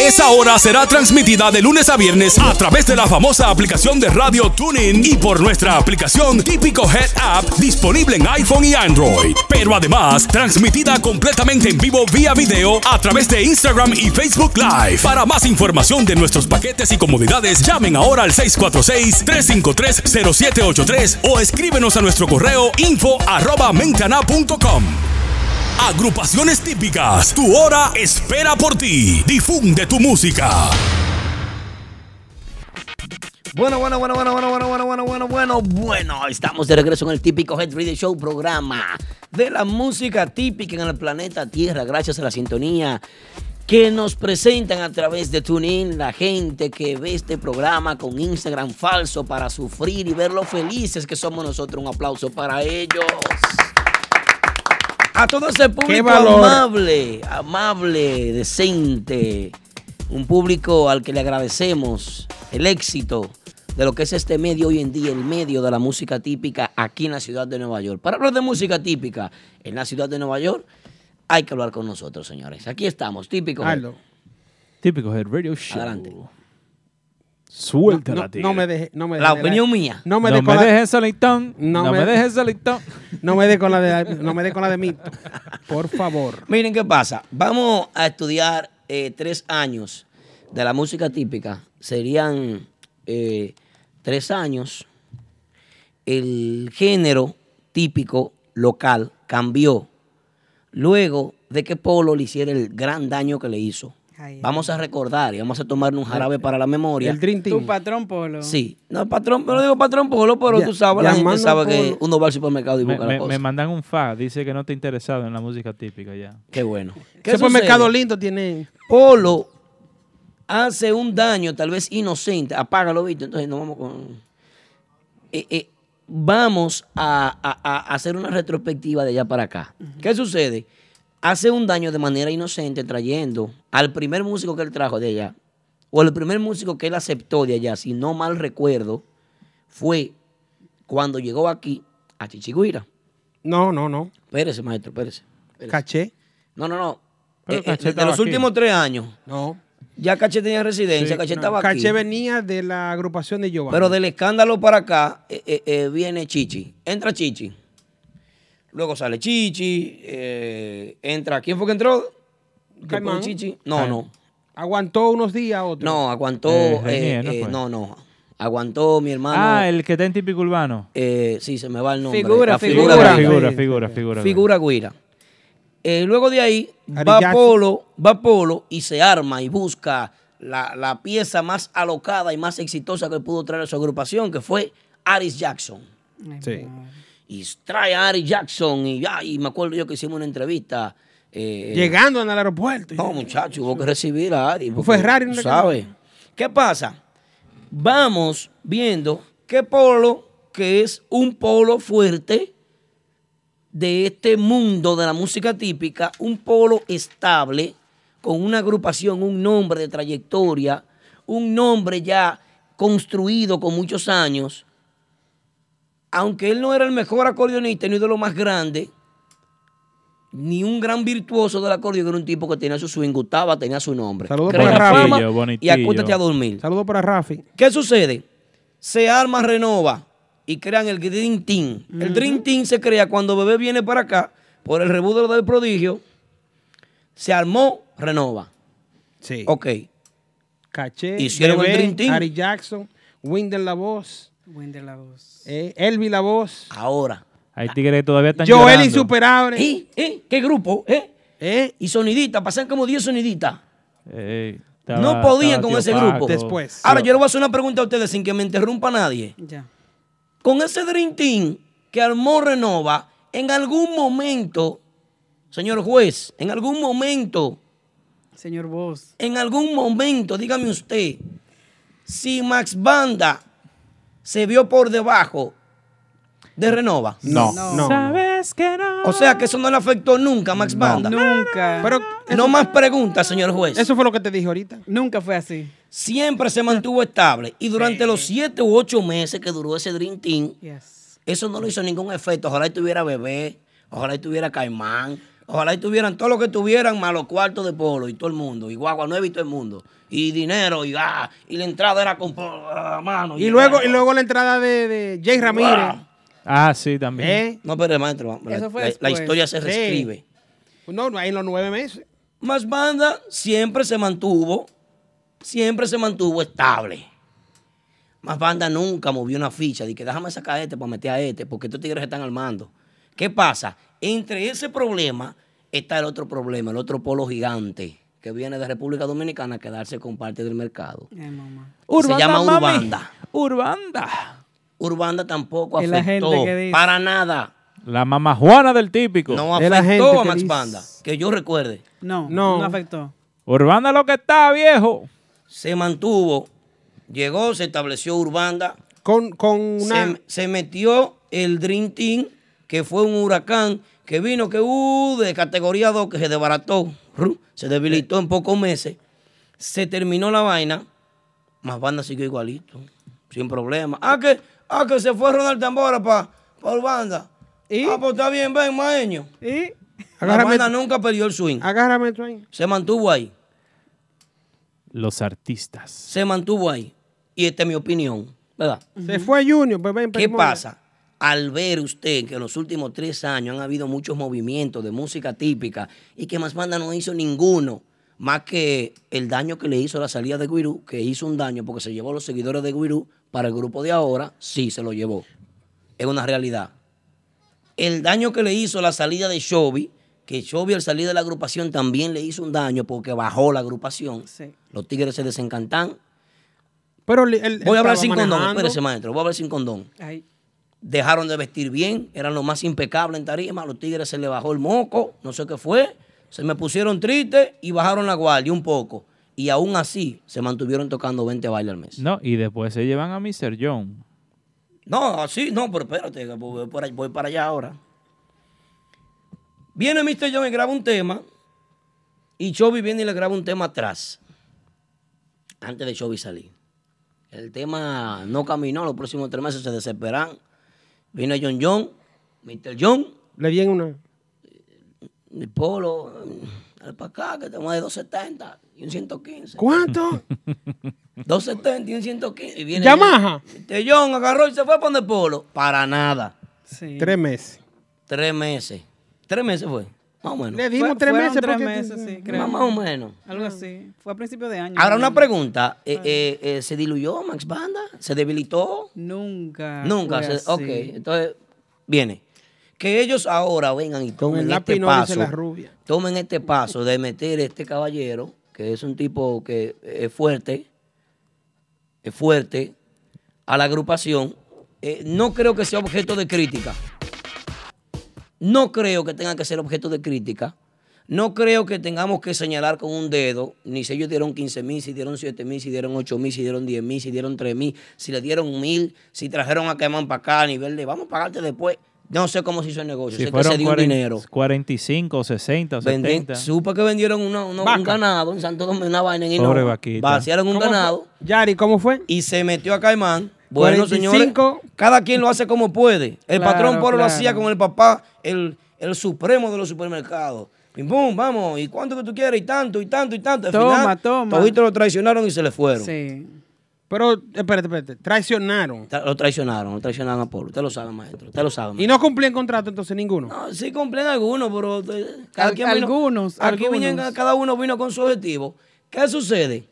Speaker 17: Esa hora será transmitida de lunes a viernes a través de la famosa aplicación de radio TuneIn y por nuestra aplicación Típico Head App disponible en iPhone y Android. Pero además, transmitida completamente en vivo vía video a través de Instagram y Facebook Live. Para más información de nuestros paquetes y comodidades, llamen ahora al 646-353-0783 o escríbenos a nuestro correo info arroba mentana.com. Agrupaciones típicas, tu hora espera por ti. Difunde tu música.
Speaker 3: Bueno, bueno, bueno, bueno, bueno, bueno, bueno, bueno, bueno, bueno, bueno. Estamos de regreso en el típico Head Radio Show, programa de la música típica en el planeta Tierra, gracias a la sintonía que nos presentan a través de TuneIn, la gente que ve este programa con Instagram falso para sufrir y ver lo felices que somos nosotros. Un aplauso para ellos. A todo ese público
Speaker 12: valor.
Speaker 3: amable, amable, decente, un público al que le agradecemos el éxito de lo que es este medio hoy en día, el medio de la música típica aquí en la ciudad de Nueva York. Para hablar de música típica en la ciudad de Nueva York, hay que hablar con nosotros, señores. Aquí estamos, típico.
Speaker 4: Aldo.
Speaker 6: Típico Head Radio Show.
Speaker 3: Adelante.
Speaker 6: Suelta
Speaker 4: No, no me deje, no me deje
Speaker 3: La
Speaker 4: de la-
Speaker 3: opinión mía.
Speaker 4: No me
Speaker 6: No
Speaker 4: deje
Speaker 6: me
Speaker 4: con la-
Speaker 6: dejes solitón. No, me dejes solitón.
Speaker 4: No me deje con la de no me deje con la de mí. Por favor.
Speaker 3: Miren qué pasa. Vamos a estudiar eh, tres años de la música típica. Serían eh, tres años. El género típico local cambió luego de que Polo le hiciera el gran daño que le hizo. Vamos a recordar y vamos a tomar un jarabe para la memoria.
Speaker 4: El Dream Team.
Speaker 5: Tu patrón Polo.
Speaker 3: Sí. No, patrón, pero digo patrón Polo, pero
Speaker 6: Ya-
Speaker 3: tú sabes, la gente
Speaker 6: llamando
Speaker 3: sabe
Speaker 6: Polo.
Speaker 3: que uno va al supermercado y
Speaker 6: Me,
Speaker 3: busca la
Speaker 6: me-
Speaker 3: cosa.
Speaker 6: me mandan un fa, dice que no está interesado en la música típica ya.
Speaker 3: Qué bueno. ¿Qué
Speaker 4: Ese mercado
Speaker 3: sucede?
Speaker 4: lindo tiene.
Speaker 3: Polo hace un daño tal vez inocente. Apágalo, Vito. Entonces nos vamos con... Eh, eh, vamos a, a- a hacer una retrospectiva de allá para acá. ¿Qué sucede? Hace un daño de manera inocente trayendo al primer músico que él trajo de allá, o el primer músico que él aceptó de allá, si no mal recuerdo, fue cuando llegó aquí a Chichiguira.
Speaker 4: No, no, no.
Speaker 3: Espérese, maestro, espérese. espérese.
Speaker 4: Caché.
Speaker 3: No, no, no.
Speaker 4: Pero
Speaker 3: Eh, eh,
Speaker 4: Caché
Speaker 3: de
Speaker 4: estaba
Speaker 3: los
Speaker 4: aquí.
Speaker 3: últimos tres años.
Speaker 4: No.
Speaker 3: Ya Caché tenía residencia,
Speaker 4: Sí,
Speaker 3: Caché
Speaker 4: no.
Speaker 3: estaba aquí.
Speaker 4: Caché venía de la agrupación de Giovanni.
Speaker 3: Pero del escándalo para acá eh, eh, eh, viene Chichi. Entra Chichi. Luego sale Chichi. eh, entra. ¿Quién fue que entró? Después
Speaker 4: Caimán.
Speaker 3: de Chichi. No,
Speaker 4: Caimán.
Speaker 3: no.
Speaker 4: aguantó unos días otro.
Speaker 3: No, aguantó.
Speaker 6: Eh,
Speaker 3: eh,
Speaker 6: Renier, ¿no
Speaker 3: eh,
Speaker 6: fue?
Speaker 3: no, no. Aguantó mi hermano.
Speaker 6: Ah, el que está en típico urbano.
Speaker 3: eh, sí, se me va el nombre.
Speaker 6: Figura,
Speaker 3: La
Speaker 6: figura.
Speaker 3: Guira.
Speaker 6: Figura, figura, figura.
Speaker 3: Figura Guira. Eh, luego de ahí va
Speaker 6: Arillazo.
Speaker 3: Polo, va Polo y se arma y busca la, la pieza más alocada y más exitosa que pudo traer a su agrupación, que fue Aris Jackson.
Speaker 4: Sí.
Speaker 3: Y trae a Aris Jackson y ya, y me acuerdo yo que hicimos una entrevista. eh,
Speaker 4: Llegando en el aeropuerto.
Speaker 3: No, muchacho, hubo que recibir a Aris. porque,
Speaker 4: Ferrari,
Speaker 3: tú
Speaker 4: ¿no?
Speaker 3: ¿Sabes? ¿Qué pasa? Vamos viendo que Polo, que es un polo fuerte de este mundo de la música típica, un polo estable, con una agrupación, un nombre de trayectoria, un nombre ya construido con muchos años, aunque él no era el mejor acordeonista ni de los más grandes, ni un gran virtuoso del acordeón, era un tipo que tenía su swing, gustaba, tenía su nombre.
Speaker 4: Saludos
Speaker 3: Creía
Speaker 4: para Rafi.
Speaker 3: fama Y acuéstate a dormir.
Speaker 4: Saludos para Rafi.
Speaker 3: ¿Qué sucede? Se arma Renova y crean el Dream Team. El Dream Team se crea cuando Bebé viene para acá por el rebudero del prodigio. Se armó Renova.
Speaker 4: Sí.
Speaker 3: Ok.
Speaker 4: Caché.
Speaker 3: Hicieron el
Speaker 4: Bebé,
Speaker 3: Dream Team.
Speaker 4: Ari Jackson. Winder La Voz.
Speaker 5: Winder La Voz.
Speaker 4: eh, Elvi La Voz.
Speaker 3: Ahora.
Speaker 6: Hay tigres que todavía están
Speaker 4: Joel
Speaker 6: llorando.
Speaker 4: Insuperable.
Speaker 3: ¿Eh? ¿Eh? ¿Qué grupo? ¿Eh? Y sonidita, pasan como 10 soniditas.
Speaker 6: Ey,
Speaker 3: no
Speaker 6: estaba-
Speaker 3: podían
Speaker 6: estaba
Speaker 3: con
Speaker 6: tío
Speaker 3: ese
Speaker 6: Paco.
Speaker 3: grupo. Ahora, yo le voy a hacer una pregunta a ustedes sin que me interrumpa nadie.
Speaker 5: Ya.
Speaker 3: Con ese Dream Team que armó Renova, en algún momento, señor juez, en algún momento
Speaker 5: Señor Vos.
Speaker 3: En algún momento, dígame usted, si Max Banda se vio por debajo de Renova.
Speaker 20: No. No.
Speaker 5: Sabes que no.
Speaker 3: O sea que eso no le afectó nunca a Max Banda.
Speaker 5: Nunca.
Speaker 3: Pero no más preguntas, señor juez.
Speaker 4: Eso fue lo que te dije ahorita.
Speaker 5: Nunca fue así.
Speaker 3: Siempre se mantuvo estable. Y durante los siete u ocho meses que duró ese Dream Team, eso no le hizo ningún efecto. Ojalá y tuviera bebé, ojalá y tuviera caimán, ojalá y tuvieran todo lo que tuvieran, más los cuartos de polo y todo el mundo, y guagua nueva y todo el mundo. Y dinero, y ah, y la entrada era con polo, ah, mano.
Speaker 4: Y luego, y luego la entrada de, de Jay Ramírez.
Speaker 6: Ah, sí, también.
Speaker 3: No, pero maestro, la,
Speaker 4: Eso fue
Speaker 3: la- la
Speaker 4: después.
Speaker 3: historia se
Speaker 4: ¿Eh? Sí.
Speaker 3: reescribe.
Speaker 4: No, no, ahí en los nueve meses.
Speaker 3: Más banda siempre se mantuvo, siempre se mantuvo estable. Más banda nunca movió una ficha de que déjame sacar a este para meter a este, porque estos tigres están armando. ¿Qué pasa? Entre ese problema está el otro problema, el otro polo gigante que viene de República Dominicana a quedarse con parte del mercado.
Speaker 5: eh,
Speaker 6: Urbanda,
Speaker 3: se llama
Speaker 6: mami.
Speaker 3: Urbanda.
Speaker 6: Urbanda.
Speaker 3: Urbanda tampoco
Speaker 6: Es la
Speaker 3: afectó
Speaker 6: gente que dice.
Speaker 3: para nada.
Speaker 6: La mamá Juana del típico.
Speaker 3: No
Speaker 6: De
Speaker 3: afectó
Speaker 6: la gente
Speaker 3: a
Speaker 6: que
Speaker 3: Max
Speaker 6: dice-
Speaker 3: Banda, que yo recuerde.
Speaker 5: No,
Speaker 4: No.
Speaker 5: no, afectó.
Speaker 6: Urbanda lo que está, viejo.
Speaker 3: se mantuvo, llegó, se estableció Urbanda.
Speaker 4: Con, una-
Speaker 3: Se, se metió el Dream Team, que fue un huracán, que vino, que uh, de categoría 2, que se desbarató, ru, se debilitó en pocos meses. Se terminó la vaina, más banda siguió igualito, sin problema. Ah, que, ah, que se fue Ronald Tambora para pa Urbanda. Ah, pues está bien, ven, maeño.
Speaker 5: ¿Y?
Speaker 3: La
Speaker 6: Agárrame-
Speaker 3: banda nunca perdió el swing.
Speaker 4: Agárrame tú ahí.
Speaker 3: Se mantuvo ahí.
Speaker 6: Los artistas.
Speaker 3: se mantuvo ahí. Y esta es mi opinión, ¿verdad?
Speaker 4: Se fue Junior, pues ven,
Speaker 3: ¿Qué
Speaker 4: primo. eh.
Speaker 3: pasa? Al ver usted que en los últimos tres años han habido muchos movimientos de música típica y que Más Banda no hizo ninguno, más que el daño que le hizo la salida de Guirú, que hizo un daño porque se llevó a los seguidores de Guirú para el grupo de ahora, sí se lo llevó. Es una realidad. El daño que le hizo la salida de Shobi, que Shobi al salir de la agrupación también le hizo un daño porque bajó la agrupación. Los tigres se desencantan.
Speaker 4: Pero el- el-
Speaker 3: Voy a hablar
Speaker 4: estaba
Speaker 3: sin condón,
Speaker 4: manejando.
Speaker 3: espérese maestro, voy a hablar sin condón.
Speaker 5: Ay.
Speaker 3: Dejaron de vestir bien, eran los más impecables en tarima, a los tigres se le bajó el moco, no sé qué fue, se me pusieron tristes y bajaron la guardia un poco. Y aún así se mantuvieron tocando 20 bailes al mes.
Speaker 6: No, y después se llevan a Mr. John.
Speaker 3: No, así, no, pero espérate, que voy, por ahí- voy para allá ahora. Viene Mr. John y graba un tema. Y Chovy viene y le graba un tema atrás. Antes de Chovy salir. El tema no caminó, los próximos tres meses se desesperan. Vino John John, Mr. John.
Speaker 4: Le di en una.
Speaker 3: El polo, al para acá, que estamos de 270 y un 115.
Speaker 4: ¿Cuánto?
Speaker 3: 270 y un 115. Y viene
Speaker 4: Yamaha.
Speaker 3: Mr. John agarró y se fue para el polo. Para nada.
Speaker 4: Tres meses.
Speaker 3: Tres meses. Tres meses fue. Más o menos.
Speaker 4: Le dimos tres
Speaker 5: fueron
Speaker 4: meses.
Speaker 5: tres
Speaker 4: porque-
Speaker 5: meses, sí, creo.
Speaker 3: Más o menos.
Speaker 5: Algo así. Fue a principio de año.
Speaker 3: Ahora una pregunta. eh, eh, eh, ¿Se diluyó Max Banda? ¿Se debilitó?
Speaker 5: Nunca.
Speaker 3: Nunca.
Speaker 5: fue
Speaker 3: se-
Speaker 5: así.
Speaker 3: ok, entonces viene. Que ellos ahora vengan y tomen
Speaker 4: el
Speaker 3: este
Speaker 4: lápiz no dice
Speaker 3: paso.
Speaker 4: la rubia.
Speaker 3: Tomen este paso de meter este caballero, que es un tipo que es fuerte, es fuerte, a la agrupación. Eh, no creo que sea objeto de crítica. No creo que tenga que ser objeto de crítica. No creo que tengamos que señalar con un dedo, ni si ellos dieron 15 mil, si dieron 7 mil, si dieron 8 mil, si dieron 10 mil, si dieron 3 mil, si le dieron mil, si trajeron a Caimán para acá a nivel de vamos a pagarte después. No sé cómo se hizo el negocio,
Speaker 6: Si
Speaker 3: Pues sé
Speaker 6: fueron
Speaker 3: que se dio un
Speaker 6: 40,
Speaker 3: dinero.
Speaker 6: 45, 60, o
Speaker 3: Vendí-
Speaker 6: 70.
Speaker 3: supe que vendieron una- una- un ganado en Santo Domingo, una vaina en Hinojo.
Speaker 6: Pobre vaquita.
Speaker 3: Vaciaron un
Speaker 4: ¿Cómo fue?
Speaker 3: ganado.
Speaker 4: Yari, ¿cómo fue?
Speaker 3: Y se metió a Caimán. Bueno,
Speaker 4: 45.
Speaker 3: señores, cada quien lo hace como puede. El
Speaker 4: Claro,
Speaker 3: patrón Polo lo
Speaker 4: claro.
Speaker 3: hacía con el papá, el, el supremo de los supermercados. Pim, pum, vamos, ¿y cuánto que tú quieres? Y tanto, y tanto, y tanto. Al
Speaker 4: Toma,
Speaker 3: final,
Speaker 4: toma.
Speaker 3: toditos lo traicionaron y se le fueron.
Speaker 4: Pero, espérate, espérate. Traicionaron.
Speaker 3: Tra- Lo traicionaron, lo traicionaron a Polo. Usted lo sabe, maestro. Usted lo sabe, maestro.
Speaker 4: Y no cumplían contrato entonces ninguno.
Speaker 3: No, sí cumplen algunos, pero eh,
Speaker 4: Al- algunos,
Speaker 3: aquí vinieron-
Speaker 4: algunos.
Speaker 3: cada uno vino con su objetivo. ¿Qué sucede?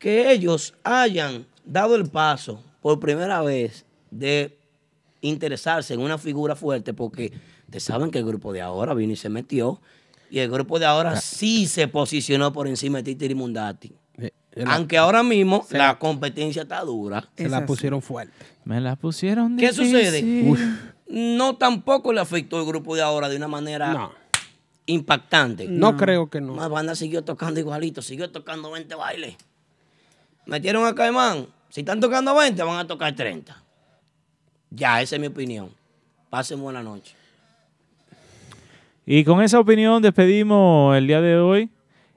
Speaker 3: Que ellos hayan dado el paso por primera vez de interesarse en una figura fuerte, porque ustedes saben que el grupo de ahora vino y se metió, y el grupo de
Speaker 4: Ah.
Speaker 3: ahora sí se posicionó por encima de Titi Mundati.
Speaker 4: Eh,
Speaker 3: Aunque ahora mismo la competencia está dura.
Speaker 4: Se la pusieron fuerte.
Speaker 6: Me la pusieron
Speaker 3: ¿Qué
Speaker 6: difícil.
Speaker 3: sucede? No tampoco le afectó el grupo de ahora de una manera impactante.
Speaker 4: No No. creo que no.
Speaker 3: La banda siguió tocando igualito, siguió tocando 20 bailes. Metieron a Caimán. Si están tocando 20, van a tocar 30. Ya, esa es mi opinión. Pasen buena noche.
Speaker 6: Y con esa opinión despedimos el día de hoy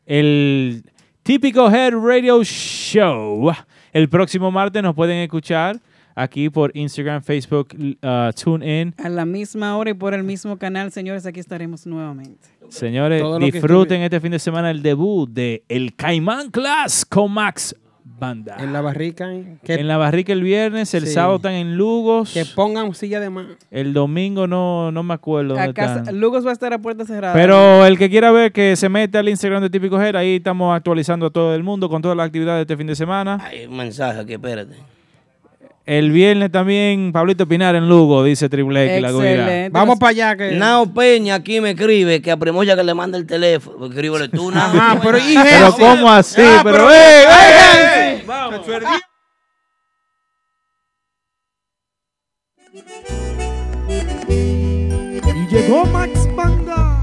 Speaker 6: el típico Head Radio Show. El próximo martes nos pueden escuchar aquí por Instagram, Facebook, uh, TuneIn.
Speaker 5: A la misma hora y por el mismo canal, señores, aquí estaremos nuevamente.
Speaker 6: Señores,
Speaker 5: Todo lo que
Speaker 6: disfruten este fin de semana el debut de El Caimán Class con Max Banda.
Speaker 4: En la barrica. ¿eh? Que,
Speaker 6: en la barrica el viernes, el
Speaker 4: Sí.
Speaker 6: sábado están en Lugos,
Speaker 4: que pongan silla de más.
Speaker 6: el domingo no, no me acuerdo dónde
Speaker 5: Acá,
Speaker 6: están.
Speaker 5: Lugos va a estar a puerta cerrada.
Speaker 6: Pero el que quiera ver que se mete al Instagram de Típico Head, ahí estamos actualizando a todo el mundo con todas las actividades de este fin de semana.
Speaker 3: Hay un mensaje aquí, espérate.
Speaker 6: El viernes también Pablito Pinar en Lugo, dice Triple X, la Guira.
Speaker 4: Vamos para allá. Que...
Speaker 3: Nao Peña aquí me escribe que a Primoya que le manda el teléfono. Escríbele tú, Nao.
Speaker 4: Ah, pero ¿y
Speaker 6: Pero
Speaker 4: Génesis?
Speaker 6: ¿cómo así?
Speaker 4: Ah,
Speaker 6: pero, ¡eh, eh, eh!
Speaker 4: Génesis!
Speaker 8: Y llegó Max Banda.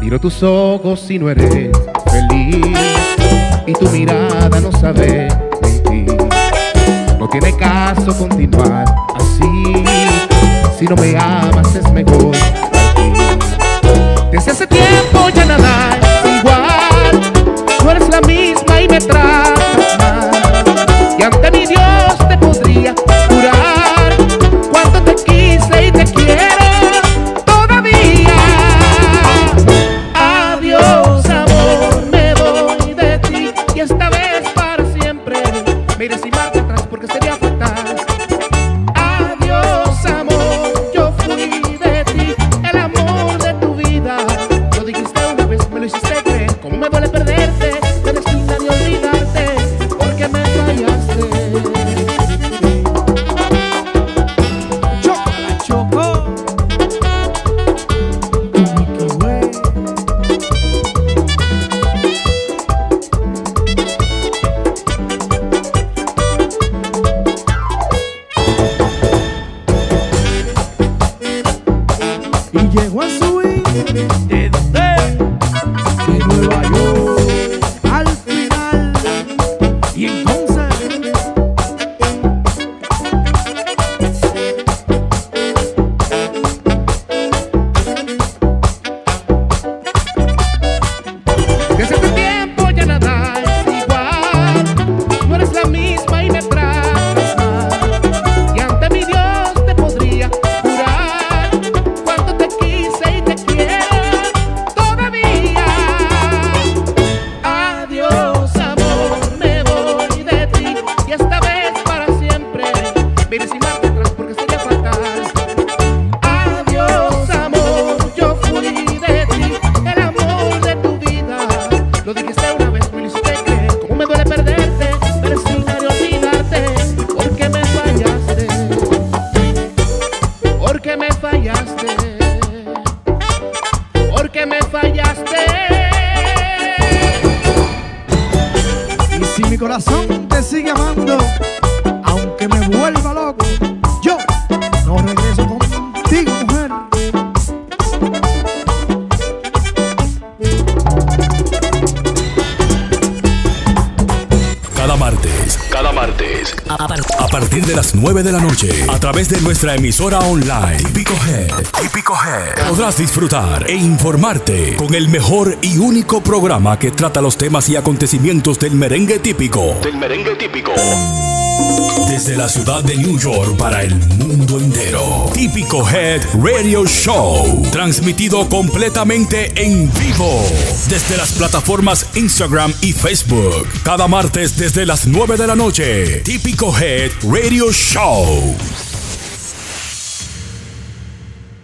Speaker 8: Miro tus ojos y no eres feliz. Y tu mirada no sabe mentir. No tiene caso continuar así. Si no me amas es mejor. partir. Desde hace tiempo ya nada es igual. No eres la misma y me tratas mal. Y ante mi Dios te podría curar. Cuánto te quise y te quiero todavía. Adiós, amor, me voy de ti y esta vez para siempre. Me iré sin marcha atrás porque sería fatal. Adiós, amor, yo fui de ti, el amor de tu vida. Lo dijiste una vez, me lo hiciste creer. ¿Cómo me duele perderte? Me desquita de olvidarte porque me fallaste. Chócala, chocó. y llegó a subir desde de Nueva York al final y entonces Desde este tiempo ya nada es igual, no eres la misma y me tratas mal. Y ante mi Dios te podría jurar cuánto te quise y te quiero todavía. Adiós amor, me voy de ti y esta vez para siempre. Vine sin marcha atrás porque sería fatal. Adiós amor, yo fui de ti, el amor de tu vida. Lo dijiste una vez, me lo hiciste creer. Cómo me duele perderte, pero sin de olvidarte. Porque me fallaste. Porque me fallaste. Porque me fallaste.
Speaker 21: Y si mi corazón te sigue amando, aunque me vuelva loco, yo no regreso contigo, mujer.
Speaker 1: Cada martes. Cada martes. A partir de las 9 de la noche. A través de nuestra emisora online. Típico Head. Típico Head. Podrás disfrutar e informarte con el mejor y único programa que trata los temas y acontecimientos del merengue típico.
Speaker 22: Del merengue típico.
Speaker 1: Desde la ciudad de New York para el mundo entero. Típico Head Radio Show. Transmitido completamente en vivo. Desde las plataformas Instagram y Facebook. Cada martes desde las 9 de la noche. Típico Head Radio Show.